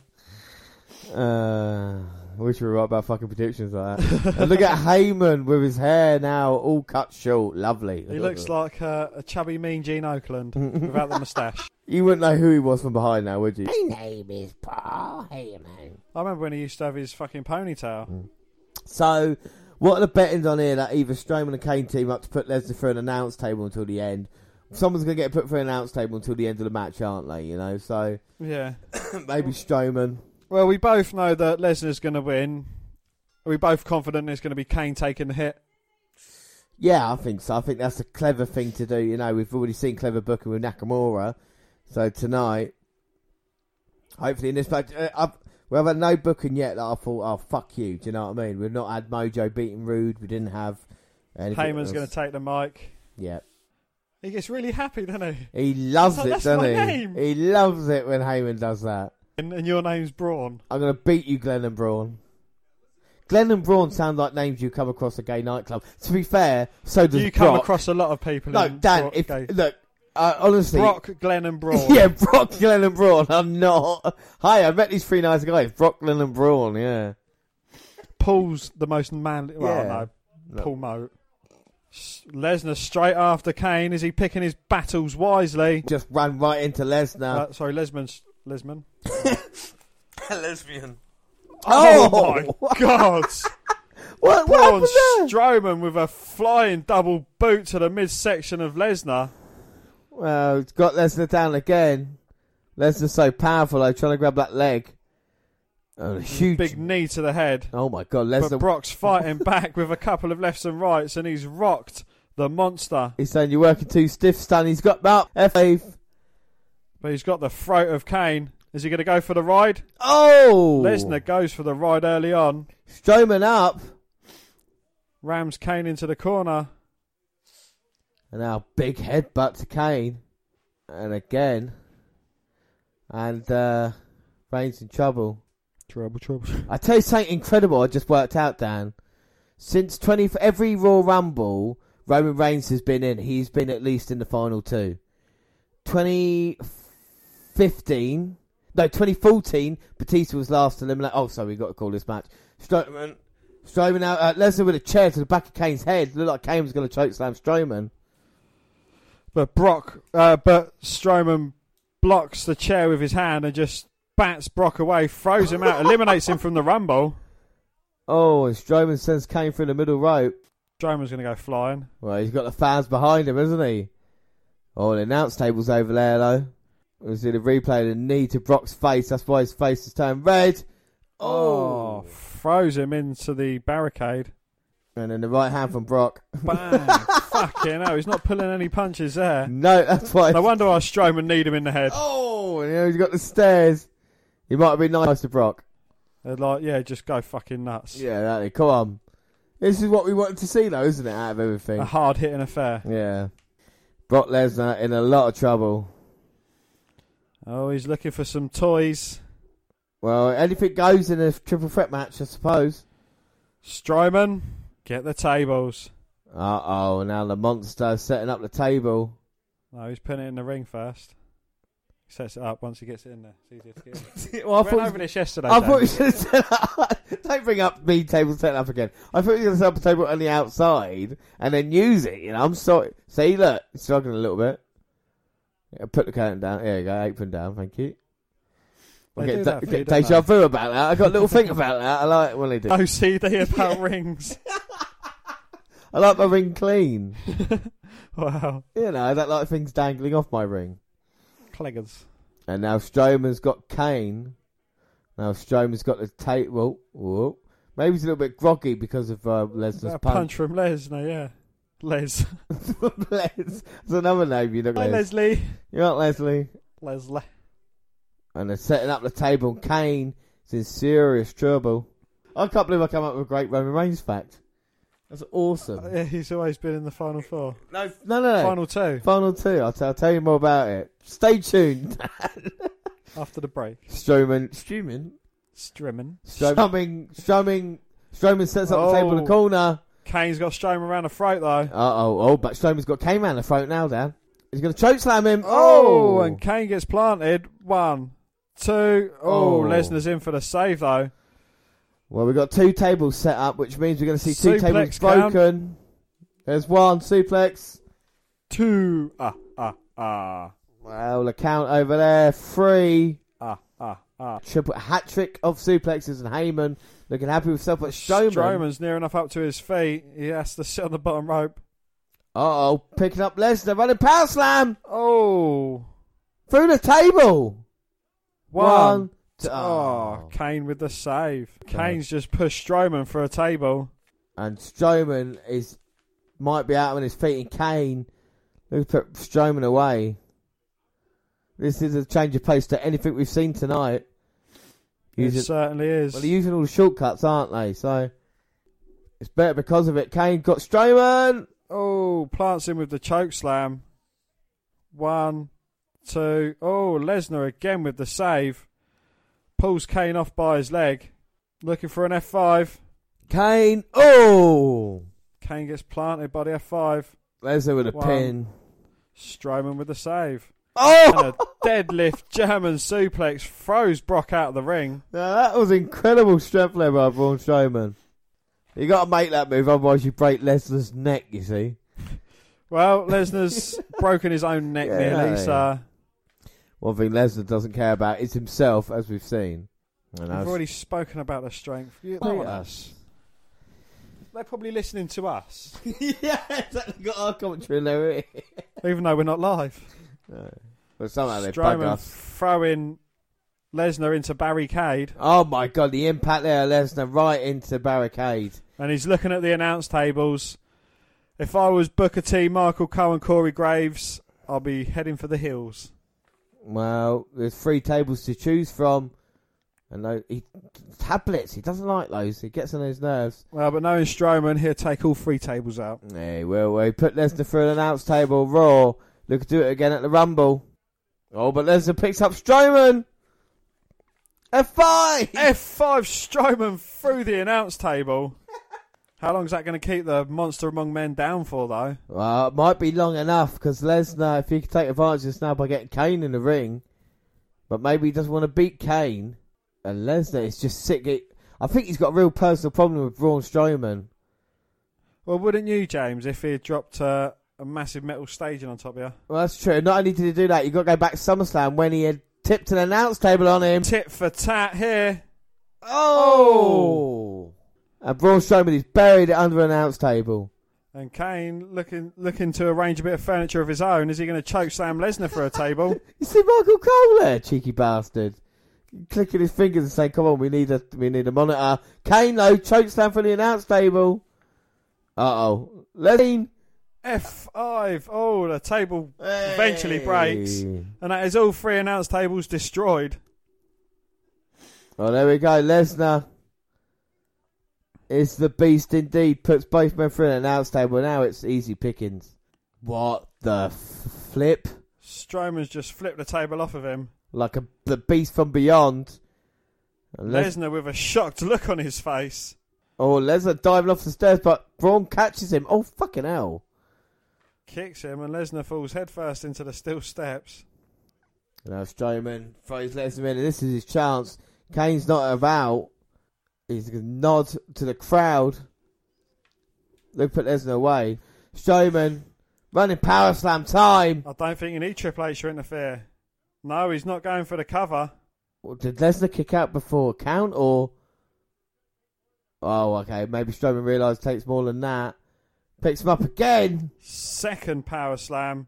Uh, I wish we were right about fucking predictions like that. and look at Heyman with his hair now all cut short. Lovely. He looks like uh, a chubby mean Gene Oakland without the moustache. You wouldn't know who he was from behind now, would you? I remember when he used to have his fucking Mm. ponytail. So, what are the bettings on here that either Strowman and Kane team up to put Lesnar through an announce table until the end? Someone's going to get put through an announce table until the end of the match, aren't they? You know, so Yeah. maybe Strowman. Well, we both know that Lesnar's going to win. Are we both confident it's going to be Kane taking the hit? Yeah, I think so. I think that's a clever thing to do. You know, we've already seen clever booking with Nakamura, so tonight, hopefully in this match, uh, I've, we haven't had no booking yet that I thought, oh fuck you. Do you know what I mean? We've not had Mojo beating Rude. We didn't have. anything Heyman's else. going to take the mic. Yeah, He gets really happy, doesn't he? he loves That's- it, that's doesn't my he? name. He loves it when Heyman does that. And, and your name's Braun. I'm going to beat you, Glenn and Braun. Glenn and Braun sound like names you come across a gay nightclub. To be fair, so does You come Brock. across a lot of people. No, in Dan, Brock- if gay- look, uh, honestly, Brock, Glenn, and Braun. yeah, Brock, Glenn, and Braun. I'm not. Hi, I met these three nice guys, Brock, Glenn, and Braun. Yeah, Paul's the most manly. Well, Yeah. no, Paul Moat. S- Lesnar straight after Kane. Is he picking his battles wisely? just ran right into Lesnar. Uh, sorry, Lesman's Lesman. lesbian. Uh, Oh, my God! what, what Braun Strowman with a flying double boot to the midsection of Lesnar. well, it's got Lesnar down again. Lesnar's so powerful. I'm trying to grab that leg. Oh, a huge. Mm, Big knee to the head. Oh my God, But Lesnar! Brock's fighting back with a couple of lefts and rights, and he's rocked the monster. He's saying you're working too stiff, Stan. He's got about F. But he's got the throat of Kane. Is he going to go for the ride? Oh, Lesnar goes for the ride early on. Strowman up. Rams Kane into the corner. And now big headbutt to Kane. And again. And uh Reigns in trouble. Trouble, trouble. I tell you something incredible I just worked out, Dan. Since twenty for every Raw Rumble Roman Reigns has been in, he's been at least in the final two. Twenty fifteen no, 2014, Batista was last eliminated. Oh, sorry, we got to call this match. Strowman, Strowman out. Uh, Lesnar with a chair to the back of Kane's head. Looked like Kane was going to choke slam Strowman. But Brock, uh, but Strowman blocks the chair with his hand and just bats Brock away, throws him out, eliminates him from the rumble. Oh, and Strowman sends Kane through the middle rope. Strowman's going to go flying. Well, he's got the fans behind him, hasn't he? Oh, the announce table's over there, though. We see the replay of the knee to Brock's face. That's why his face has turned red. Oh, throws him into the barricade. And then the right hand from Brock. Bang! Fucking hell, he's not pulling any punches there. No, that's why. No wonder why Strowman need him in the head. Oh, and he's got the stairs. He might have been nice to Brock. They're like, yeah, just go fucking nuts. Yeah, that'd, come on. This is what we wanted to see, though, isn't it? Out of everything. A hard hitting affair. Yeah. Brock Lesnar in a lot of trouble. Oh, he's looking for some toys. Well, anything goes in a triple threat match, I suppose. Strowman, get the tables. Uh oh, now the monster setting up the table. No, he's putting it in the ring first. He sets it up once he gets it in there. It's easier to get in. Well, I we thought- went over this yesterday. I Dan. thought you should set Don't bring up me table setting up again. I thought you were going to set up a table on the outside and then use it. You know, I'm sorry. See, look, it's struggling a little bit. Yeah, put the curtain down. There you go, apron down. Thank you. I They do get, that for da- you, get don't deja they? vu about that. I got a little think about that. I like when they do. OCD about rings. I like my ring clean. Wow. You know, I don't like things dangling off my ring. Cleggers. And now Strowman's got Kane. Now Strowman's got the tape. Well, whoa. maybe he's a little bit groggy because of uh, Lesnar's That punch. punch. from Les, no, yeah. Les. Les. That's another name you look Hi, Les. Leslie. You're not Leslie. Leslie. And they're setting up the table. And Kane's in serious trouble. I can't believe I come up with a great Roman Reigns fact. That's awesome. Yeah, he's always been in the final four. No, no, no. Uh, Final two Final two. I'll, t- I'll tell you more about it. Stay tuned. after the break. Strowman. Strowman. Strowman. Strowman. Strowman. Strowman sets up the table in Oh. the corner. Kane's got Strowman around the throat though. Uh oh, oh, but Strowman's got Kane round the throat now, Dan. He's going to choke slam him. Oh, Oh, and Kane gets planted. One, two. Oh. Oh, Lesnar's in for the save though. well, we've got two tables set up, which means we're going to see two Suplex tables count. broken. There's one suplex. Two. Ah, ah, ah, Well, the count over there. Three. ah, ah, ah. Triple hat trick of suplexes and Heyman looking happy with himself. But Strowman, Strowman's near enough up to his feet. He has to sit on the bottom rope. uh oh, picking up Lesnar, running power slam Oh, through the table. one, Ah. Oh, Kane with the save. Kane's just pushed Strowman for a table. And Strowman is might be out on his feet, and Kane who put Strowman away. This is a change of pace to anything we've seen tonight. It certainly is. Well, they're using all the shortcuts, aren't they? So it's better because of it. Kane got Strowman. Oh, plants him with the choke slam. One, two. Oh, Lesnar again with the save. Pulls Kane off by his leg. Looking for an F5. Kane. Oh, Kane gets planted by the F5. Lesnar with a One. pin. Strowman with the save. Oh! And a deadlift German suplex throws Brock out of the ring. Now that was incredible strength there by Braun Strowman. You got to make that move, otherwise you break Lesnar's neck. You see. Well, Lesnar's broken his own neck nearly, so One thing Lesnar doesn't care about is himself, as we've seen. And we've that's- already spoken about their strength. You don't Mate, want uh, us. They're probably listening to us. yeah, exactly. Got our commentary there. Even though we're not live. But somehow they bug Strowman us. throwing Lesnar into barricade, Oh my god, the impact there, Lesnar, right into the barricade. and he's looking at the announce tables. If I was Booker T, Michael Cohen, Corey Graves, I'll be heading for the hills. Well, there's three tables to choose from. And tho- he tablets. He doesn't like those. He gets on his nerves. Well, but knowing Strowman, he'll take all three tables out. Hey, well, well, he put Lesnar through an announce table. Raw. Look, do it again at the Rumble. Oh, but Lesnar picks up Strowman. F5! F5 Strowman through the announce table. How long's that going to keep the monster among men down for, though? Well, Uh, it might be long enough because Lesnar, if he could take advantage of this now by getting Kane in the ring, but maybe he doesn't want to beat Kane. And Lesnar is just sick. It- I think he's got a real personal problem with Braun Strowman. Well, wouldn't you, James, if he had dropped uh, a massive metal staging on top of you? Well, that's true. Not only did he do that, you got to go back to SummerSlam when he had tipped an announce table on him. Tip for tat here. Oh! And Braun Strowman is buried under an announce table. And Kane looking looking to arrange a bit of furniture of his own. Is he going to choke Sam Lesnar for a table? You see Michael Cole there, cheeky bastard. Clicking his fingers and saying, "Come on, we need a we need a monitor." Kane though chokes down for the announce table. Uh oh, Lane. F five. Oh, the table eventually breaks, Hey. and that is all three announce tables destroyed. Oh, there we go. Lesnar is the beast indeed. Puts both men through an announce table. Now it's easy pickings. What the f- flip? Strowman's just flipped the table off of him. Like a the beast from beyond. And Les- Lesnar with a shocked look on his face. oh, Lesnar diving off the stairs, but Braun catches him. Oh, fucking hell! Kicks him, and Lesnar falls headfirst into the steel steps. And now Strowman throws Lesnar in, and this is his chance. Kane's not about. He's going to nod to the crowd. They put Lesnar away. Strowman running power slam time. I don't think you need Triple H to interfere. No, he's not going for the cover. Well, Did Lesnar kick out before a count or? Oh, okay. Maybe Strowman realised it takes more than that. Picks him up again. Second power slam.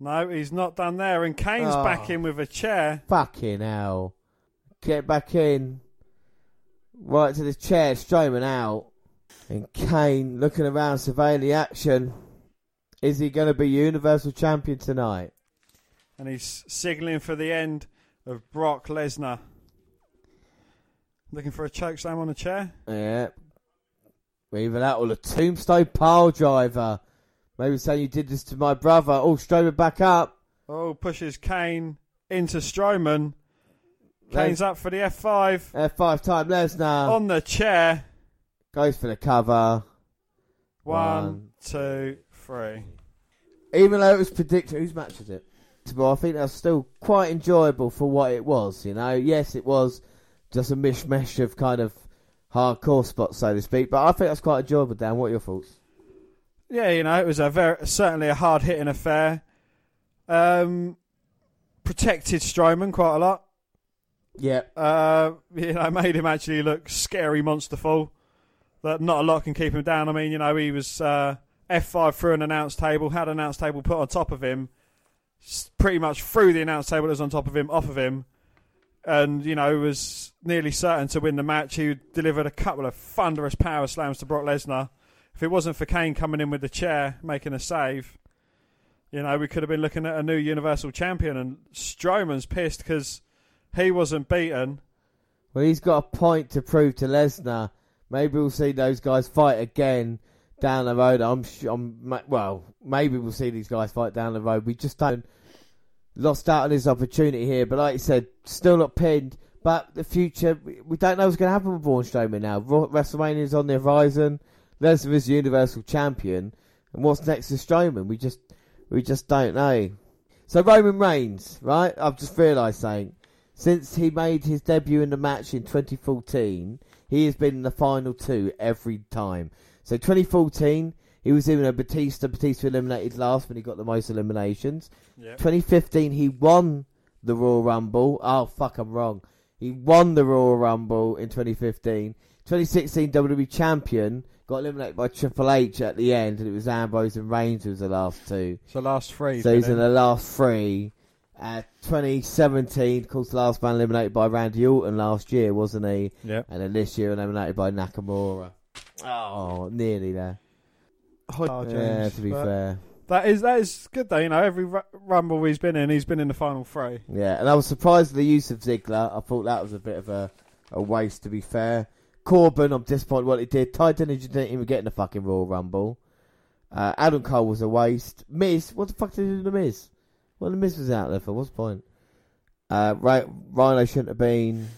No, he's not done there, and Kane's Oh. back in with a chair. Fucking hell. Get back in. Right to the chair, Strowman out. And Kane looking around, surveying the action. Is he going to be Universal Champion tonight? and he's signalling for the end of Brock Lesnar. Looking for a choke slam on a chair. Yeah. Either that or the Tombstone Pile Driver. Maybe saying you did this to my brother. Oh, Strowman back up. Oh, pushes Kane into Strowman. Les- Kane's up for the F5 F5 time Lesnar. on the chair. Goes for the cover. One, two, three. even though it was predicted, whose match was it? Well, I think that was still quite enjoyable for what it was. You know, yes, it was just a mishmash of kind of hardcore spots, so to speak. But I think that's quite enjoyable. Dan, what are your thoughts? Yeah, you know, it was a very certainly a hard hitting affair. Um, protected Strowman quite a lot. Yeah, Uh, you know, made him actually look scary monsterful. That not a lot can keep him down. I mean, you know, he was uh, F5 through an announce table, had an announce table put on top of him, s- pretty much threw the announce table that was on top of him off of him, and you know was nearly certain to win the match. He delivered a couple of thunderous power slams to Brock Lesnar. If it wasn't for Kane coming in with the chair making a save, you know we could have been looking at a new Universal Champion. And Strowman's pissed because he wasn't beaten. Well, he's got a point to prove to Lesnar. Maybe we'll see those guys fight again down the road. I'm sure. I'm, ma- well, maybe we'll see these guys fight down the road. We just don't lost out on his opportunity here. But like you said, still not pinned. But the future, we we don't know what's going to happen with Braun Strowman now. Ro- WrestleMania's on the horizon. Lesnar is Universal Champion, and what's next to Strowman? We just, we just don't know. So Roman Reigns, right? I've just realised something. Since he made his debut in the match in 2014, he has been in the final two every time. So 2014, he was in a Batista. Batista eliminated last when he got the most eliminations. Yep. 2015, he won the Royal Rumble. Oh, fuck, I'm wrong. He won the Royal Rumble in 2015. 2016, WWE E Champion. Got eliminated by Triple H at the end, and it was Ambrose and Reigns who was the last two. So last three. So he's then. in the last three. Uh, 2017, of course, the last man eliminated by Randy Orton last year, wasn't he? Yep. And then this year, eliminated by Nakamura. Oh, nearly there. Oh, yeah, to be but fair. That is that is good though. You know, every ru- rumble he's been in, he's been in the final three. Yeah, and I was surprised at the use of Ziggler. I thought that was a bit of a, a waste, to be fair. Corbin, I'm disappointed what he did. Ty Dillinger didn't even get in the fucking Royal Rumble. Uh, Adam Cole was a waste. Miz, what the fuck did he do to The Miz? Well, The Miz was out there for what's the point? Uh, right, Rhino shouldn't have been.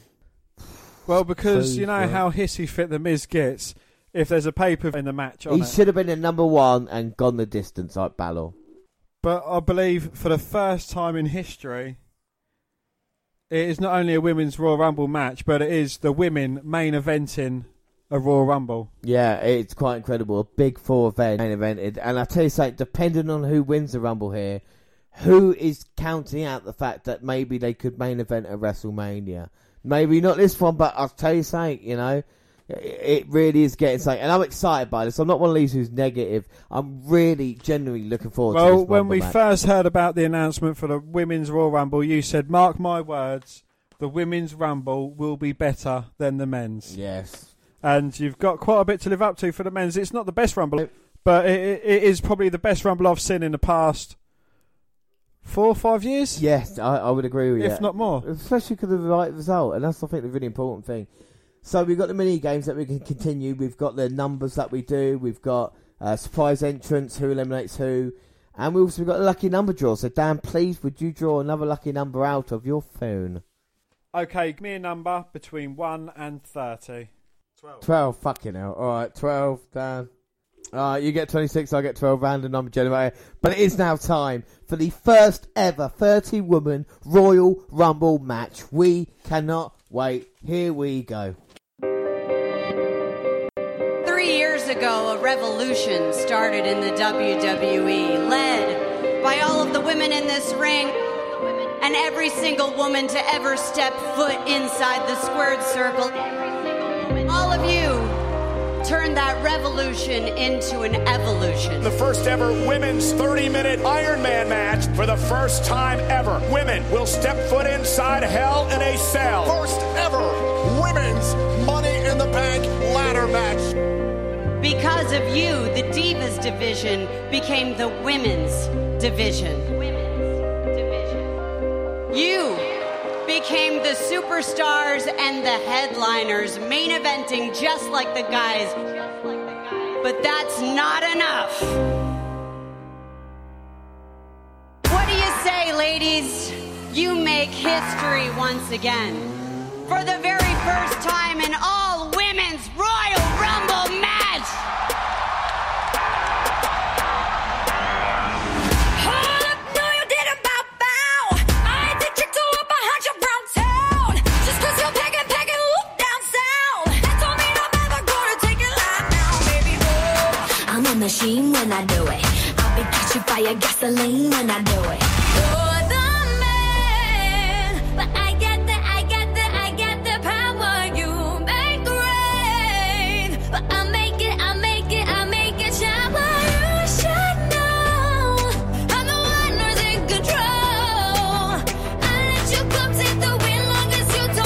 Well, because Food, you know yeah. how hissy fit the Miz gets. If there's a paper in the match, on He it. should have been in number one and gone the distance like Balor. But I believe for the first time in history, it is not only a women's Royal Rumble match, but it is the women main eventing a Royal Rumble. Yeah, it's quite incredible. A big four event, main evented. And I tell you something, depending on who wins the Rumble here, who is counting out the fact that maybe they could main event at WrestleMania? Maybe not this one, but I'll tell you something, you know, it- it really is getting something. And I'm excited by this. I'm not one of these who's negative. I'm really genuinely looking forward to Well, this when Rumble we match. first heard about the announcement for the women's Royal Rumble, you said, "Mark my words, the women's Rumble will be better than the men's." Yes. And you've got quite a bit to live up to for the men's. It's not the best Rumble, but it, it is probably the best Rumble I've seen in the past four or five years. Yes, I, I would agree with you. If not more. Especially because of the right result. And that's, I think, the really important thing. So we've got the mini games that we can continue. We've got the numbers that we do. We've got uh, surprise entrance, who eliminates who. And we've also got a lucky number draw. So, Dan, please, would you draw another lucky number out of your phone? Okay, give me a number between 1 and 30. 12, fucking hell. Alright, 12, Dan. Alright, you get 26, I get 12, random number generator. But it is now time for the first ever 30 woman Royal Rumble match. We cannot wait. Here we go. Three years ago, a revolution started in the WWE, led by all of the women in this ring and every single woman to ever step foot inside the squared circle. All of you turned that revolution into an evolution. The first ever women's 30 minute Iron Man match for the first time ever. Women will step foot inside hell in a cell. First ever women's Money in the Bank ladder match. Because of you, the Divas division became the women's division. You became the superstars and the headliners, main eventing just like the guys. But that's not enough. What do you say, ladies? You make history once again. For the very first time in all women's Royal Rumble match. I'm a machine when I do it. I'll be captured by a gasoline when I do it. You're the man, but I get the, I get the, I get the power you make rain. But I make it, I make it, I make it shine. But you should know I'm the one who's in control. I let you come take the win long as you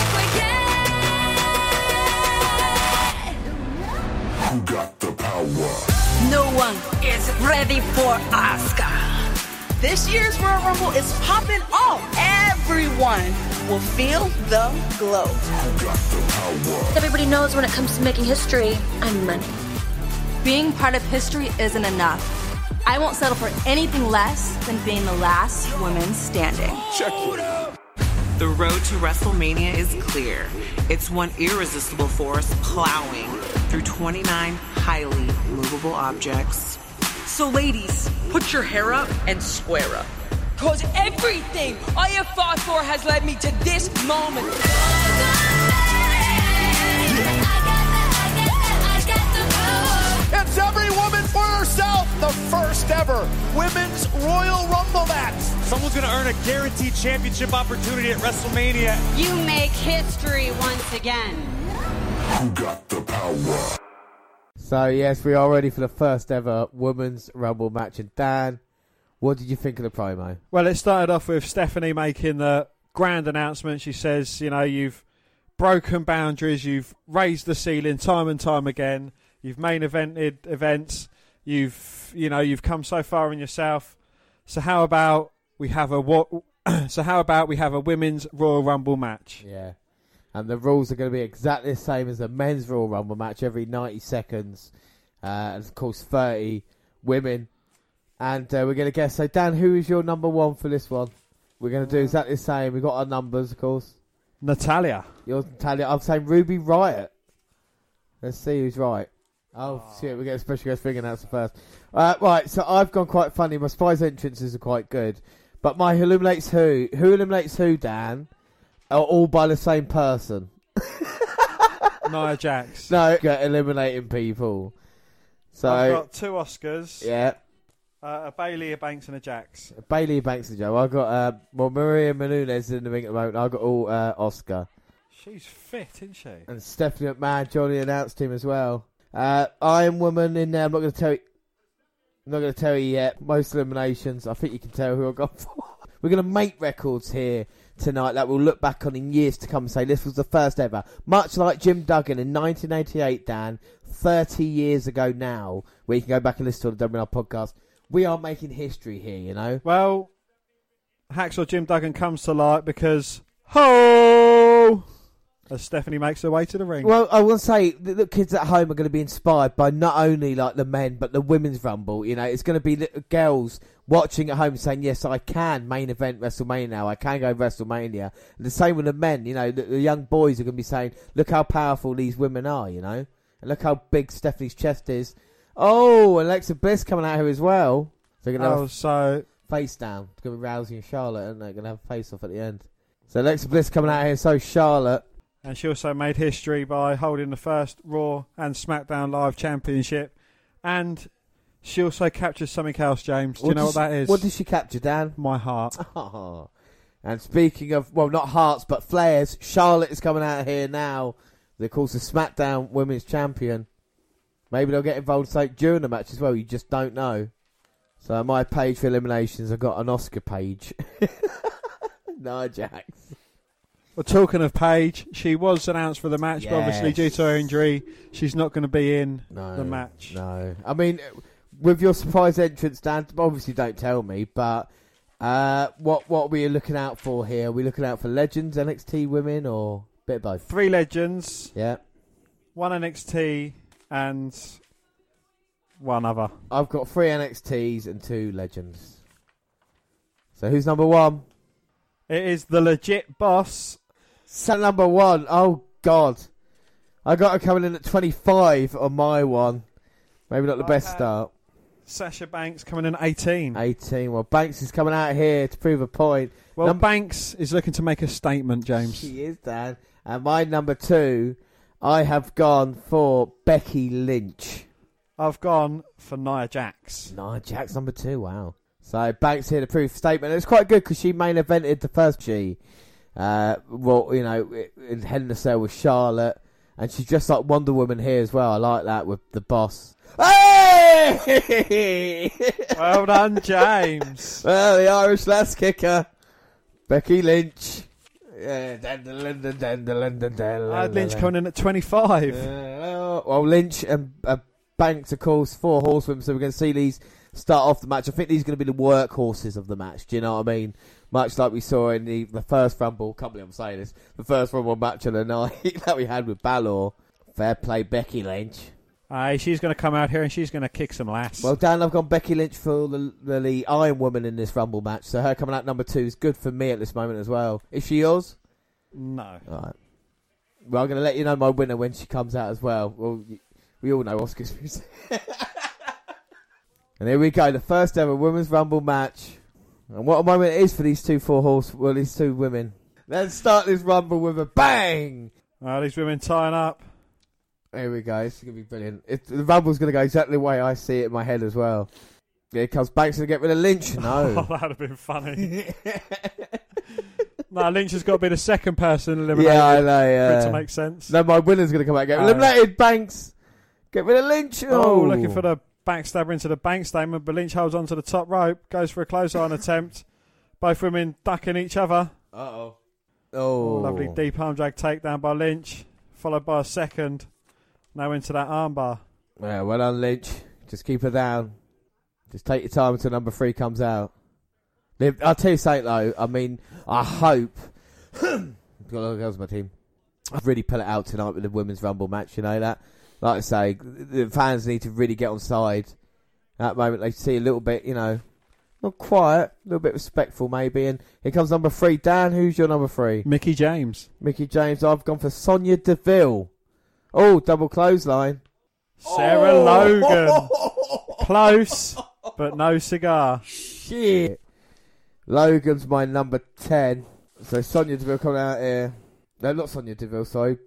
Who got the power? No one is ready for Oscar. This year's Royal Rumble is popping off. Everyone will feel the glow. Everybody knows when it comes to making history, I'm money. Being part of history isn't enough. I won't settle for anything less than being the last woman standing. Check The road to WrestleMania is clear. It's one irresistible force plowing through 29 highly movable objects. So, ladies, put your hair up and square up. Because everything I have fought for has led me to this moment. It's every woman for herself, the first ever Women's Royal Rumble match. Someone's going to earn a guaranteed championship opportunity at WrestleMania. You make history once again. Who got the power? So yes, we are ready for the first ever women's rumble match. And Dan, what did you think of the promo? Well, it started off with Stephanie making the grand announcement. She says, you know, you've broken boundaries, you've raised the ceiling time and time again, you've main evented events, you've, you know, you've come so far in yourself. So how about we have a what? so how about we have a women's Royal Rumble match? Yeah. And the rules are going to be exactly the same as the men's Royal Rumble match every 90 seconds. Uh, and of course, 30 women. And uh, we're going to guess. So, Dan, who is your number one for this one? We're going to do exactly the same. We've got our numbers, of course. Natalia. Yours, Natalia. I'm saying Ruby Riot. Let's see who's right. Oh, Ah. shit, we're getting special guest figure announced first. Uh, right, so I've gone quite funny. My surprise entrances are quite good. But my Who Illuminates Who, Who Illuminates Who, Dan, are all by the same person. Nia Jax. No, you're eliminating people. So, I've got two Oscars. yeah. Uh, a Bailey, a Banks, and a Jax. Bailey Banks and Joe. I've got, uh, well, Maria Menounos in the ring at the moment. I've got all uh, Oscar. She's fit, isn't she? And Stephanie McMahon, Johnny announced him as well. Uh, Iron Woman in there. I'm not going to tell you. I'm not going to tell you yet. Most eliminations. I think you can tell who I've gone for. We're going to make records here tonight that we'll look back on in years to come and say this was the first ever. Much like Jim Duggan in 1988, Dan, 30 years ago now, where you can go back and listen to the WNR podcast. We are making history here, you know. Well, Hacksaw Jim Duggan comes to light because ho, as Stephanie makes her way to the ring. Well, I will say that the kids at home are going to be inspired by not only like the men but the women's rumble. You know, it's going to be little girls watching at home saying, "Yes, I can main event WrestleMania now. I can go WrestleMania." And the same with the men. You know, the, the young boys are going to be saying, "Look how powerful these women are." You know, and look how big Stephanie's chest is. Oh, Alexa Bliss coming out here as well. So they're going to Oh, so face down. It's going to be Rousey and Charlotte, aren't they? Going to have a face off at the end. So Alexa Bliss coming out here. So is Charlotte. And she also made history by holding the first Raw and SmackDown Live Championship. And she also captured something else, James. Do you know does- Ah. what that is? What did she capture, Dan? My heart. and speaking of, well, not hearts, but flares, Charlotte is coming out here now. They're called the SmackDown Women's Champion. Maybe they'll get involved say, during the match as well. You just don't know. So my page for eliminations, I've got an Oscar page. no, Jax. Well, talking of Paige, she was announced for the match, but obviously Yes. due to her injury, she's not going to be in No, the match. No, I mean, with your surprise entrance, Dan. Obviously, don't tell me, but uh, what what are we looking out for here? Are we looking out for legends, NXT women, or a bit of both? Three legends. Yeah, One NXT and one other. I've got three NXTs and two legends. So who's number one? It is the legit boss. So number one. Oh God, I got her coming in at twenty five on my one. Maybe not the best start. Sasha Banks coming in at 18. 18. Well, Banks is coming out here to prove a point. Well, Banks is looking to make a statement, James. She is, Dan. And my number two, I have gone for Becky Lynch. I've gone for Nia Jax. Nia Jax, number two, wow. So Banks here to prove statement. It was quite good because she main evented the first G. Uh, well, you know, it- in Hell in a Cell with Charlotte. And she's dressed like Wonder Woman here as well. I like that with the boss. Hey! well done, James. Well, the Irish last kicker, Becky Lynch, I had Lynch coming in at 25. Uh, well, Lynch and uh, Banks, of course, four horsemen, so we're going to see these start off the match. I think these are going to be the workhorses of the match. Do you know what I mean? Much like we saw in the, the first Rumble, can't believe I'm saying this, the first Rumble match of the night that we had with Balor. Fair play, Becky Lynch. Aye, Uh, she's going to come out here and she's going to kick some lass. Well, Dan, I've gone Becky Lynch for the, the, the Iron Woman in this Rumble match, so her coming out number two is good for me at this moment as well. Is she yours? No. All right. Well, I'm going to let you know my winner when she comes out as well. Well, y- we all know Oscar's music. and here we go, the first ever Women's Rumble match. And what a moment it is for these two four horse, well, these two women. Let's start this Rumble with a bang! Oh, these women tying up. Here we go. This is going to be brilliant. It, the Rumble's going to go exactly the way I see it in my head as well. Here comes Banks to get rid of Lynch. Oh, No. that would have been funny. no, Lynch has got to be the second person Oh, eliminated. yeah, I know, yeah. For it to make sense. No, my winner's going to come out and get Oh. eliminated, Banks! Get rid of Lynch! Oh, Oh, looking for the backstabber into the bank statement, but Lynch holds onto the top rope, goes for a close iron attempt. Both women ducking each other. Uh-oh. Oh. Lovely deep arm drag takedown by Lynch, followed by a second. Now into that armbar. Yeah, well done, Lynch. Just keep her down. Just take your time until number three comes out. Liv- I'll tell you something, though. I mean, I hope. God, that was my team. I've really pull it out tonight with the Women's Rumble match, you know that? Like I say, the fans need to really get on side. At that moment, they see a little bit, you know, not quiet, a little bit respectful, maybe. And here comes number three. Dan, who's your number three? Mickey James. Mickey James. I've gone for Sonia Deville. Oh, double clothesline. Sarah Oh. Oh, Logan. Close, but no cigar. Shit. Logan's my number 10. So Sonia Deville coming out here. No, not Sonia Deville, sorry.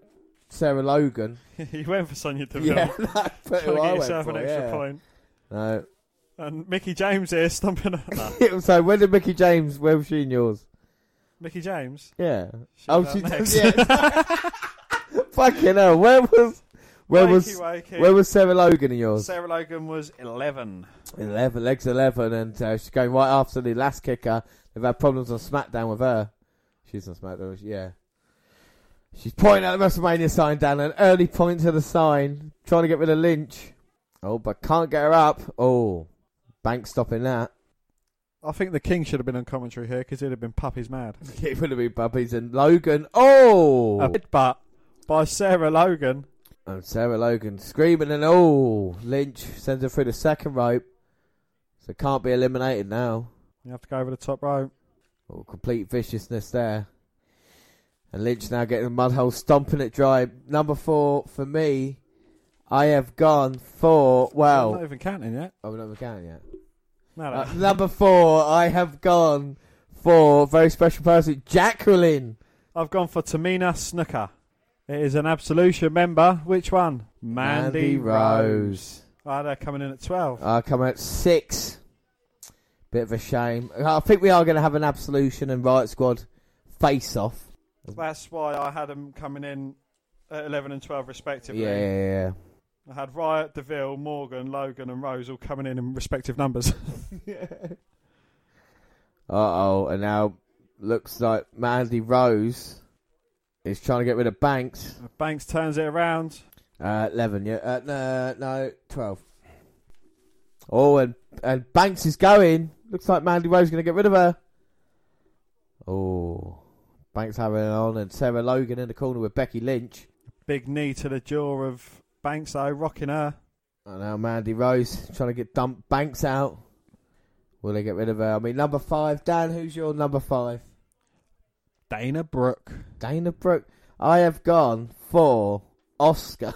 Sarah Logan. you went for Sonya Deville. Yeah, that's Trying pretty to well. get I went yourself an for, extra yeah. point. No. And Mickey James here stomping. No. so where did Mickey James, where was she in yours? Mickey James. Yeah. She's Oh, out she next. yeah. Fucking hell, where was, where Wakey, was, wakey. where was Sarah Logan in yours? Sarah Logan was 11. 11, legs 11, and uh, she's going right after the last kicker. They've had problems on SmackDown with her. She's on SmackDown, yeah. She's pointing at the WrestleMania sign, Dan, an early point to the sign, trying to get rid of Lynch. Oh, but can't get her up. Oh, Bank stopping that. I think the King should have been on commentary here because he'd have been puppies mad. It would have been Bubbies and Logan. Oh! A headbutt by Sarah Logan. And Sarah Logan screaming and oh, Lynch sends her through the second rope. So can't be eliminated now. You have to go over the top rope. Oh, complete viciousness there. And Lynch now getting the mud hole, stomping it dry. Number four for me, I have gone for, well. I'm not even counting yet. Oh, we're not even counting yet. No, no. Uh, number four, I have gone for very special person, Jacqueline. I've gone for Tamina Snooker. It is an absolution member. Which one? Mandy Mandy, Rose. Oh. Ah, they're coming in at 12. I come out six. Bit of a shame. I think we are going to have an Absolution and Riot Squad face off. That's why I had them coming in at 11 and 12 respectively. Yeah, yeah, yeah. I had Riot, DeVille, Morgan, Logan and Rose all coming in in respective numbers. Uh oh, and now looks like Mandy Rose is trying to get rid of Banks. Banks turns it around. Uh, eleven, yeah, uh, no, no, twelve. Oh, and and Banks is going. Looks like Mandy Rose is going to get rid of her. Oh, Banks having it on, and Sarah Logan in the corner with Becky Lynch. Big knee to the jaw of Banks, though, rocking her. And now Mandy Rose trying to get dump Banks out. Will they get rid of her? I mean, number five, Dan. Who's your number five? Dana Brooke. Dana Brooke. I have gone for Oscar.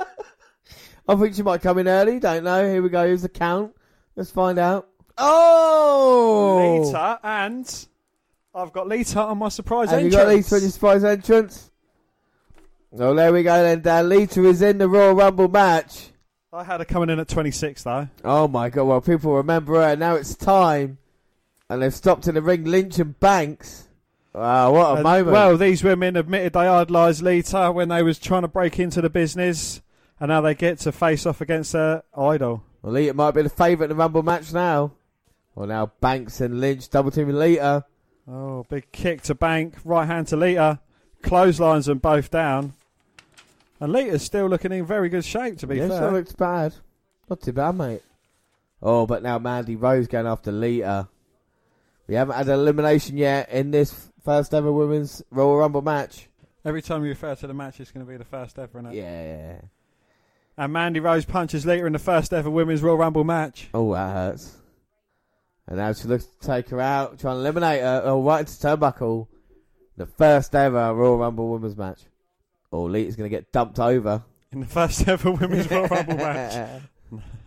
I think she might come in early. Don't know. Here we go. Here's the count. Let's find out. Oh, Lita and I've got Lita on my surprise Have you entrance. got Lita on your surprise entrance? Oh, there we go then, Dan. Lita is in the Royal Rumble match. I had her coming in at 26 though. Oh my god, well, people remember her. Now it's time. And they've stopped in the ring, Lynch and Banks. Wow, what a And- moment. Well, these women admitted they idolised Lita when they was trying to break into the business, and now they get to face off against their idol. Well, Lita might be the favourite in the Rumble match now. Well, now Banks and Lynch double teaming Lita. Oh, big kick to Bank, right hand to Lita, clotheslines them both down. And Lita's still looking in very good shape, to be Yes, fair. that looks bad. Not too bad, mate. Oh, but now Mandy Rose going after Lita. We haven't had an elimination yet in this first ever women's Royal Rumble match. Every time you refer to the match, it's going to be the first ever, isn't it? Yeah. And Mandy Rose punches Lita in the first ever Women's Royal Rumble match. Oh, that hurts. And now she looks to take her out, try and eliminate her. Oh, right into turnbuckle. The first ever Royal Rumble women's match. Oh, Lita's going to get dumped over. In the first ever Women's Royal Rumble match.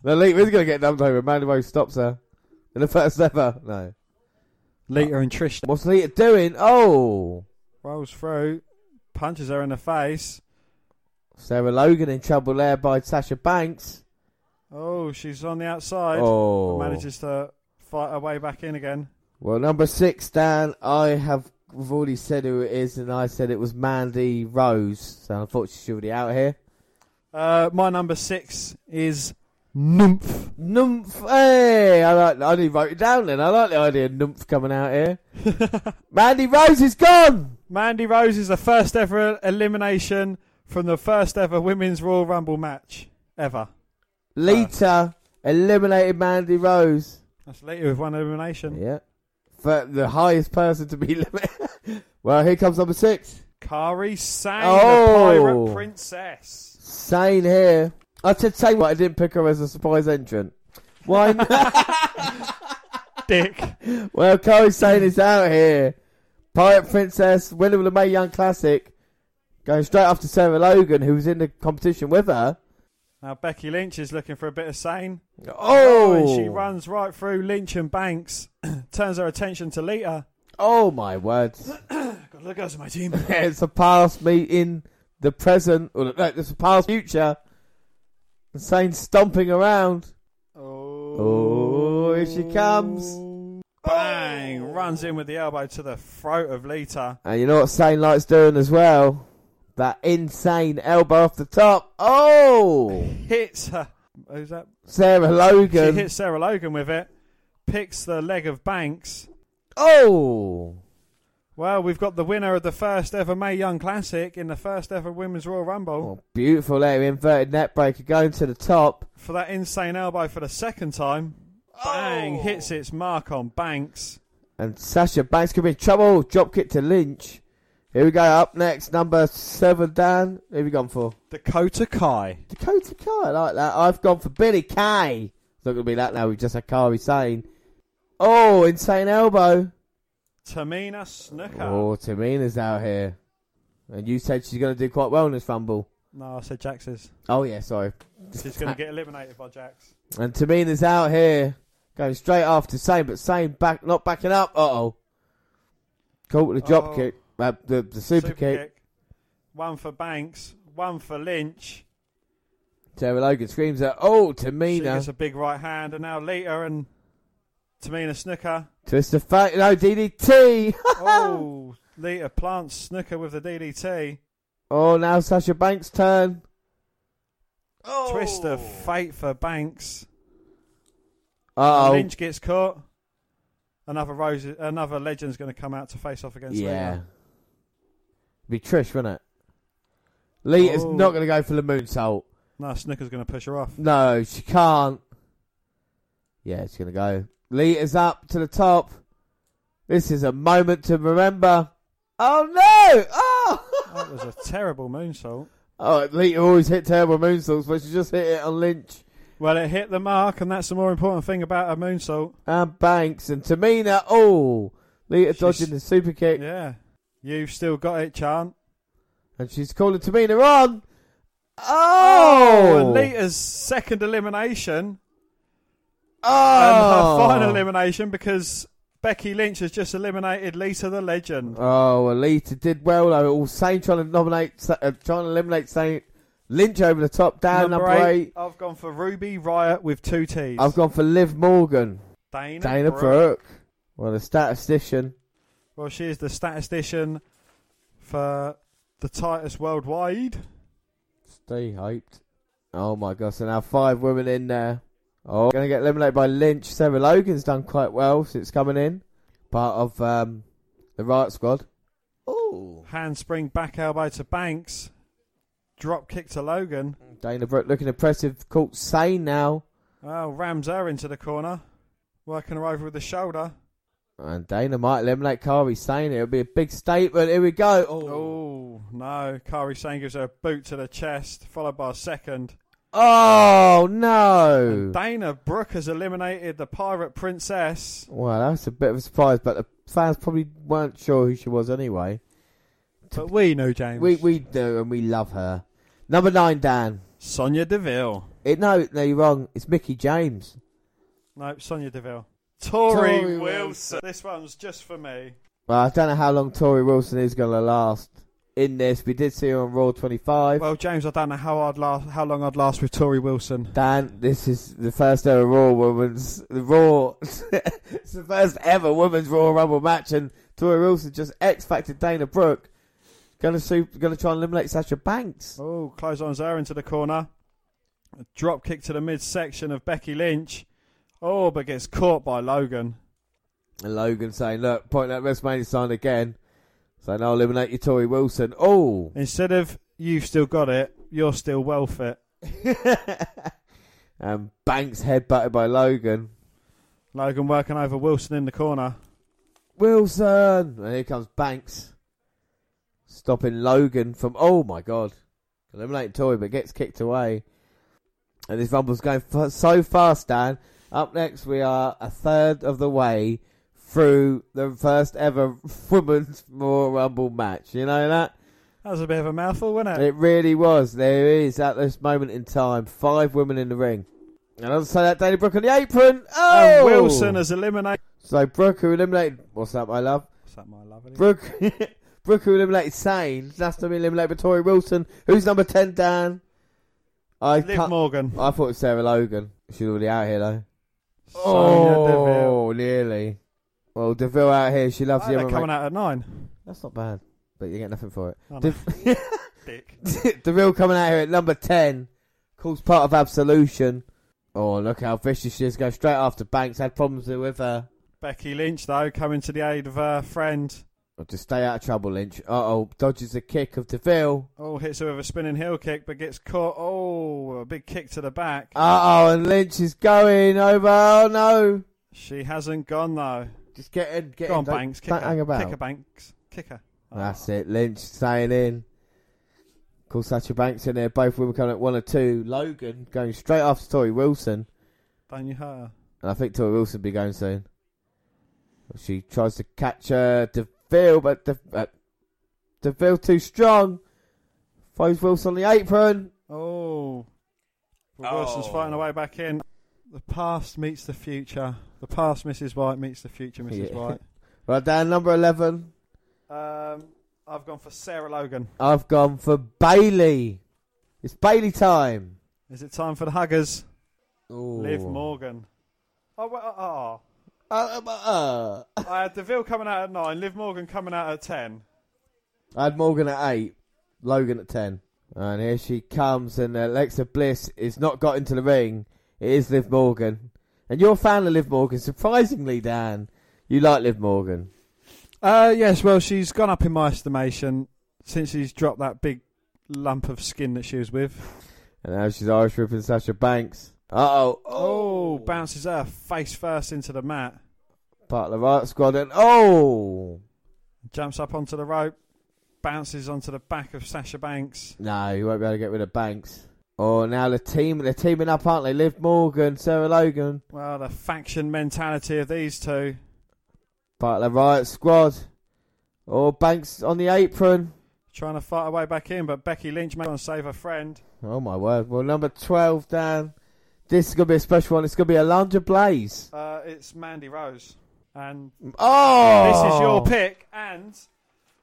No, Lita is going to get dumped over. Mandy Rose stops her. In the first ever. No. Lita and Trish. What's Lita doing? Oh. Rolls through, punches her in the face. Sarah Logan in trouble there by Sasha Banks. Oh, she's on the outside. Oh. Manages to fight her way back in again. Well, number six, Dan, I have we've already said who it is, and I said it was Mandy Rose. So unfortunately, she's already out here. Uh, my number six is Nymph. Nymph, hey! I like. I didn't write it down then. I like the idea of Nymph coming out here. Mandy Rose is gone! Mandy Rose is the first ever elimination from the first ever Women's Royal Rumble match ever. Lita eliminated Mandy Rose. That's Lita with one elimination. Yeah. For the highest person to be eliminated. well, here comes number six. Kari Sane, the Oh. Pirate Princess. Sane here. I said Sane, but I didn't pick her as a surprise entrant. Why Dick. Well, Corey Sane is out here. Pirate Princess, winner of the May Young Classic. Going straight after Sarah Logan, who was in the competition with her. Now Becky Lynch is looking for a bit of sane. Oh! and she runs right through Lynch and Banks, turns her attention to Lita. Oh my word. Got the guys on my team. it's a past me in the present. Or, no, it's a past future. And Sane stomping around. Oh, here she comes. Bang! Runs in with the elbow to the throat of Lita. And you know what Sane likes doing as well? That insane elbow off the top. Oh! Hits her. Who's that? Sarah Logan. She hits Sarah Logan with it. Picks the leg of Banks. Oh! Well, we've got the winner of the first ever May Young Classic in the first ever Women's Royal Oh. Rumble Beautiful there, inverted net breaker going to the top. for that insane elbow for the second time. Oh. Bang! Hits its mark on Banks. And Sasha Banks could be in trouble. Drop kick to Lynch. Here we go. Up next, number seven, Dan. Who have you gone for? Dakota Kai. Dakota Kai. I like that. I've gone for Billy Kay. It's not going to be that now. We've just had Kari saying, Oh, insane elbow. Tamina Snooker. Oh, Tamina's out here. And you said she's going to do quite well in this rumble. No, I said Jax's. Oh, yeah, sorry. She's Uh, going to get eliminated by Jax. And Tamina's out here. Going straight after Sane, but Sane back, not backing up. Uh oh. Caught with the drop Oh. kick. Uh, the, the super, kick. One for Banks. One for Lynch. Sarah Logan screams out, "Oh, She gets Tamina!" a big right hand, and now Lita and Tamina Snooker. Twist the fact, no DDT. oh, Lita plants Snooker with the DDT. oh, now Sasha Banks' turn. Twist of fate for Banks. Uh oh, Lynch gets caught. Another rose, another legend's going to come out to face off against yeah. Lita. Be Trish, wouldn't it? Lita's Oh. not going to go for the moonsault. No, Snooker's going to push her off. No, she can't. Yeah, it's going to go. Lita's up to the top. This is a moment to remember. Oh no! Oh! That was a terrible moonsault. Oh, Lita always hit terrible moonsaults, but she just hit it on Lynch. Well, it hit the mark, and that's the more important thing about a moonsault. And Banks and Tamina. Oh, Lita dodging the super kick. Yeah. You've still got it, Chan. And she's calling Tamina on. Oh, Oh, and Lita's second elimination. Oh. And her final elimination because Becky Lynch has just eliminated Lita the Legend. Oh, well, Lita did well though. All Saint trying to nominate, Sa- uh, trying to eliminate Saint Lynch over the top. Down number, eight. I've gone for Ruby Riot with two T's. I've gone for Liv Morgan. Dana Brooke. Brooke. Well, the statistician. Well, she is the statistician for the Titus Worldwide. Stay hyped. Oh my gosh! So now five women in there. Oh, gonna get eliminated by Lynch. Sarah Logan's done quite well since coming in. Part of um, The Riot Squad. Handspring back elbow to Banks. Drop kick to Logan. Dana Brooke looking impressive. Caught sane now. Oh, rams her into the corner. Working her over with the shoulder. And Dana might eliminate Kari Sane. It'll be a big statement. Here we go. Oh, no. Kari Sane gives her a boot to the chest, followed by a second. Oh, no. Dana Brooke has eliminated the Pirate Princess. Well, that's a bit of a surprise, but the fans probably weren't sure who she was anyway. But we know James. We we do, and we love her. Number nine, Dan. Sonia Deville. It, no, no, you're wrong. It's Mickey James. No, Sonia Deville. Tori, Tori Wilson. Wilson. This one's just for me. Well, I don't know how long Tori Wilson is going to last in this. We did see her on Raw 25. Well, James, I don't know how I'd last, how long I'd last with Tori Wilson. Dan, this is the first ever Raw Women's the Raw. it's the first ever Women's Raw Rumble match, and Tori Wilson just X Factor Dana Brooke. Gonna su- gonna try and eliminate Sasha Banks. Oh, close on Zara into the corner. A drop kick to the midsection of Becky Lynch. Oh, but gets caught by Logan. And Logan saying, "Look, point that WrestleMania sign again." Saying, "I'll eliminate you, Tori Wilson." Oh, Instead of you've still got it, you're still well fit. and Banks headbutted by Logan. Logan working over Wilson in the corner. Wilson, and here comes Banks, stopping Logan from. Oh my God, eliminating Toy, but gets kicked away. And this rumble's going f- so fast, Dan. Up next, we are a third of the way through the first ever women's Royal Rumble match. You know that. That was a bit of a mouthful, wasn't it? It really was. There is at this moment in time five women in the ring, and I'll say that Danny Brooke on the apron. Oh, And Wilson has eliminated. So Brooke who eliminated. What's up, my love? What's that, my love? Brooke, Brooke who eliminated Sane. That's to be eliminated by Tori Wilson. Who's number ten, Dan? I Liv can't- Morgan. I thought it was Sarah Logan. She's already out here though. Sonya oh, nearly. Well, Deville out here. She loves Oh, the they're MMA. coming out Oh, at nine. That's not bad, but you get nothing for it. I know. De- Dick. Deville coming out here at number ten. Calls part of Absolution. Oh, look how vicious she is. Go straight after Banks. Had problems with her. Becky Lynch, though, coming to the aid of her friend. Oh, Just stay out of trouble, Lynch. Uh oh, dodges a kick of Deville. Oh, hits her with a spinning heel kick, but gets caught. Oh, a big kick to the back. Uh oh, and Lynch is going over. Oh no. She hasn't gone, though. Just get in, get Go in, on, don't- Banks. Kick don't her. hang about. Kick her, Banks. Kick her. That's it, Lynch staying in. Of course, Thatcher Banks in there. Both women coming at one or two. Logan going straight after Tori Wilson. Don't you hurt her. And I think Tori Wilson will be going soon. She tries to catch her. DeVille, but De, uh, DeVille too strong. Throws Wilson on the apron. Oh. Well, Wilson's fighting her way back in. The past meets the future. The past Mrs. White meets the future Mrs. Yeah. White. Right down, number 11. Um, I've gone for Sarah Logan. I've gone for Bailey. It's Bailey time. Is it time for the huggers? Liv Ooh. Morgan. Oh, well, oh. Uh, uh, uh. I had Deville coming out at nine, Liv Morgan coming out at ten. I had Morgan at eight, Logan at ten, and here she comes. And Alexa Bliss is not got into the ring. It is Liv Morgan, and you're a fan of Liv Morgan. Surprisingly, Dan, you like Liv Morgan. Uh, yes, well, she's gone up in my estimation since she's dropped that big lump of skin that she was with. And now she's Irish ripping Sasha Banks. Uh oh, Oh, bounces her face first into the mat, part of the Riot Squad, and oh jumps up onto the rope, bounces onto the back of Sasha Banks. no, you won't be able to get rid of Banks. Oh, now the team they're teaming up, aren't they? Liv Morgan, Sarah Logan, Well, the faction mentality of these two. part of the Riot Squad. Oh, Banks on the apron. Trying to fight her way back in, but Becky Lynch may want to save her friend. Oh my word! Well, number twelve, Dan. This is gonna be a special one. It's gonna be Alondra Blaze. Uh, it's Mandy Rose. And Oh, this is your pick. And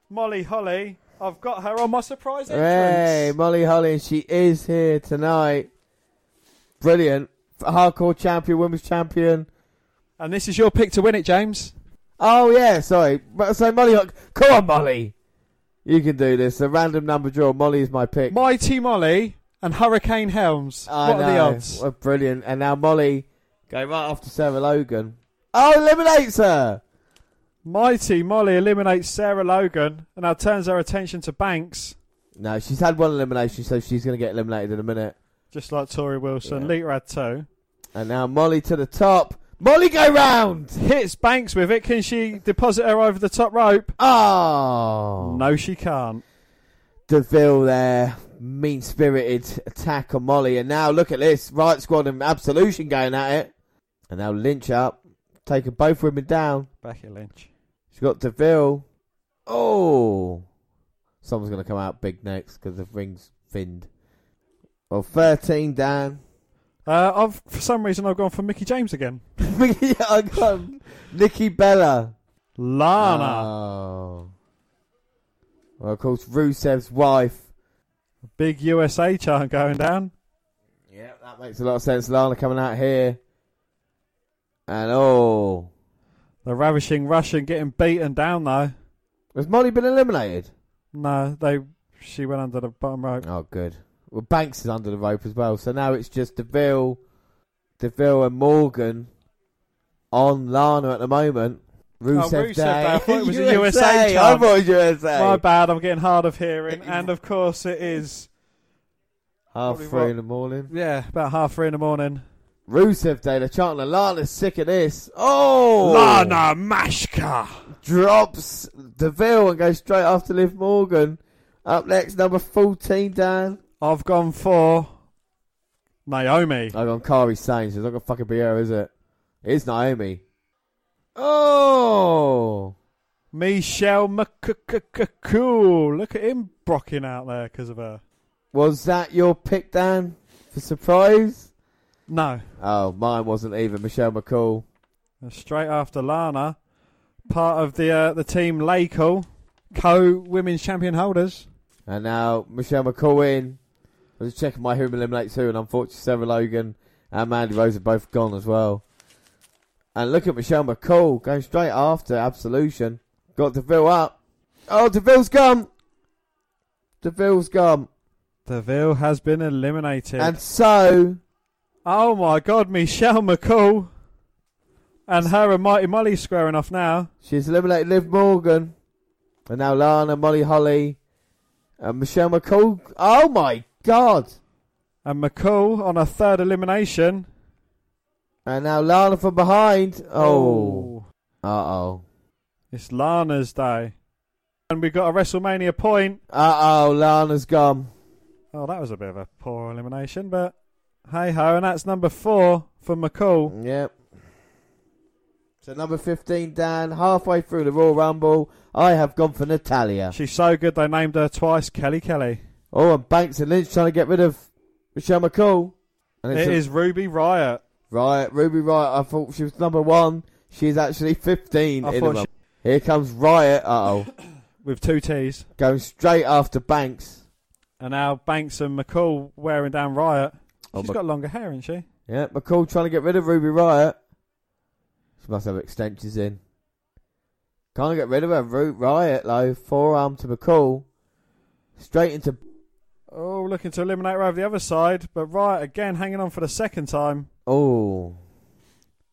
Molly Holly, I've got her on my surprise entrance. Hey, Molly Holly, she is here tonight. Brilliant, hardcore champion, women's champion. And this is your pick to win it, James. Oh yeah, sorry. But- So Molly, Ho- come on, Molly. You can do this. A random number draw. Molly is my pick. Mighty Molly and Hurricane Helms. I what are the know. odds? Well, brilliant. And now Molly go right after Sarah Logan. Oh, eliminates her. Mighty Molly eliminates Sarah Logan and now turns her attention to Banks, No, she's had one elimination, so she's going to get eliminated in a minute. just like Tori Wilson. Yeah. Lita had two. And now Molly to the top. Molly go round! Hits Banks with it. Can she deposit her over the top rope? Oh! No, she can't. DeVille there. Mean spirited attack on Molly. And now look at this. Riot Squad and Absolution going at it. And now Lynch up. Taking both women down. Becky Lynch. She's got DeVille. Oh! Someone's going to come out big next because the ring's thinned. Well, 13 down. Uh, I've for some reason I've gone for Mickey James again. Mickey, I got Nikki Bella. Lana. Oh. Well, of course, Rusev's wife. Big USA chant going down. Yeah, that makes a lot of sense. Lana coming out here. And oh. The ravishing Russian getting beaten down though. Has Molly been eliminated? No, they. She went under the bottom rope. Oh, good. Well, Banks is under the rope as well. So now it's just DeVille, DeVille and Morgan on Lana at the moment. Rusev, oh, Rusev Day. Day. I thought it was a USA, USA chant. I thought it was USA. My bad. I'm getting hard of hearing, and of course it is. Half Probably three what- in the morning. Yeah, about half three in the morning. Rusev Day. They're chanting, Lana's sick of this. Oh! Lana Mashka. drops Deville and goes straight after Liv Morgan. Up next, number 14, Dan. I've gone for Naomi. I've gone Kari Sane, so it's not going to fucking be her, is it? It is Naomi. Oh! Michelle McCool. Look at him brocking out there because of her. Was that your pick, Dan? For surprise? No. Oh, mine wasn't either. Michelle McCool. And Straight after Lana, part of the uh, the team Lakel, co women's champion holders. And now Michelle McCool in. I was checking my whom eliminates who, and unfortunately Sarah Logan and Mandy Rose are both gone as well. And look at Michelle McCool going straight after Absolution. Got Deville up. Oh, Deville's gone. Deville's gone. Deville has been eliminated. And so, oh my God, Michelle McCool, and her and Mighty Molly squaring off now. She's eliminated Liv Morgan. And now Lana, Molly Holly, and Michelle McCool. Oh my God. And McCool on a third elimination. And now Lana from behind. Oh. Oh. Uh oh. It's Lana's day, and we got a WrestleMania point. Uh oh. Lana's gone. Oh, that was a bit of a poor elimination, but hey ho, and that's number four for McCool. Yep. So number 15, Dan, halfway through the Royal Rumble, I have gone for Natalia. She's so good they named her twice Kelly Kelly. Oh, and Banks and Lynch trying to get rid of Michelle McCool. And It a- is Ruby Riot. Right, Ruby Riot, I thought she was number one. She's actually 15 I in the thought Rumble. Here comes Riot, uh-oh. With two T's. Going straight after Banks. And now Banks and McCool wearing down Riot. Oh, She's Mc- got longer hair, isn't she? Yeah, McCool trying to get rid of Ruby Riot. She must have extensions in. Can't get rid of her. Root Riot, though. Forearm to McCool. Straight into Oh, looking to eliminate her over the other side, but Riot again hanging on for the second time. Oh,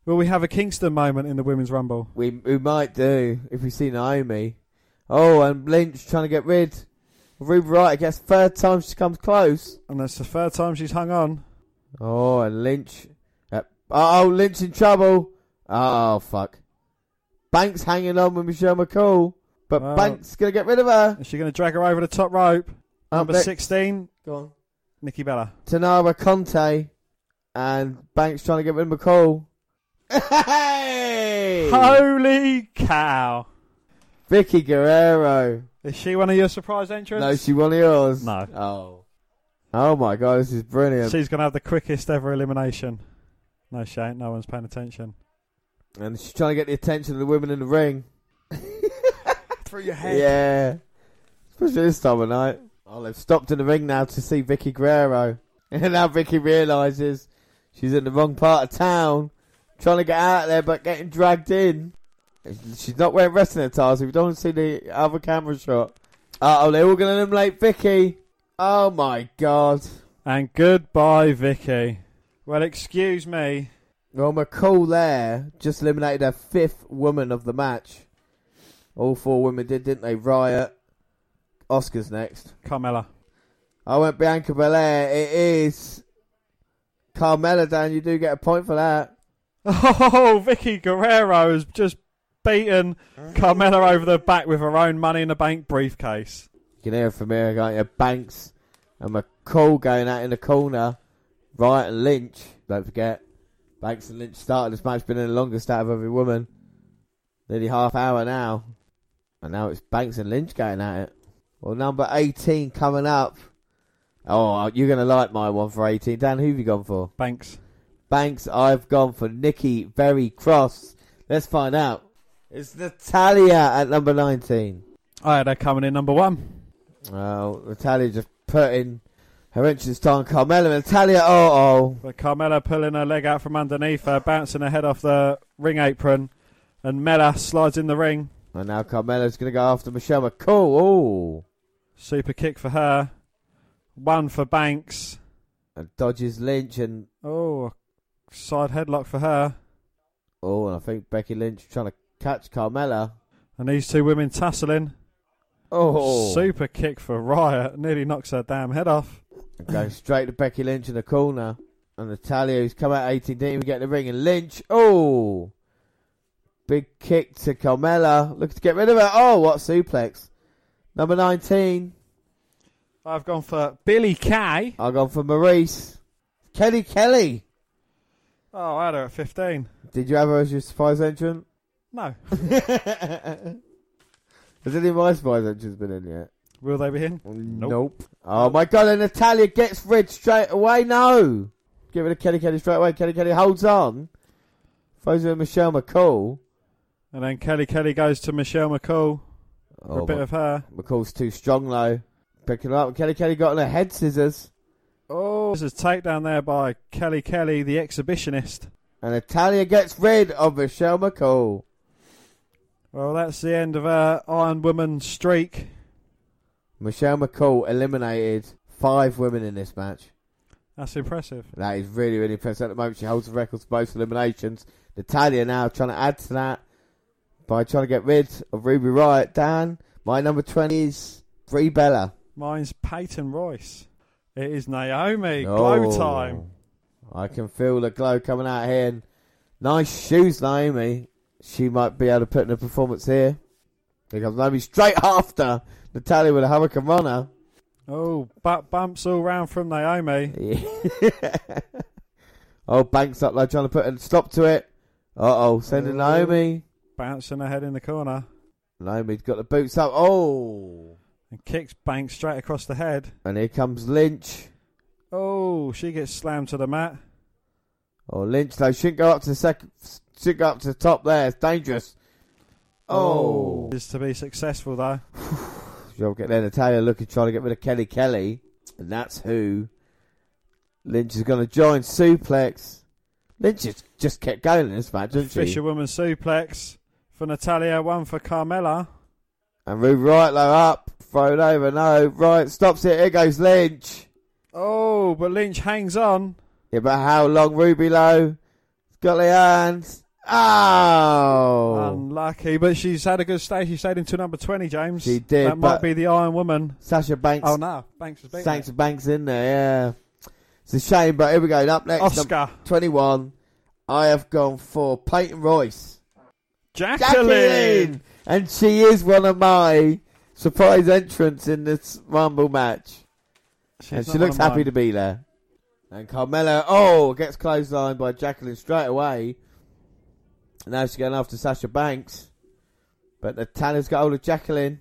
Will we have a Kingston moment in the Women's Rumble? we we might do if we see Naomi. Oh, and Lynch trying to get rid. of Ruby Riot gets third time she comes close. And that's the third time she's hung on. Oh, and Lynch. Uh, oh, Lynch in trouble. Oh fuck. Banks hanging on with Michelle McCool, but Well- Banks gonna get rid of her. Is she going to drag her over the top rope? Up Number next- 16. Go on. Nikki Bella. Tanara Conte, and Banks trying to get rid of McCool. Hey! Holy cow. Vicky Guerrero. Is she one of your surprise entrants? No, she won yours. No. Oh. Oh my god, this is brilliant. She's going to have the quickest ever elimination. No, she ain't. No one's paying attention. and she's trying to get the attention of the women in the ring. Through your Yeah. Especially this time of night. Oh, they've stopped in the ring now to see Vicky Guerrero. And now Vicky realises she's in the wrong part of town. Trying to get out of there but getting dragged in. She's not wearing wrestling attire, so we don't want to see the other camera shot. Uh oh, they're all going to eliminate Vicky. Oh my god. And goodbye, Vicky. Well, excuse me. Well, McCall there just eliminated her fifth woman of the match. All four women did, didn't they? Riot. Oscar's next. Carmella. I went Bianca Belair. It is Carmella, Dan. You do get a point for that. Oh, Vicky Guerrero has just beaten Carmella over the back with her own Money in the Bank briefcase. You can hear it from here, can't you? Banks and McCall going out in the corner. Riot and Lynch. Don't forget. Banks and Lynch started this match, been in the longest out of every woman. Nearly half hour now. And now it's Banks and Lynch going at it. Well, number 18 coming up. Oh, you're going to like my one for 18. Dan, who have you gone for? Banks. Banks, I've gone for Nikki Very Cross. Let's find out. It's Natalia at number 19. I had her Oh, coming in number one. Oh, Natalia just put in her entrance time. Carmella, Natalia, oh, But Carmella pulling her leg out from underneath her, bouncing her head off the ring apron, and Mella slides in the ring. oh. And now Carmella's going to go after Michelle McCool. Oh, Super kick for her. One for Banks. and dodges Lynch and Oh, side headlock for her. oh, and I think Becky Lynch trying to catch Carmella. And these two women tussling. Oh. Super kick for Riot. Nearly knocks her damn head off. And goes straight to Becky Lynch in the corner. And Natalia, who's come out 18, didn't even get in the ring. And Lynch, oh, big kick to Carmella. Looking to get rid of her. Oh, what a suplex. Number 19. I've gone for Billy Kay. I've gone for Maurice. Kelly Kelly. Oh, I had her at 15. Did you have her as your surprise entrant? No. Has any of my surprise entrants been in yet? Will they be in? Nope. Oh my god, and Natalia gets rid straight away. No. Give it to Kelly Kelly straight away. Kelly Kelly holds on. Throws her in Michelle McCall. And then Kelly Kelly goes to Michelle McCall for Oh, a bit my- of her. McCall's too strong though. Picking her up. Kelly Kelly got on her head scissors. Oh, this is takedown there by Kelly Kelly, the exhibitionist. And Natalia gets rid of Michelle McCall. Well, that's the end of her Iron Woman streak. Michelle McCall eliminated five women in this match. That's impressive. That is really, really impressive. At the moment, she holds the records for most eliminations. Natalia now trying to add to that by trying to get rid of Ruby Riot. Dan, my number 20 is Brie Bella. Mine's Peyton Royce. It is Naomi. Oh. Glow time. I can feel the glow coming out here. And nice shoes, Naomi. She might be able to put in a performance here. Here comes Naomi straight after Natalia with a hurricane runner. Oh, butt bumps all round from Naomi. Oh, Banks up there trying to put a stop to it. Uh oh, sending Oh. Naomi. Bouncing her head in the corner. Naomi's got the boots up. Oh! And kicks Banks straight across the head. And here comes Lynch. Oh, she gets slammed to the mat. Oh, Lynch though shouldn't go up to the second, shouldn't go up to the top there. It's dangerous. Oh, Is to be successful though. Joel get there. Natalia looking trying to get rid of Kelly Kelly, and that's who Lynch is going to join. Suplex. Lynch has just kept going in this match, didn't she? Fisherwoman suplex for Natalia, one for Carmella. And Ruby Wright low up, thrown over. No, Wright stops it. Here goes Lynch. Oh, but Lynch hangs on. Yeah, but how long Ruby low? Got the hands. Oh. Unlucky, but she's had a good stage. She stayed into number 20, James. She did, That might but- be the Iron Woman. Sasha Banks. Oh, no. Banks has beaten Thanks it. for Banks in there, yeah. It's a shame, but here we go. Up next, Oscar. number 21. I have gone for Peyton Royce. Jacqueline! And she is one of my surprise entrants in this Rumble match. and not she looks one of happy mine. to be there. And Carmella, oh, gets clotheslined by Jacqueline straight away. And now she's going after Sasha Banks. But the Tanner's got hold of Jacqueline.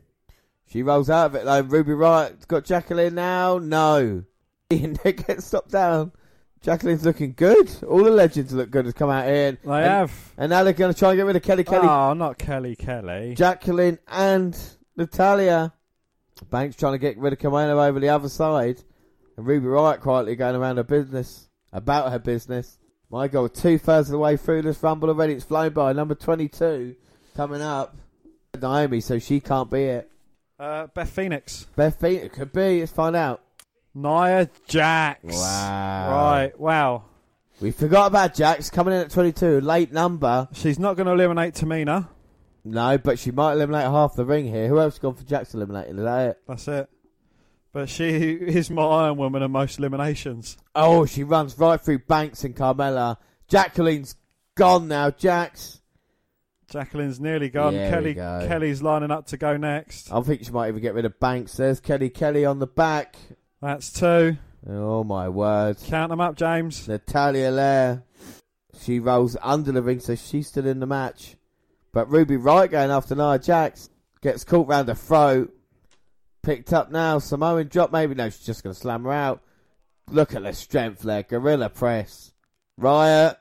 She rolls out of it though. Ruby Wright's got Jacqueline now. No. Ian Nick gets stopped down. Jacqueline's looking good. All the legends look good has come out here. They and, have. And now they're going to try and get rid of Kelly Kelly. Oh, not Kelly Kelly. Jacqueline and Natalia. Banks trying to get rid of Kimona over the other side. And Ruby Riot quietly going around her business. About her business. My God, two thirds of the way through this rumble already. It's flown by. Number 22 coming up. Naomi, so she can't be it. uh, Beth Phoenix. Beth Phoenix it could be. Let's find out. Nia Jax. Wow. Right, wow. We forgot about Jax coming in at 22. Late number. She's not going to eliminate Tamina. No, but she might eliminate half the ring here. Who else gone for Jack's eliminated? Is that it? That's it. But she is my Iron Woman and most eliminations. Oh, she runs right through Banks and Carmella. Jacqueline's gone now. Jax. Jacqueline's nearly gone. There we Kelly go. Kelly's lining up to go next. I think she might even get rid of Banks. There's Kelly Kelly on the back. That's two. Oh my word! Count them up, James. Natalia Lair. She rolls under the ring, so she's still in the match. But Ruby Wright going after Nia Jax gets caught round the throat. Picked up now. Samoan drop. Maybe no. She's just going to slam her out. Look at the strength there. Gorilla press. Riot.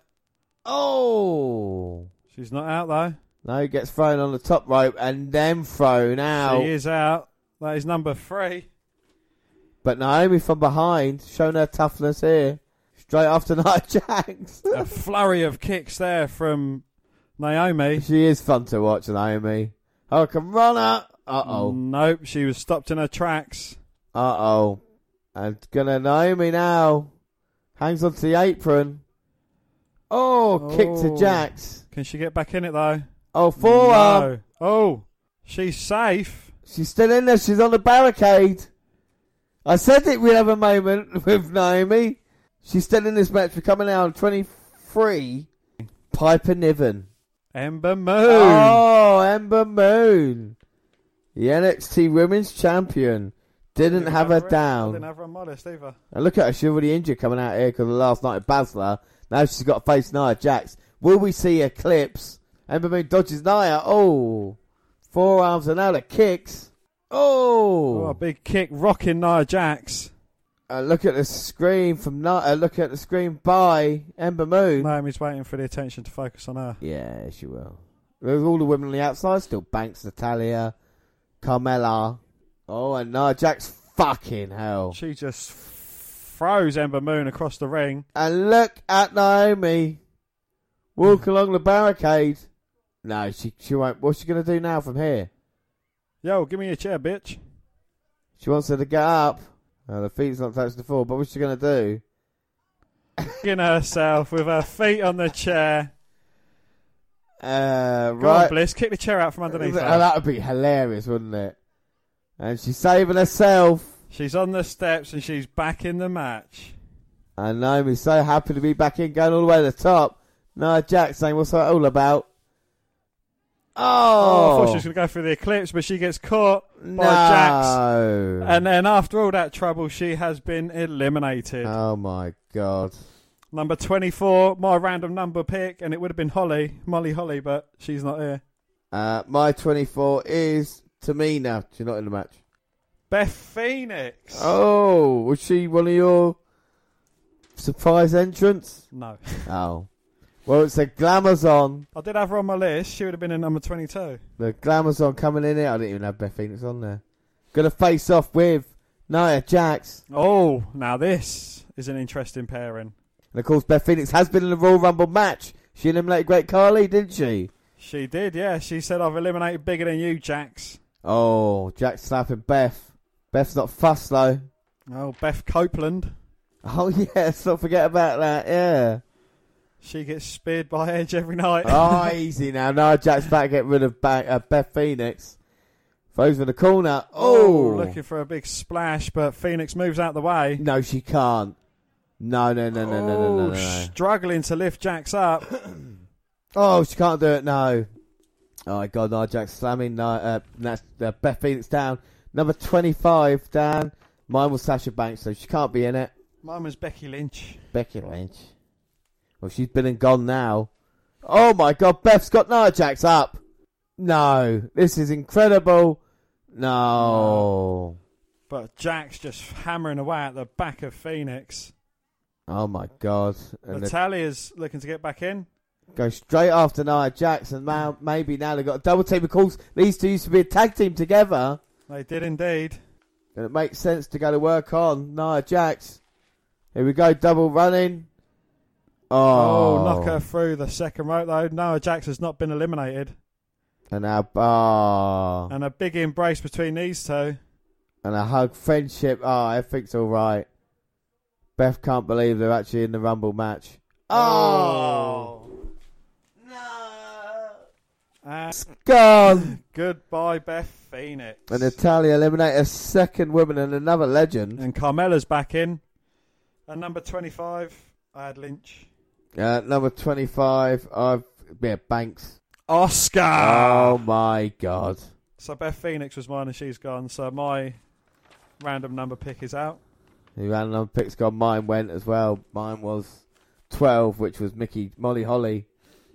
Oh. She's not out though. No, gets thrown on the top rope and then thrown out. She is out. That is number three. But Naomi from behind, showing her toughness here. Straight after Nia Jax. A flurry of kicks there from Naomi. She is fun to watch, Naomi. Hurricane Runner. Uh oh. Nope, she was stopped in her tracks. Uh oh. And gonna Naomi now. Hangs onto the apron. Oh, kick to Jax. Can she get back in it though? Oh, forearm. No. Oh, she's safe. She's still in there. She's on the barricade. I said it. We have a moment with Naomi. She's still in this match. We're coming out on 23. Piper Niven. Ember Moon. Oh, Ember Moon. The NXT Women's Champion. Didn't have her I didn't down. have her on my list either. And look at her. She's already injured coming out here because of last night at Basler. Now she's got to face Nia Jax. Will we see Eclipse? Ember Moon dodges Nia. Oh. Forearms and now the kicks. Oh. Oh, a big kick rocking Nia Jax. Uh, look at the screen from Ni- uh, look at the screen by Ember Moon. Naomi's waiting for the attention to focus on her. Yeah, she will. There's all the women on the outside still. Banks, Natalia, Carmella. Oh, and Nia Jax. Fucking hell. She just throws Ember Moon across the ring. And look at Naomi. Mm. Walk along the barricade. No, she she won't. What's she going to do now from here? Yo, give me a chair, bitch. She wants her to get up. Oh, the feet's not touching the floor, but what's she going to do? Kicking herself with her feet on the chair. Uh, Go right. on, Bliss. Kick the chair out from underneath her. Oh, that would be hilarious, wouldn't it? And she's saving herself. She's on the steps and she's back in the match. And Naomi's so happy to be back in, going all the way to the top. Nia Jack saying, what's that all about? I Oh! thought she was going to go through the eclipse, but she gets caught by Jax. no. And then after all that trouble, she has been eliminated. oh my god. Number 24, my random number pick, and it would have been Holly, Molly Holly, but she's not here. Uh, my 24 is Tamina. She's not in the match. Beth Phoenix. Oh, was she one of your surprise entrants? No. Oh. Well, it's a Glamazon. I did have her on my list. She would have been in number 22. The Glamazon coming in here. I didn't even have Beth Phoenix on there. Gonna face off with Nia Jax. Oh, now this is an interesting pairing. And of course, Beth Phoenix has been in the Royal Rumble match. She eliminated Great Carly, didn't she? She did, yeah. She said, I've eliminated bigger than you, Jax. Oh, Jax slapping Beth. Beth's not fussed though. Oh, Beth Copeland. Oh yeah, let's not forget about that. Yeah. She gets speared by Edge every night. Oh, easy now. Now Jack's back. to Get rid of back, uh, Beth Phoenix. Throws in the corner. Oh, Looking for a big splash, but Phoenix moves out the way. Oh, no, she can't. No, no, no, no, no, no, no, no, no. Struggling to lift Jax up. Oh, she can't do it. No. Oh my God, Nia Jax slamming Nia- uh, that's, uh, Beth Phoenix down. Number twenty-five down. Mine was Sasha Banks, so she can't be in it. Mine was Becky Lynch. Becky Lynch. Well, she's been and gone now. Oh my God, Beth's got Nia Jax up. No, this is incredible. No. But Jax just hammering away at the back of Phoenix. Oh my God. And they Natalia's looking to get back in. go straight after Nia Jax, and now maybe now they've got a double team. Of course, these two used to be a tag team together. They did indeed. And it makes sense to go to work on Nia Jax. Here we go, double running. Oh, Oh, knock her through the second rope though. Noah Jax has not been eliminated. And now, oh. And a big embrace between these two. and a hug, friendship. Oh, everything's all right. Beth can't believe they're actually in the Rumble match. Oh, no. It's gone. Goodbye, Beth Phoenix. And Natalia eliminated a second woman and another legend. And Carmella's back in. And number 25, I had Lynch. Uh, number 25, I've. Yeah, Banks. Oscar! Oh my god. So Beth Phoenix was mine and she's gone. So my random number pick is out. The random pick's gone. Mine went as well. Mine was 12, which was Mickey Molly Holly.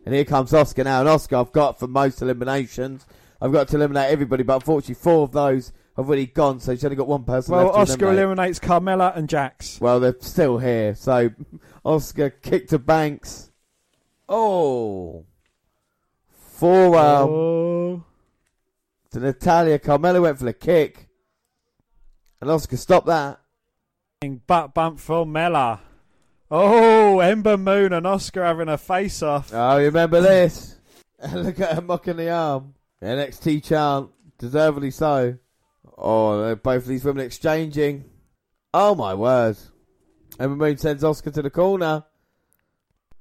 And here comes Oscar now. And Oscar, I've got for most eliminations. I've got to eliminate everybody, but unfortunately, four of those have already gone, so she's only got one person Well, left. to Oscar eliminate. eliminates Carmella and Jax. Well, they're still here. So Oscar kicked to Banks. Oh. Forearm. Oh. Um, To Natalia. Carmella went for the kick. And Oscar stopped that. Butt bump from Mella. Oh, Ember Moon and Oscar having a face off. Oh, you remember this? Look at her mocking the arm. NXT chant. Deservedly so. Oh, they're both of these women exchanging. Oh, my word. Ember Moon sends Oscar to the corner.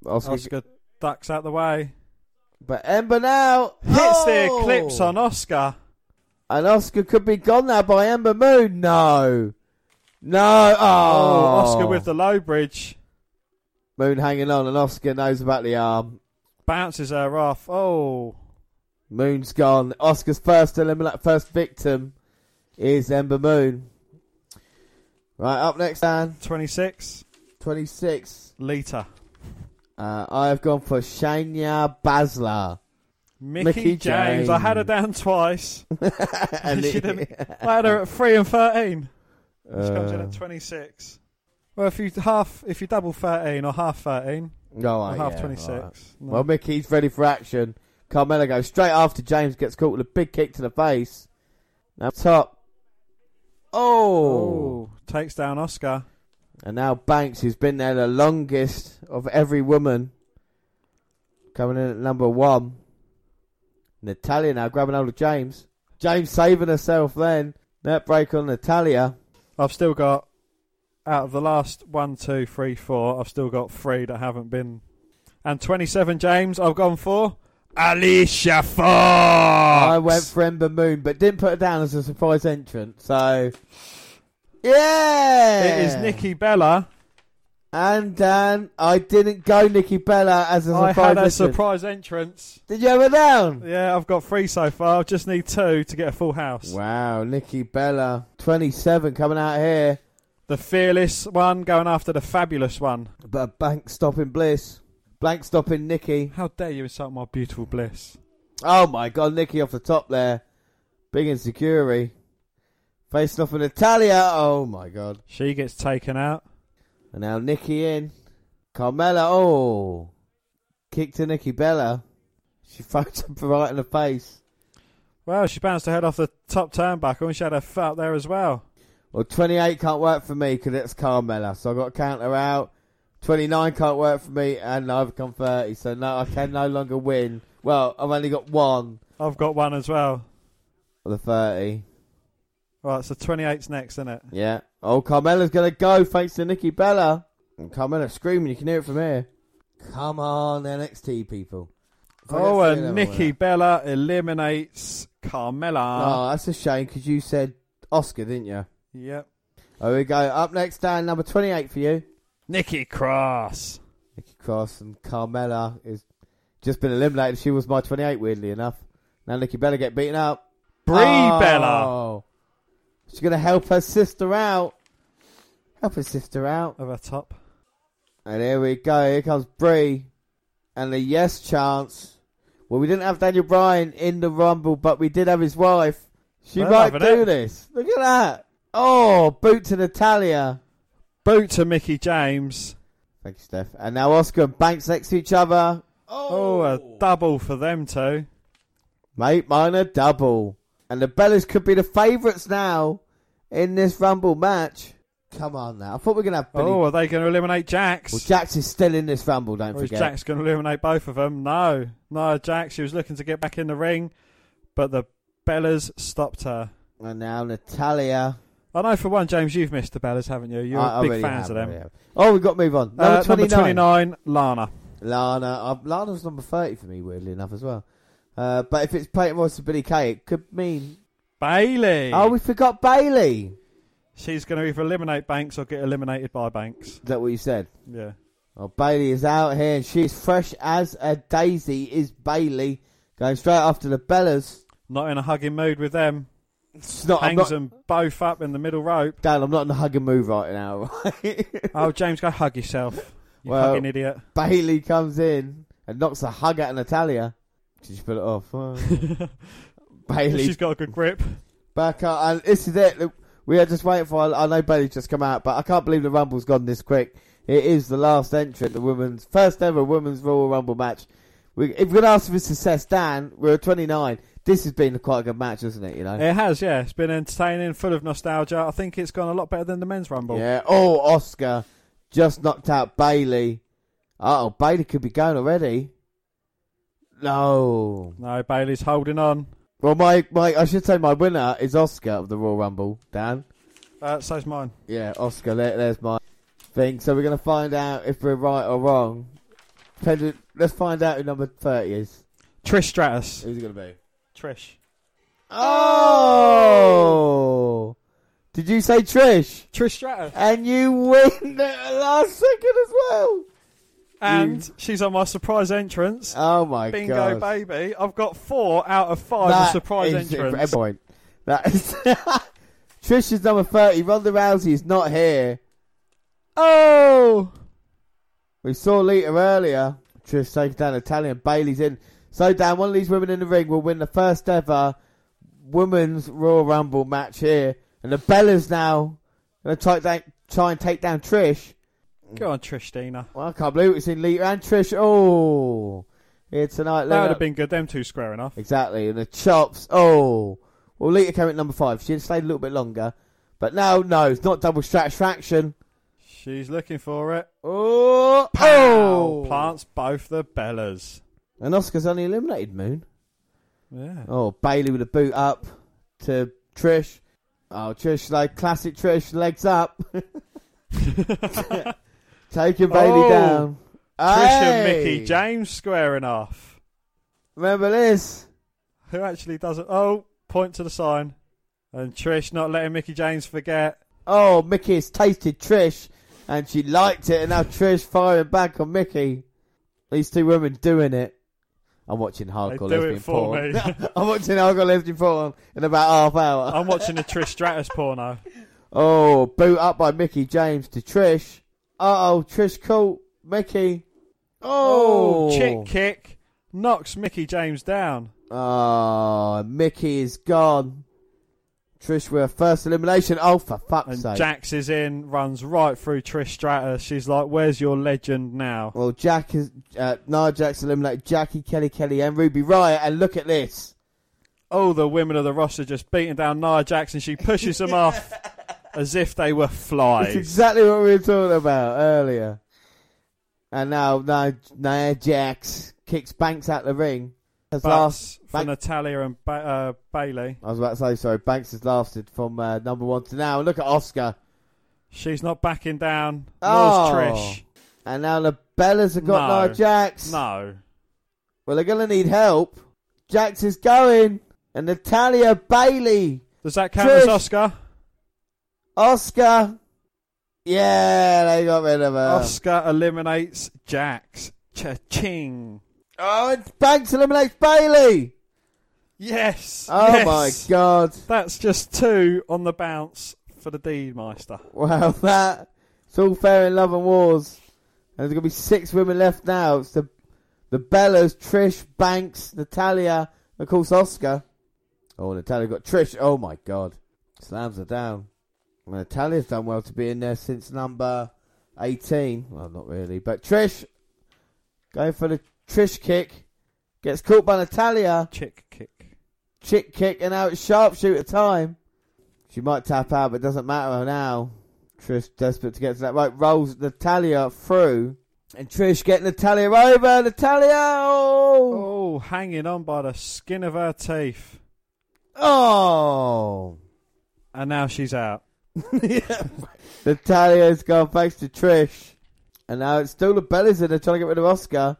Oscar, Oscar ducks out the way. But Ember now hits Oh! the eclipse on Oscar. And Oscar could be gone now by Ember Moon. No. No. Oh. Oscar with the low bridge. Moon hanging on, and Oscar knows about the arm. Bounces her off. Oh. Moon's gone. Oscar's first eliminate, first victim is Ember Moon. Right, up next, Dan. 26. 26. Lita. Uh, I have gone for Shania Basler. Mickey, James. I had her down twice. And She'd it- have- I had her at 3 and 13. She comes in Uh. at 26. Well, if you half, if you double 13 or half 13, No, or half yeah, 26. alright. No. Well, Mickey's ready for action. Carmella goes straight after James gets caught with a big kick to the face. Now top. Oh. Ooh, takes down Oscar. And now Banks, who's been there the longest of every woman, coming in at number one. Natalia now grabbing hold of James. James saving herself then. Net break on Natalia. I've still got out of the last one, two, three, four. I've still got three that haven't been. And twenty-seven, James. I've gone for Alicia Fox. I went for Ember Moon, but didn't put her down as a surprise entrant. So, yeah, It is Nikki Bella. And Dan, I didn't go Nikki Bella as a I surprise had a entrant. surprise entrance. Did you have her down? Yeah, I've got three so far. I just need two to get a full house. Wow, Nikki Bella, twenty-seven, coming out here. The fearless one going after the fabulous one. But a bank stopping Bliss, blank stopping Nikki. How dare you insult my beautiful Bliss? Oh my God, Nikki off the top there, big insecurity, facing off with Natalia. Oh my God, she gets taken out. And now Nikki in, Carmella. Oh, kick to Nikki Bella. She fucked up right in the face. Well, she bounced her head off the top turnbuckle and she had her foot up there as well. Well, 28 can't work for me because it's Carmella, so I've got to counter out. 29 can't work for me, and I've come 30, so no, I can no longer win. Well, I've only got one I've got one as well. of the 30. Right, so 28's next, isn't it? Yeah. Oh, Carmella's going to go thanks to Nikki Bella. And Carmella screaming, you can hear it from here. Come on, NXT people. If I get Oh, to see and them, I Nikki Bella eliminates Carmella. Oh, that's a shame because you said Oscar, didn't you? Yep. There we go. Up next, Dan, number 28 for you. Nikki Cross. Nikki Cross and Carmella is just been eliminated. She was my 28, weirdly enough. Now Nikki Bella get beaten up. Oh. Brie Bella. She's going to help her sister out. Help her sister out. Over top. And here we go. Here comes Brie. And the yes chance. Well, we didn't have Daniel Bryan in the Rumble, but we did have his wife. She They're might loving do it. this. Look at that. Oh, boot to Natalia. Boot to Mickey James. Thank you, Steph. And now Oscar and Banks next to each other. Oh, a double for them two. Mate, mine are double. And the Bellas could be the favourites now in this Rumble match. Come on now. I thought we were going to have Billy. Oh, are they going to eliminate Jax? Well, Jax is still in this Rumble, don't Or is forget. Jax going to eliminate both of them? No. No, Jax, she was looking to get back in the ring, but the Bellas stopped her. And now Natalia. I know for one, James, you've missed the Bellas, haven't you? You're I- I big really fans have, of I them. really have. Oh, we've got to move on. Number, Uh, 29. number 29, Lana. Lana. Uh, Lana's number 30 for me, weirdly enough, as well. Uh, but if it's Peyton Royce and Billy Kay, it could mean Bailey. Oh, we forgot Bailey. She's going to either eliminate Banks or get eliminated by Banks. Is that what you said? Yeah. Oh, Bailey is out here and she's fresh as a daisy. Is Bailey going straight after the Bellas? Not in a hugging mood with them. It's not- I'm Hangs not- them both up in the middle rope. Dan, I'm not in the hug and move right now. Right? oh, James, go hug yourself. You fucking idiot. Bailey comes in and knocks a hug at Natalia. She just put it off. Oh. Bailey. She's got a good grip. Back up, and this is it. Look, We are just waiting for. I know Bailey's just come out, but I can't believe the Rumble's gone this quick. It is the last entrant, the women's first ever women's Royal Rumble match. We, if we're gonna ask for success, Dan, we're at 29. This has been quite a good match, isn't it? You know. It has, yeah. It's been entertaining, full of nostalgia. I think it's gone a lot better than the men's rumble. Yeah. Oh, Oscar just knocked out Bailey. Oh, Bailey could be going already. No. No, Bailey's holding on. Well, my, my I should say my winner is Oscar of the Royal Rumble, Dan. Uh, so's mine. Yeah, Oscar, there, there's my thing. So we're going to find out if we're right or wrong. Depending, let's find out who number 30 is. Trish Stratus. Who's it going to be? Trish. Oh! Did you say Trish? Trish Stratus. And you win at the last second as well. And she's on my surprise entrance. Oh my Bingo, God. baby. I've got four out of five of That surprise is entrance. a point. That is Trish is number 30. Ronda Rousey is not here. Oh! We saw Lita earlier. Trish taking down Italian. Bailey's in. So, Dan, one of these women in the ring will win the first ever women's Royal Rumble match here. And the Bellas now going to try, down- try and take down Trish. Go on, Trish Dina. Well, I can't believe we've seen Lita and Trish. Oh! Here tonight. That Lita- would have been good. Them two squaring off. Exactly, and the chops. Oh, well, Lita came at number five. She had stayed a little bit longer, but now, no, it's not double satisfaction. She's looking for it. Oh, oh! Plants both the Bellas. And Oscar's only eliminated Moon. Yeah. Oh, Bailey with a boot up to Trish. Oh, Trish, like classic Trish, legs up. Taking Bailey Oh, down. Trish and Hey! Mickey James squaring off. Remember this? Who actually doesn't? Oh, point to the sign. And Trish not letting Mickey James forget. Oh, Mickey has tasted Trish, and she liked it, and now Trish firing back on Mickey. These two women doing it. I'm watching hardcore do it lesbian for porn. me. I'm watching hardcore lesbian porn in about half hour. I'm watching the Trish Stratus porno. Oh, boot up by Mickey James to Trish. Uh oh, Trish caught Mickey. Oh, chick kick knocks Mickey James down. Oh, Mickey is gone. Trish with her first elimination. Oh, for fuck's sake. Jax is in, runs right through Trish Stratus. She's like, "Where's your legend now?" Well, Jack is uh, Nia Jax eliminated Jackie Kelly Kelly and Ruby Riot, and look at this. All Oh, the women of the roster just beating down Nia Jax, and she pushes them off as if they were That's flies. exactly what we were talking about earlier. And now Nia, Nia Jax kicks Banks out the ring. Has But last, for Natalia and ba- uh, Bailey, I was about to say sorry. Banks has lasted from uh, number one to now. Look at Oscar. she's not backing down. Nor's Oh. Trish. And now the Bellas have got No. Nia Jax. No. Well, they're gonna need help. Jax is going, and Natalia Bailey. Does that count as Trish. Oscar? Oscar. Yeah, they got rid of her. Oscar eliminates Jax. Cha-ching. Oh, it's Banks eliminates Bailey. Yes. Oh yes. my god! That's just two on the bounce for the D Meister. Wow, that it's all fair in love and wars. And there's gonna be six women left now. It's the the Bellas, Trish, Banks, Natalia, of course Oscar. Oh, Natalia got Trish. Oh my god! Slams her down. Well, Natalia's done well to be in there since number eighteen. Well, not really, but Trish going for the Trish kick. Gets caught by Natalia. Chick kick. Chick kick, and now it's sharpshooter time. She might tap out, but it doesn't matter now. Trish desperate to get to that right, rolls Natalia through, and Trish get Natalia over. Natalia, oh, Oh, hanging on by the skin of her teeth. oh. And now she's out. Natalia's gone thanks to Trish, and now it's still the Bellas in there trying to get rid of Oscar.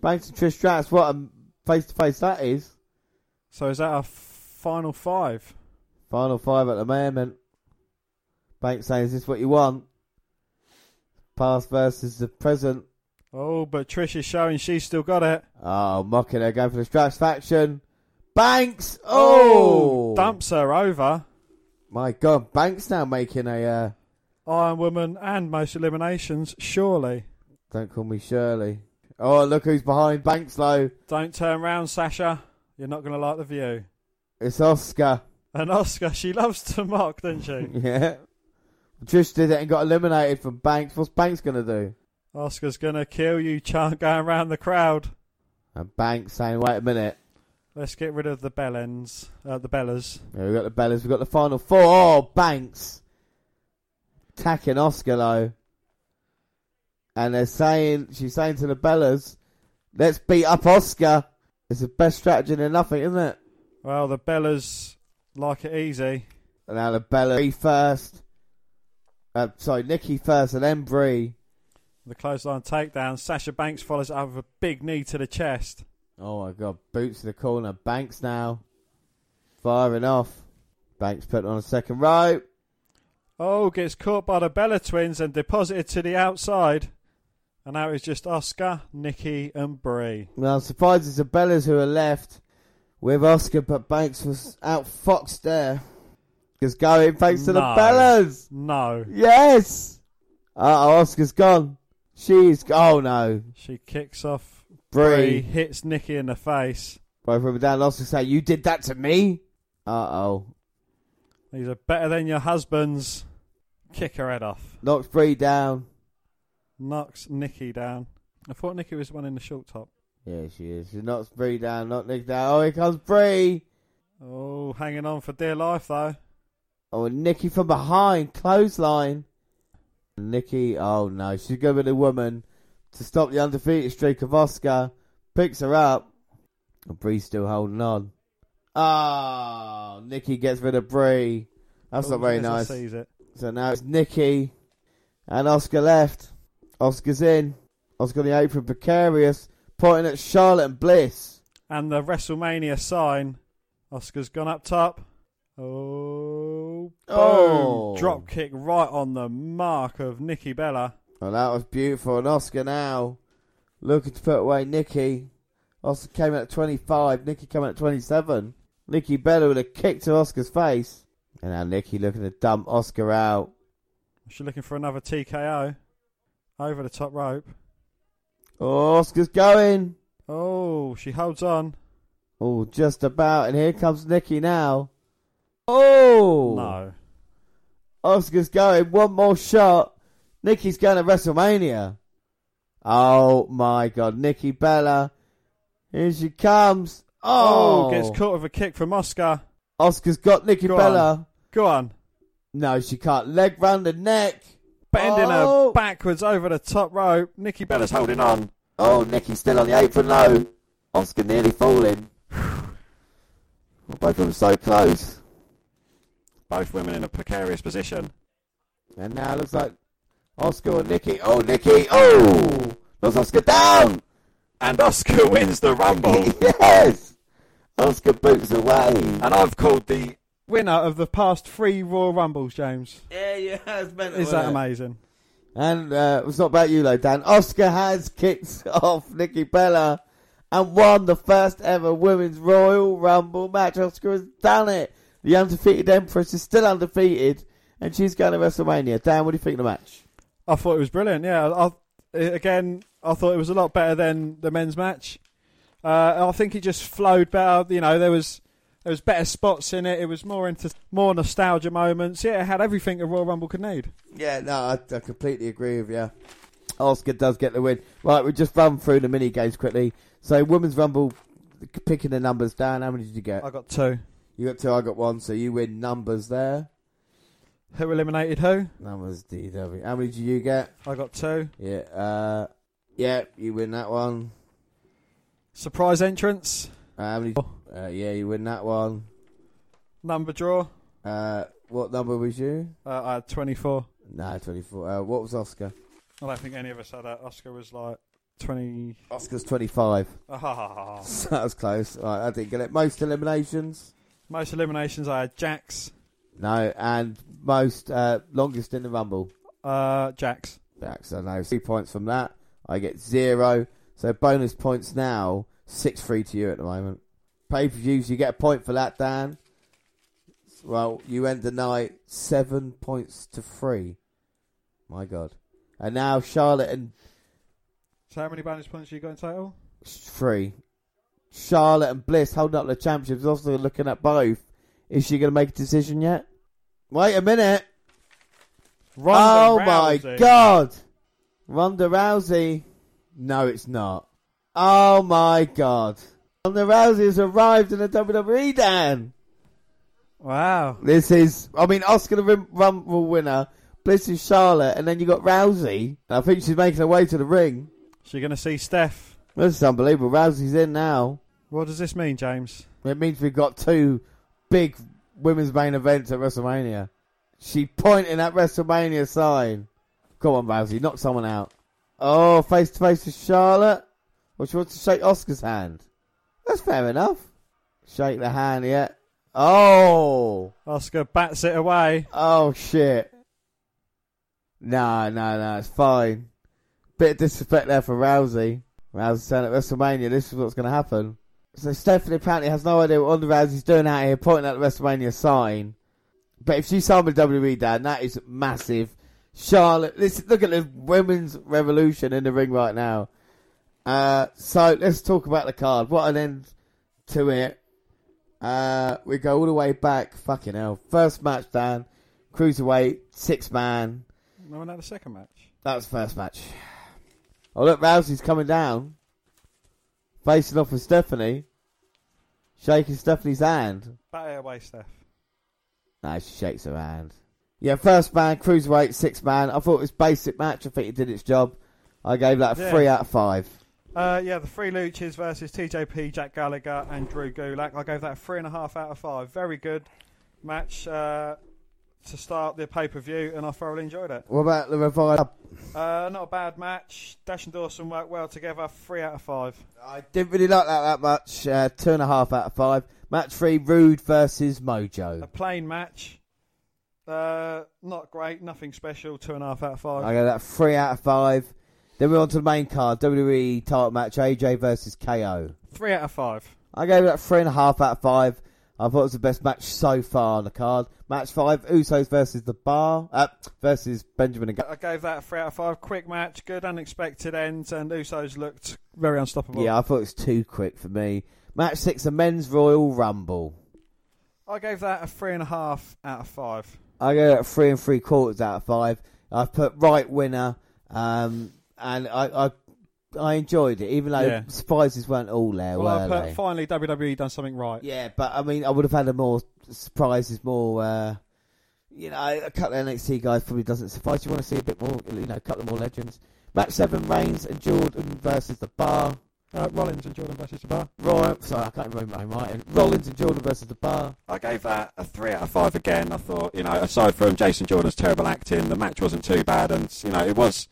Banks and Trish Stratus, what a face to face that is. So is that our final five? Final five at the moment. Bank saying, "Is this what you want?" Past versus the present. Oh, but Trish is showing she's still got it. Oh, mocking her, going for the satisfaction. Banks. Oh, dumps her over. My God, Banks now making a. Uh, Iron Woman and most eliminations, surely. don't call me Shirley. Oh, look who's behind Banks though. Don't turn round, Sasha. You're not going to like the view. It's Oscar. And Oscar, she loves to mock, doesn't she? Yeah. Trish did it and got eliminated from Banks. What's Banks gonna do? Oscar's going to kill you, chant going round the crowd. And Banks saying, "Wait a minute." Let's get rid of the Bellends, uh, the Bellas. Yeah, we got the Bellas. We got the final four. Oh, Banks attacking Oscar though, and they're saying she's saying to the Bellas, "Let's beat up Oscar." It's the best strategy than nothing, isn't it? Well, the Bellas like it easy. And now the Bella Bree first. Uh, sorry, Nikki first, and then Bree. The clothesline takedown. Sasha Banks follows it up with a big knee to the chest. Oh my god, boots in the corner. Banks now. Firing off. Banks putting on a second rope. Oh, gets caught by the Bella twins and deposited to the outside. And now it's just Oscar, Nikki, and Brie. Well, I'm surprised it's the Bellas who are left with Oscar, but Banks was outfoxed there. Oscar's going thanks to the No. Bellas. No. Yes. Uh oh, Oscar's gone. She's oh no. She kicks off Bree. Bree, hits Nikki in the face. Both of them down. Oscar say, "You did that to me." Uh oh. These are better than your husbands. Kick her head off. Knocks Bree down. Knocks Nikki down. I thought Nikki was the one in the short top. Yeah, she is. She knocks Bree down. Knocks Nick down. Oh, here comes Bree. Oh, hanging on for dear life though. Oh, and Nikki from behind, clothesline. Nikki, oh no, she's going to be the woman to stop the undefeated streak of Oscar. Picks her up. And Bree's still holding on. Oh, Nikki gets rid of Bree. That's Oh, not very yes, I nice. sees it. So now it's Nikki and Oscar left. Oscar's in. Oscar on the apron, precarious, pointing at Charlotte and Bliss. And the WrestleMania sign. Oscar's gone up top. Oh, boom. Oh. Drop kick right on the mark of Nikki Bella. Oh, that was beautiful. And Oscar now looking to put away Nikki. Oscar came out at 25. Nikki came out at 27. Nikki Bella with a kick to Oscar's face. And now Nikki looking to dump Oscar out. She's looking for another TKO. Over the top rope. Oh, Oscar's going. Oh, she holds on. Oh, just about. And here comes Nikki now. Oh! No. Oscar's going. One more shot. Nikki's going to WrestleMania. Oh my god. Nikki Bella. Here she comes. Oh! gets caught with a kick from Oscar. Oscar's got Nikki Go Bella. on. Go on. No, she can't. Leg round the neck. Bending Oh. her backwards over the top rope. Nikki Bella's holding on. Oh, Nikki's still on the apron though. Oscar nearly falling. Both of them so close. Both women in a precarious position. And now it looks like Oscar or Nikki. Oh, Nikki. Oh, that's Oscar down. And Oscar wins the Rumble. yes. Oscar boots away. And I've called the Winner of the past three Royal Rumbles, James. Yeah, yeah, that's mental. Is that amazing? And uh, it's not about you, though, Dan. Oscar has kicked off Nikki Bella and won the first ever Women's Royal Rumble match. Oscar has done it. The undefeated Empress is still undefeated, and she's going to WrestleMania. Dan, what do you think of the match? I thought it was brilliant. Yeah, I, I- again, I thought it was a lot better than the men's match. Uh, I think it just flowed better. You know, there was there was better spots in it. It was more into more nostalgia moments. Yeah, it had everything a Royal Rumble could need. Yeah, no, I, I completely agree with you. Oscar does get the win. Right, we just run through the mini games quickly. So, Women's Rumble, picking the numbers. Dan, how many did you get? I got two. You got two, I got one, so you win numbers there. Who eliminated who? Numbers DW. How many did you get? I got two. Yeah, uh, yeah, you win that one. Surprise entrance. Uh, how many? Uh, yeah, you win that one. Number draw. Uh, what number was you? Uh, I had 24. Nah, 24. Uh, what was Oscar? I don't think any of us had that. Oscar was like 20. Oscar's 25. Ah. So that was close. Right, I didn't get it. Most eliminations? Most eliminations I had Jax. No. And most uh, longest in the Rumble? Uh, Jax. Jax, I know. Three points from that. I get zero. So bonus points now. 6 3 to you at the moment. Pay per views, you get a point for that, Dan. Well, you end the night 7 points to 3. My God. And now Charlotte and So how many bonus points you got in total? three. Charlotte and Bliss holding up the championships. Also looking at both. Is she going to make a decision yet? Wait a minute. Ronda oh my Rousey. god. Ronda Rousey. No, it's not. Oh my god. Ronda Rousey has arrived in the WWE, Dan. Wow. This is, I mean, Oscar the Rum- Rumble winner, Bliss and Charlotte, and then you got Rousey. I think she's making her way to the ring. She's going to see Steph. This is unbelievable. Rousey's in now. What does this mean, James? It means we've got two big women's main events at WrestleMania. She pointing at WrestleMania sign. Come on, Rousey, knock someone out. Oh, face to face with Charlotte. Or she wants to shake Oscar's hand. That's fair enough. Shake the hand, yeah. Oh. Oscar bats it away. Oh, shit. No, no, no, it's fine. Bit of disrespect there for Rousey. Rousey saying at WrestleMania, this is what's going to happen. So Stephanie apparently has no idea what Ronda Rousey's doing out here, pointing at the WrestleMania sign. But if she signed with WWE, Dan, that is massive. Charlotte, listen, look at the women's revolution in the ring right now. Uh, so let's talk about the card. What an end to it. Uh, we go all the way back. Fucking hell. First match, Dan. Cruiserweight, six man. No one had the second match. That was the first match. Oh look, Rousey's coming down, facing off with Stephanie, shaking Stephanie's hand. Bat it away, Steph. No, she shakes her hand. Yeah, first man, cruiserweight, six man. I thought it was basic match. I think it did its job. I gave that a Yeah. three out of five. Uh, yeah, the Free Luchas versus TJP, Jack Gallagher, and Drew Gulak. I gave that a three and a half out of five. Very good match uh, to start the pay per view, and I thoroughly enjoyed it. What about the revival? Uh, not a bad match. Dash and Dawson worked well together. Three out of five. I Didn't really like that that much. Uh, two and a half out of five. Match three, Rude versus Mojo. A plain match. Uh, not great. Nothing special. Two and a half out of five. I gave that three out of five. Then we're on to the main card, WWE title match, AJ versus KO. Three out of five. I gave it a three and a half out of five. I thought it was the best match so far on the card. Match five, Usos versus the Bar uh, versus Benjamin and. Ga- I gave that a three out of five. Quick match. Good unexpected end, and Usos looked very unstoppable. Yeah, I thought it was too quick for me. Match six, the men's Royal Rumble. I gave that a three and a half out of five. I gave it a three and three quarters out of five. I put right winner, um, and I, I I enjoyed it, even though Yeah. surprises weren't all there. Well, I were put, they? finally WWE done something right. Yeah, but I mean, I would have had a more surprises, more. Uh, you know, a couple of NXT guys probably doesn't suffice. You want to see a bit more, you know, a couple of more legends. Match seven: Reigns and Jordan versus the Bar. Uh, Rollins and Jordan versus the Bar. Roy, sorry, I can't remember my own writing. Rollins and Jordan versus the Bar. I gave that a three out of five again. I thought, you know, aside from Jason Jordan's terrible acting, the match wasn't too bad, and you know, it was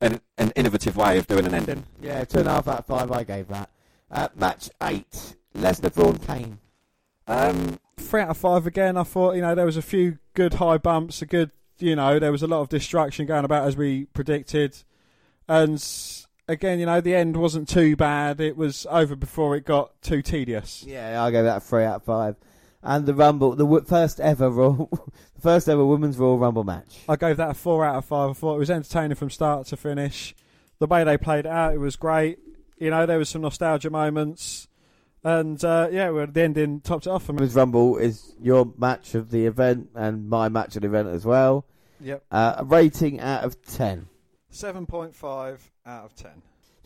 an, an innovative way of doing an ending. Yeah, two and a half out of five. I gave that. Uh, match eight: Lesnar Braun Kane. Um, three out of five again. I thought, you know, there was a few good high bumps, a good, you know, there was a lot of destruction going about as we predicted, and s- again, you know, the end wasn't too bad. It was over before it got too tedious. Yeah, I gave that a three out of five. And the Rumble, the w- first ever Raw, first ever women's Royal Rumble match. I gave that a four out of five. I thought it was entertaining from start to finish. The way they played it out, it was great. You know, there was some nostalgia moments, and uh, yeah, well, the ending topped it off for me. Women's Rumble is your match of the event and my match of the event as well. Yep. Uh, a rating out of 10. Seven point five out of ten. Do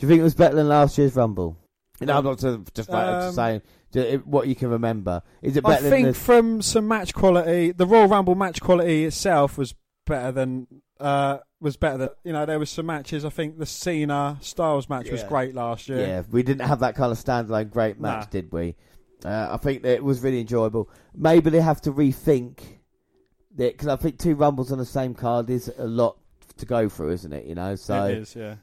you think it was better than last year's Rumble? No, I'm not to, just, I'm Um, just saying ju- it- what you can remember. Is it I better than think the, from some match quality, the Royal Rumble match quality itself was better than uh, was better than you know. There was some matches. I think the Cena Styles match was Yeah. great last year. Yeah, we didn't have that kind of standalone great match, Nah. did we? Uh, I think that it was really enjoyable. Maybe they have to rethink it because I think two Rumbles on the same card is a lot to go through, isn't it? You know, so it is. Yeah.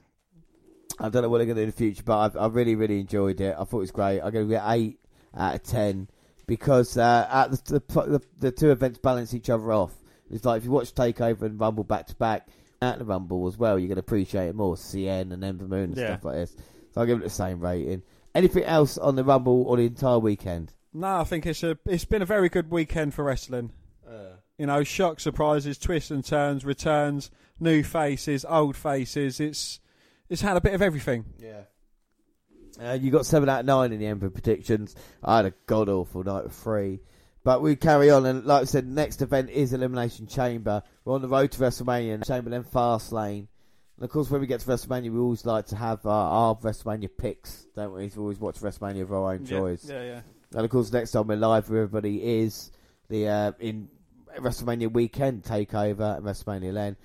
I don't know what they're going to do in the future, but i I really, really enjoyed it. I thought it was great. I'm going to get eight out of ten because uh, at the, the, pro- the the two events balance each other off. It's like if you watch Takeover and Rumble back to back, at the Rumble as well, you're going to appreciate it more. CN and Ember Moon and Yeah. stuff like this. So I'll give it the same rating. Anything else on the Rumble or the entire weekend? No, I think it's a it's been a very good weekend for wrestling. you know, shock surprises, twists and turns, returns, new faces, old faces. It's it's had a bit of everything. Yeah. Uh, you got seven out of nine in the Ember predictions. I had a god awful night of three. But we carry on, and like I said, the next event is Elimination Chamber. We're on the road to WrestleMania, and Chamber then Fastlane. And of course, when we get to WrestleMania, we always like to have uh, our WrestleMania picks, don't we? We always watch WrestleMania of our own Yeah, choice. yeah, yeah. And of course, next time we're live with everybody is the uh, in WrestleMania weekend takeover at WrestleMania Lane.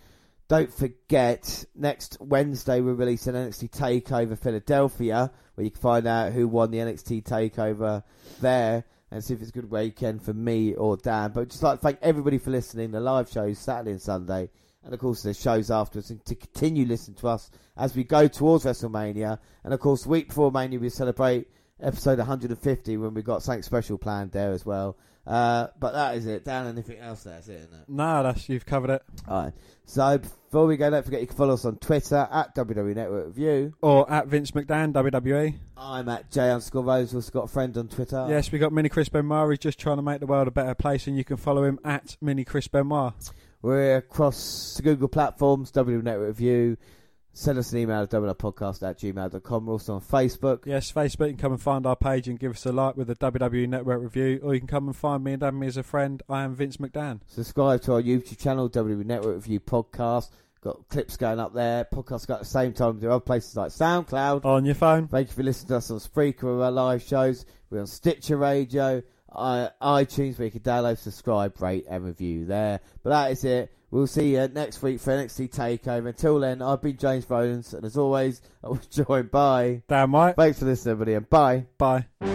Don't forget, next Wednesday we release an NXT Takeover Philadelphia, where you can find out who won the NXT Takeover there and see if it's a good weekend for me or Dan. But just like to thank everybody for listening. The live shows Saturday and Sunday, and of course the shows afterwards, and to continue listening to us as we go towards WrestleMania. And of course, the week before Mania, we celebrate episode 150 when we got something special planned there as well. Uh, but that is it. Dan, anything else? That's it, isn't it? No, that's you've covered it. All right. So before we go, don't forget you can follow us on Twitter at WWE Network Review. Or at Vince McDan WWE. I'm at J underscore Rose. Also got a friend on Twitter. E. Yes, we got Mini Chris Benoit. He's just trying to make the world a better place, and you can follow him at Mini Chris Benoit. We're across the Google platforms, WWE Network Review. Send us an email at podcast at gmail.com. We're also on Facebook. Yes, Facebook, you can come and find our page and give us a like with a WWE E Network review, or you can come and find me and add me as a friend. I am Vince McDan. Subscribe to our YouTube channel, WWE Network Review Podcast. Got clips going up there. Podcasts go at the same time. There are other places like SoundCloud. On your phone. Thank you for listening to us on Spreaker of our live shows. We're on Stitcher Radio, I- iTunes, where you can download, subscribe, rate, and review there. But that is it. We'll see you next week for NXT Takeover. Until then, I've been James Rowlands, and as always, I was joined by Dan White. Thanks for listening, everybody, and bye. Bye.